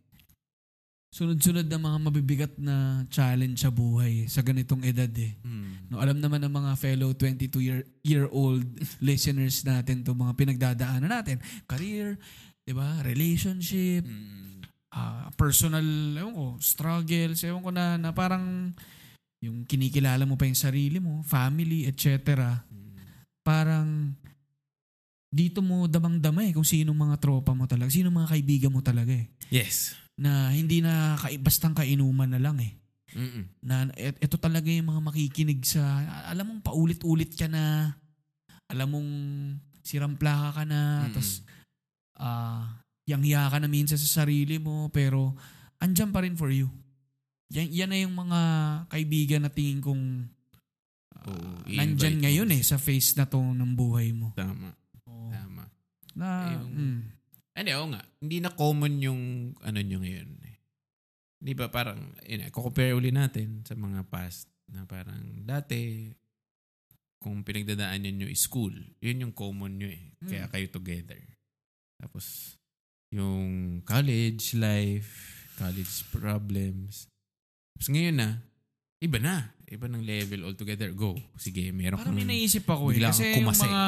Sunod-sunod na mga mabibigat na challenge sa buhay sa ganitong edad eh. Hmm. No, alam naman ng mga fellow 22-year-old listeners natin to mga pinagdadaanan natin. Career, di ba? Relationship, Hmm, ah, personal, ewan ko, struggles, ewan ko na, na parang yung kinikilala mo pa yung sarili mo, family, etc. hmm, Parang dito mo damang-dama eh kung sino mga tropa mo talaga, sino mga kaibigan mo talaga eh. Yes. Na hindi na kai- bastang kainuman na lang eh. Mm-mm. Na et- eto talaga yung mga makikinig sa, a- alam mong paulit-ulit ka na, alam mong siramplaka ka na, Mm-mm. tas ah yangya ka na minsan sa sarili mo, pero andyan pa rin for you. Yan, yan na yung mga kaibigan na tingin kong Oo, i-invite nandyan mo. ngayon eh, sa face na to ng buhay mo. Tama, tama. Na, Eh, Yung- mm, Ano, oo nga. Hindi na common yung ano nyo ngayon. eh. Di ba parang, yun, eh, compare uli natin sa mga past na parang dati, kung pinagdadaanan nyo is school, yun yung common nyo eh. Mm. Kaya kayo together. Tapos, yung college life, college problems. Tapos ngayon na, iba na. Iba ng level altogether. Go. Sige, meron parang kang- may naisip ako eh. Mm. bigla Kasi kang yung kumase. mga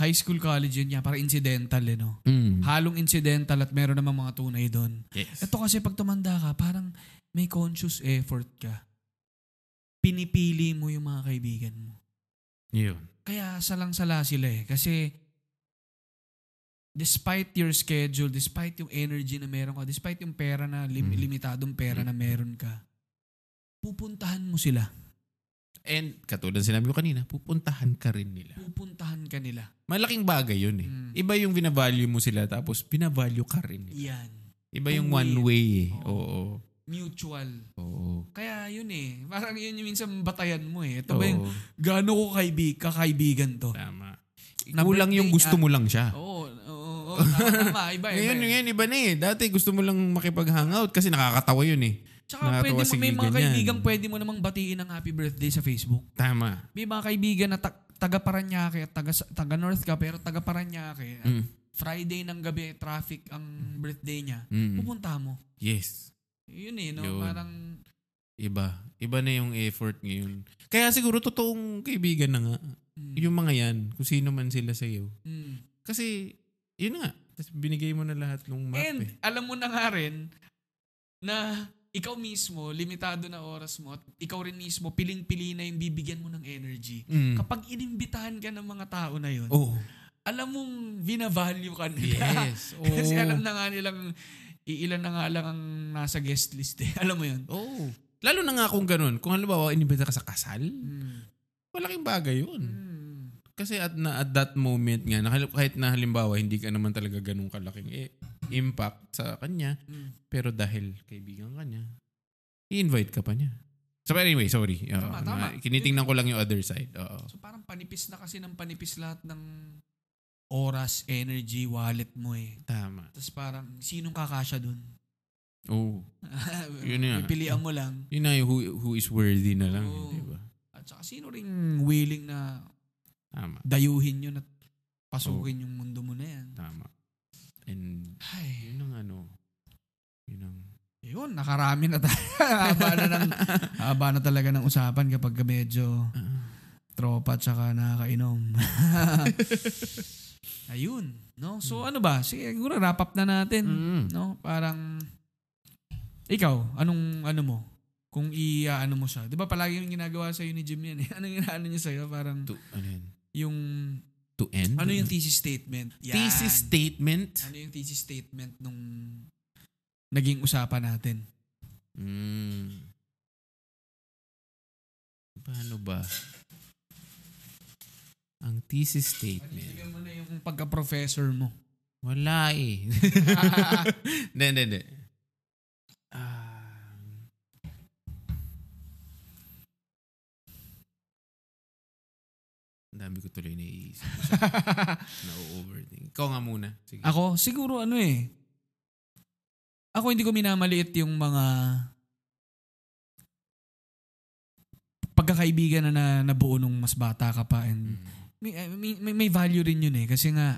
high school college yun niya, parang incidental eh, no? Oh. Mm. Halong incidental at meron naman mga tunay doon. Yes. Ito kasi pag tumanda ka, parang may conscious effort ka. Pinipili mo yung mga kaibigan mo. Yun. kaya salang-sala sila eh. Kasi despite your schedule, despite yung energy na meron ka, despite yung pera na, lim- Mm. limitadong pera na meron ka, pupuntahan mo sila. And katulad sinabi ko kanina, pupuntahan ka rin nila. Pupuntahan ka nila. Malaking bagay yun eh. Mm. Iba yung binavalue mo sila tapos binavalue ka rin nila. Yan. Iba yung Two-way. one way eh. Oo. Oo. Mutual. Oo. Kaya yun eh. Parang yun yung minsan batayan mo eh. Ito Oo. ba yung gaano ko kaibig, kakaibigan to? Tama. Na Kulang yung birthday gusto niya. mo lang siya. eh. Oo. Oo. oo, tama, tama. Iba, iba. Ngayon, iba. ngayon, iba na eh. Dati gusto mo lang makipag-hangout kasi nakakatawa yun eh. Tsaka pwede Nakakatawa mo, si may mga Gigan yan. kaibigan pwede mo namang batiin ng happy birthday sa Facebook. Tama. may mga kaibigan na ta- taga Paranaque at taga, taga North ka pero taga Paranaque. Mm. Friday ng gabi, traffic ang birthday niya. Mm. Pupunta mo. Yes. Yun eh, no? Yun. Parang, Iba. Iba na yung effort ngayon. Kaya siguro totoong kaibigan na nga. mm, Yung mga yan, kung sino man sila sa'yo. mm. Kasi, yun nga. Tapos binigay mo na lahat ng map And eh. alam mo na nga rin na ikaw mismo, limitado na oras mo at ikaw rin mismo, piling-pili na yung bibigyan mo ng energy. Mm. Kapag inimbitahan ka ng mga tao na yun, [LAUGHS] Oh. alam mong binavalue ka nila. [LAUGHS] Yes. Oh. [LAUGHS] Kasi alam na nga nilang iilan na nga lang ang nasa guest list eh. [LAUGHS] Alam mo yun? Oh. Lalo na nga kung ganun. Kung halimbawa, inibita ka sa kasal, Mm. malaking bagay yun. Mm. Kasi at, na, at that moment nga, nakal- kahit na halimbawa, hindi ka naman talaga ganun kalaking eh, impact sa kanya, Mm. pero dahil kaibigan ka niya, i-invite ka pa niya. So but anyway, sorry. Oo, Tama, tama. na- Kinitingnan ko lang yung other side. Oo. So parang panipis na kasi ng panipis lahat ng oras, energy, wallet mo eh. Tama. Oh. Tapos parang sinong kakasya dun? Oo. [LAUGHS] Yun nga. Pipilian mo lang. Oh. Yun na yung who, who is worthy na lang. eh, Oo. di ba? At saka sino ring willing na Tama. Dayuhin yun at pasukin yung mundo mo na yan. Tama. And Ay, yun ang ano, yun ang, yun, nakarami na tayo. [LAUGHS] haba, na [LAUGHS] ng, haba na talaga ng usapan kapag ka medyo tropa at saka nakakainom. [LAUGHS] Ayun. No? So Hmm. ano ba? Sige, siguro wrap up na natin. Mm. No? Parang, ikaw, anong ano mo? Kung i-ano mo siya. Di ba palagi yung ginagawa sa'yo ni Jim yan? eh? [LAUGHS] anong inaano niya sa'yo? Parang to, ano yun? yung, To end? ano yung thesis statement? Yan. thesis statement? Ano yung thesis statement nung naging usapan natin? Mm. Paano ba? Ang thesis statement. Bigyan mo na yung pagka-professor mo. Wala [LAUGHS] eh. Hindi, hindi, hindi. Ah. Ang dami ko tuloy [LAUGHS] naiisip. Na-overthink. Ikaw nga muna. Sige. Ako, siguro ano eh. Ako hindi ko minamaliit yung mga pagkakaibigan na, na nabuo nung mas bata ka pa and Mm. may, eh, may, may, may value rin yun eh kasi nga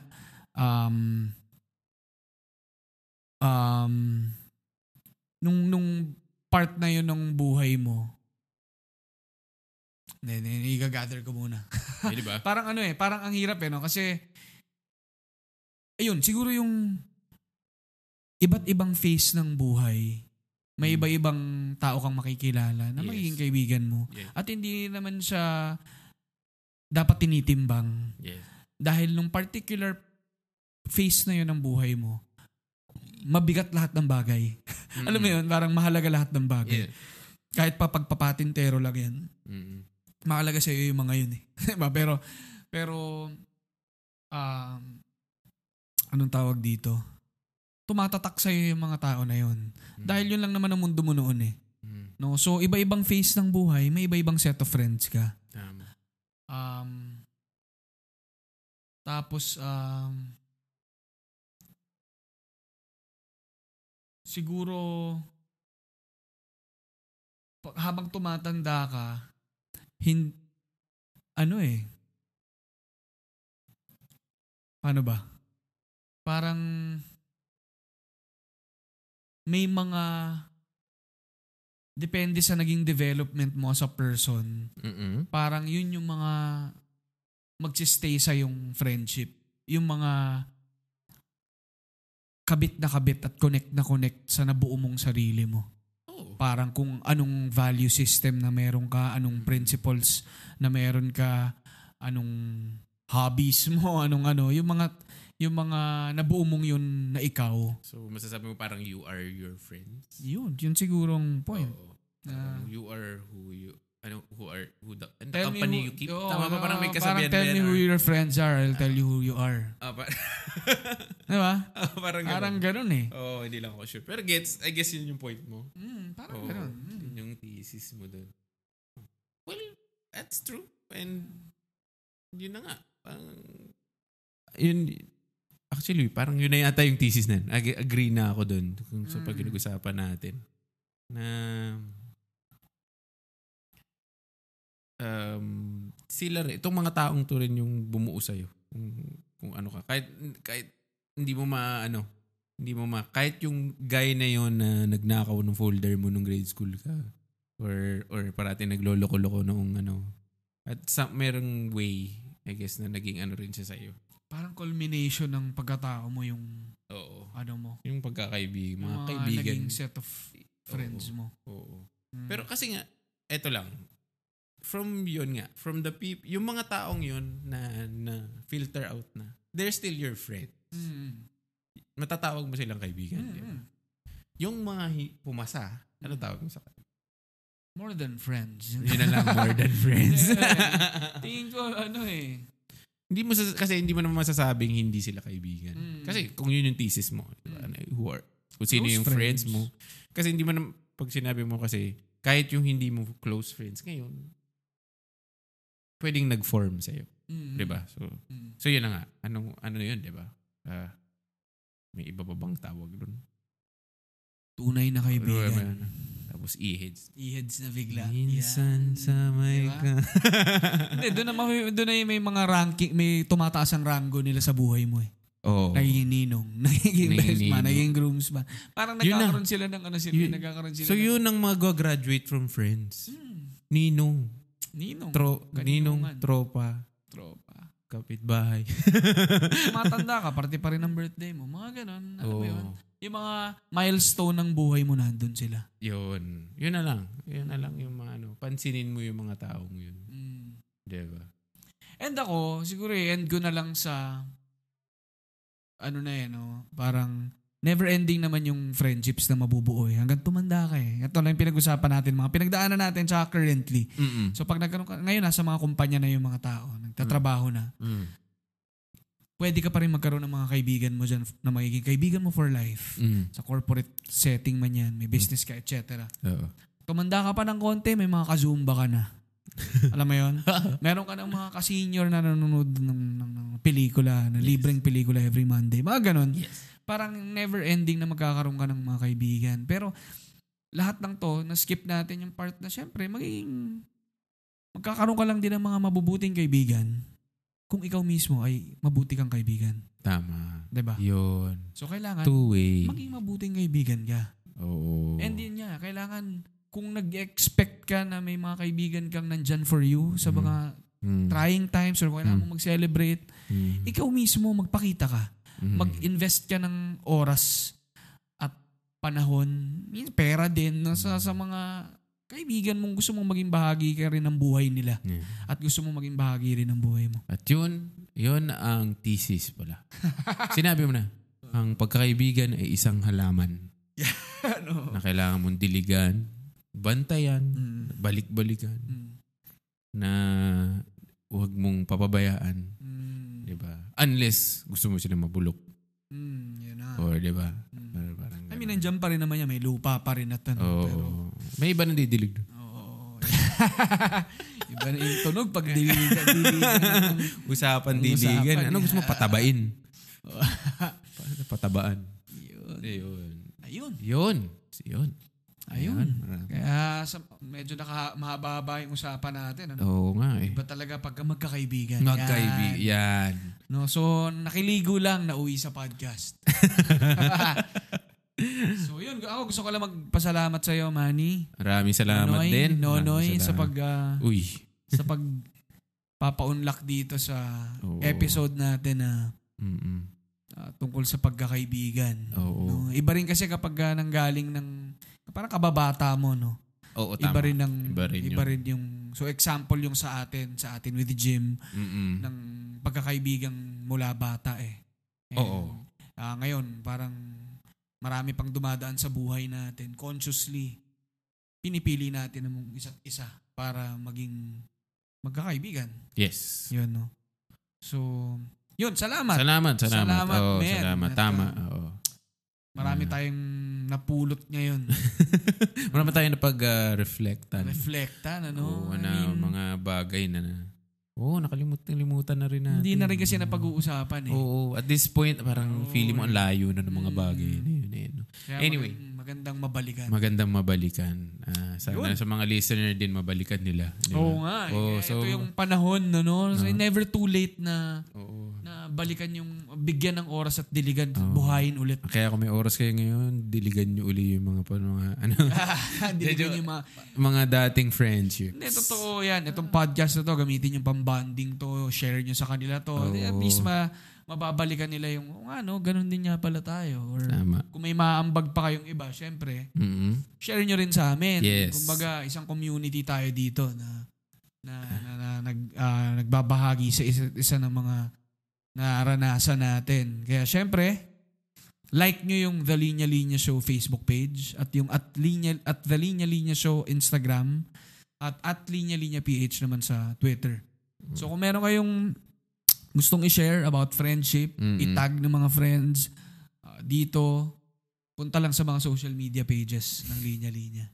um um nung nung part na yun ng buhay mo Hindi, hindi, Iga-gather ko muna. Eh, di ba? [LAUGHS] Parang ano eh, parang ang hirap eh, no? Kasi, ayun, siguro yung iba't ibang phase ng buhay, may Mm. iba-ibang tao kang makikilala na Yes. magiging kaibigan mo. Yeah. At hindi naman siya dapat tinitimbang. Yes. Dahil nung particular phase na yun ng buhay mo, mabigat lahat ng bagay. Alam mo yun, parang mahalaga lahat ng bagay. Yeah. Kahit pa pagpapatintero lang yan, Mm. mahalaga sa iyo yung mga yun eh. [LAUGHS] diba? Pero, pero, um, anong tawag dito? Tumatatak sa iyo yung mga tao na yun. Dahil yun lang naman ang mundo mo noon eh. Mm. No? So, iba-ibang phase ng buhay, may iba-ibang set of friends ka. Tama. Um, tapos, um, siguro, pag- habang tumatanda ka, hin, ano eh, paano ba? Parang, may mga, depende sa naging development mo as a person, Mm-mm. parang yun yung mga magsistay sa yung friendship. Yung mga kabit na kabit at connect na connect sa nabuo mong sarili mo. Oh. Parang kung anong value system na meron ka, anong principles na meron ka, anong hobbies [LAUGHS] mo, anong ano, yung mga yung mga nabuo mong yun na ikaw. So, masasabi mo parang you are your friends? Yun, yun sigurong point. Oo. Ah. Parang you are who you ano who are who the, and the Tell me company who- you keep. Oo, Tama ba parang may ah, kasabihan Parang tell ba me yan, who or- your friends are, I'll tell you who you are. Ah, pa- Di ba? [LAUGHS] Ah, parang Parang ganun. Oh. ganun eh. Oo, hindi lang ako sure. Pero gets, I guess yun yung point mo. Mm, parang Oo, ganun. yun yung thesis mo doon. Well, that's true. And yun na nga. Parang, yun, actually, parang yun na yata yung thesis na. yun. Ag- agree na ako doon kung sa Mm. pag pinag-usapan natin. Na um, sila rin, itong mga taong to rin yung bumuo sa'yo. Kung, kung ano ka. Kahit, kahit hindi mo maano, hindi mo ma kahit yung guy na yon na nagnakaw ng folder mo nung grade school ka or or parati nagloloko-loko noong ano at sa merong way I guess na naging ano rin siya sa iyo. Parang culmination ng pagkatao mo yung Oo. ano mo. Yung pagkakaibig, mga, yung kaibigan. naging set of friends Oo. mo. Oo. Mm. Pero kasi nga eto lang from yun nga, from the peop yung mga taong yun na na filter out na. They're still your friend. Mm, Matatawag mo silang mm, kaibigan, di ba? mm. Yung mga hi- pumasa, ano tawag mo [LAUGHS] sa more than friends. Yun na lang, more than friends. [LAUGHS] Tingin ko ano eh. hindi mo sas- kasi hindi mo naman masasabing hindi sila kaibigan. Mm. Kasi kung yun yung thesis mo, di ba? Mm. Ano, who are, kung sino Close yung friends. friends. mo. Kasi hindi mo naman, pag sinabi mo kasi, kahit yung hindi mo close friends ngayon, pwedeng nag-form sa'yo. Mm, Di ba? So, mm. so yun na nga. Anong, ano yun, di ba? Ah, may iba pa bang tawag doon? Tunay na kaibigan. ano. Tawag Tapos ihids. Iheads na bigla. Minsan sa may Diba? ka. Hindi, doon na, may, doon na yung may mga ranking, may tumataas ang rango nila sa buhay mo eh. [LAUGHS] Oo. Nagiging ninong, [LAUGHS] nagiging Nagiging best man, ninong. nagiging groomsman. Parang Yun na. nagkakaroon sila ng ano sila, Yun- nagkakaroon sila So ng Hmm, yun ang mga graduate from friends. Ninong. ninong, Tro, Ganun man. ninong tropa. tropa. Kapitbahay. Matanda ka, parte pa rin ang birthday mo. Mga ganun, alam mo Oo. yun. Yung mga milestone ng buhay mo, nandun sila. Yun. Yun na lang. Yun na lang yung mga ano. Pansinin mo yung mga taong yun. Mm. Diba? And ako, siguro i-end ko na lang sa ano na eh, no? Parang never ending naman yung friendships na mabubuo eh. Hanggang tumanda ka eh. Ito lang yung pinag-usapan natin, mga pinagdaanan natin sa currently. Mm-mm. So pag nagkaroon ka, ngayon nasa mga kumpanya na yung mga tao, nagtatrabaho na, Mm. pwede ka pa rin magkaroon ng mga kaibigan mo dyan na magiging kaibigan mo for life. Mm. Sa corporate setting man yan, may business ka, etc. Oo. Tumanda ka pa ng konti, may mga kazumba ka na. Alam mo yon? Meron ka ng mga ka-senior na nanonood ng, ng, ng pelikula, na libreng pelikula every Monday. Mga ganon. Parang never ending na magkakaroon ka ng mga kaibigan. Pero lahat ng to, na-skip natin yung part na syempre, magiging magkakaroon ka lang din ng mga mabubuting kaibigan kung ikaw mismo ay mabuti kang kaibigan. Tama. 'Di ba? Diba? Yun. So kailangan Two-way. maging mabuting kaibigan ka. Oo. And yun niya, kailangan kung nag-expect ka na may mga kaibigan kang nandyan for you sa mga Mm. trying times or kailangan Mm. mo mag-celebrate, Mm. ikaw mismo magpakita ka. Mm. Mag-invest ka ng oras at panahon, min- pera din no, sa, sa mga kaibigan mong gusto mong maging bahagi ka rin ng buhay nila Yeah. at gusto mong maging bahagi rin ng buhay mo. At yun, yun ang thesis [LAUGHS] pala. Sinabi mo na, ang pagkakaibigan ay isang halaman ano? na kailangan mong diligan, bantayan, Mm. balik-balikan, Mm. na huwag mong papabayaan. Mm. di ba? Unless gusto mo sila mabulok. Mm. Yun na. Or di ba? Mm. Parang, parang I mean, nandyan pa rin naman yan. May lupa pa rin at ano. Oo. pero, may iba na didilig. Oo. [LAUGHS] Iba na yung tunog pag diligan. diligan. Usapan Ang usapan diligan. Ano niya. gusto mo? Patabain. Paano [LAUGHS] patabaan? Yun. Ayun. Ayun. Yun. Yun. Ayun. Ayan. Kaya sa, medyo naka, mahaba-haba yung usapan natin. Ano? Oo nga eh. Iba talaga pagka magkakaibigan. Magkaibigan. Yan. Yan. No, so, nakiligo lang na uwi sa [LAUGHS] podcast. so, yun. Ako gusto ko lang magpasalamat sa iyo, Manny. Maraming salamat Nonoy, din. Nonoy, Maraming sa salamat. pag... ah, Uy. sa pag papaunlak dito sa Oo. episode natin na Mm-mm. ah, tungkol sa pagkakaibigan. No? Oo. Iba rin kasi kapag ah, nanggaling ng parang kababata mo no. Oo, Oh, tama. Iba rin ng Iba rin yun. yung so example yung sa atin, sa atin with Jim Mm-mm. ng pagkakaibigan mula bata eh. And, Oo. ah, ngayon parang marami pang dumadaan sa buhay natin consciously pinipili natin ng isa't isa para maging magkakaibigan. Yes. Yun no. So, yun, salamat. Salamat, salamat. Salamat, Oo, men. salamat. At, Tama. um, Oo. Marami Ah. tayong napulot [LAUGHS] ngayon. Marami tayong napag-reflectan. Reflectan, ano? I Oo, na mean, mga bagay na na. Oo, nakalimutan limutan na rin natin. hindi na rin kasi napag-uusapan eh. Oo, at this point, parang Oo, feeling mo ang layo na ng mga Mm. bagay. na yun, na yun. Kaya Anyway. magandang- magandang mabalikan. Magandang mabalikan. Ah, sana Yun. sa mga listener din, mabalikan nila. di ba? Oo nga. eh. Oo, Kaya so- ito yung panahon, ano? So, Ah. never too late na Oo. na balikan yung bigyan ng oras at diligan Oo. buhayin [LAUGHS] ulit. Kaya kung may oras kayo ngayon, diligan nyo uli yung mga pa- mga [LAUGHS] ano, diligan yung mga mga dating friendships. Hindi, totoo yan. Itong podcast na to, gamitin yung pambanding to, share nyo sa kanila to. Oo. At least ma, mababalikan nila yung, oh, ano, ganun din nga pala tayo. Or, Tama. kung may maambag pa kayong iba, syempre, Mm-mm. share nyo rin sa amin. Yes. Kumbaga, isang community tayo dito na na, na, na, nag, ah, nagbabahagi sa isa, isa ng mga naranasan natin. Kaya syempre, like nyo yung The Linya Linya Show Facebook page at yung at, Linya, at The Linya Linya Show Instagram at at Linya Linya PH naman sa Twitter. So kung meron kayong gustong i-share about friendship, Mm-mm. itag ng mga friends ah, dito, punta lang sa mga social media pages ng Linya Linya.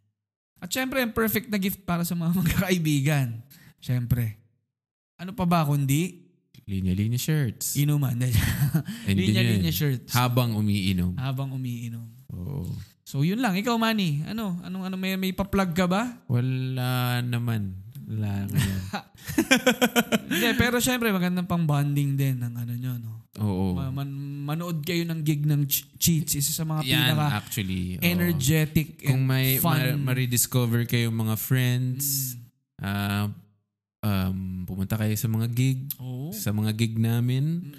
At syempre, ang perfect na gift para sa mga [LAUGHS] magkakaibigan. Syempre. Ano pa ba kundi Linya-linya shirts. inuman? [LAUGHS] And yun Linya yun. Linya shirts Habang umiinom. habang umiinom. Oo. So yun lang, ikaw Manny, ano, anong ano may may pa-plug ka ba? Wala naman. Wala ngayon. Hindi, pero syempre magandang pang-bonding din ng ano nyo, no. [LAUGHS] Oo. Ma- man- manood kayo ng gig ng Ch- Cheats, isa sa mga Yan, pinaka actually. oo. energetic and Kung may fun. Mm. ma- ma-rediscover kayong mga friends, ah, um, pumunta kayo sa mga gig, Oo. Mm-hmm. sa mga gig namin.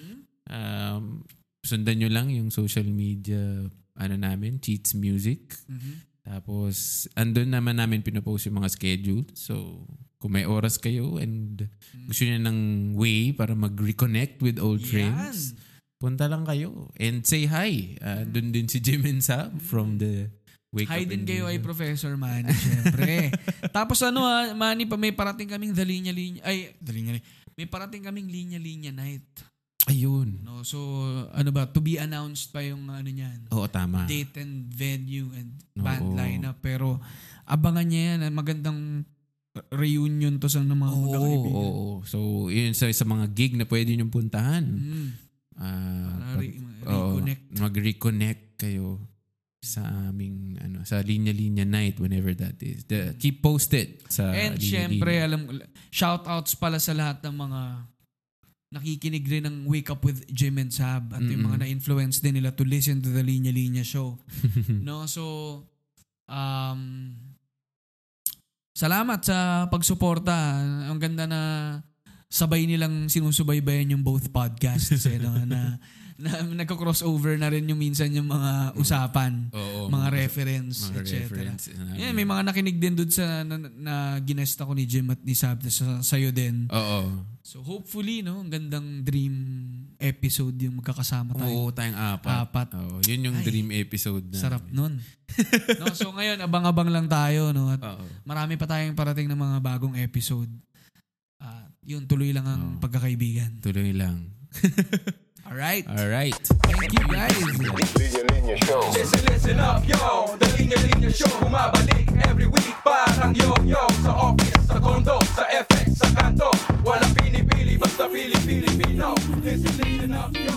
Um, sundan nyo lang yung social media ano namin, Cheats Music. Mhm. Tapos, andun naman namin pinopost yung mga schedule. So, kung may oras kayo and gusto niyo ng way para mag-reconnect with old Hmm. Yan. friends, punta lang kayo and say hi. Ah, Doon din si Jim and Sam from the Wake Hmm. Hi Up din and kayo ay Live. Professor Manny, [LAUGHS] syempre. Tapos ano ha, Manny, pa may parating kaming The Linya Linya, ay, The Linya Linya, may parating kaming Linya Linya Night. Ayun. No, so ano ba, to be announced pa yung ano niyan. Oo, tama. date and venue and band Oo. lineup pero abangan niya yan Ah, magandang reunion to sa ng mga Oo, oo, magkakaibigan. oo. So, yun sa, sa mga gig na pwede niyong puntahan. Mm. Para Ah, pag- re- oo, reconnect. mag-reconnect kayo sa aming ano sa linya-linya night whenever that is. The, keep posted sa And Linya syempre, Linya. alam shoutouts pala sa lahat ng mga nakikinig rin ng Wake Up with Jim and Sab at yung Mm-mm. mga na-influence din nila to listen to the Linya Linya show. [LAUGHS] no, so um salamat sa pagsuporta. Ang ganda na sabay nilang sinusubaybayan yung both podcasts eh, no? na, na nagko-crossover na rin yung minsan yung mga usapan, Oo, mga reference, mga etc. reference. Ano, Yeah, may mga nakinig din doon sa na, na ginesta ko ni Jim at ni Sab sa sa'yo din. Oo. So hopefully, no, ang gandang dream episode yung magkakasama tayo. Oo, tayong apat. Apat. Oo, yun yung Ay, dream episode na. Sarap nun. [LAUGHS] no, so ngayon, abang-abang lang tayo. No, at Oo. marami pa tayong parating ng mga bagong episode. Ah, yun, tuloy lang ang Oo. pagkakaibigan. Tuloy lang. Alright. Alright. Thank you guys. Linya Linya Show. Listen, listen up, yo. The Linya Linya Show. Bumabalik every week. Parang yo-yo. Sa office, sa condo, sa FX, sa kanto. Walang pinipili, basta pili-pili, Pino. Listen, listen up, yo.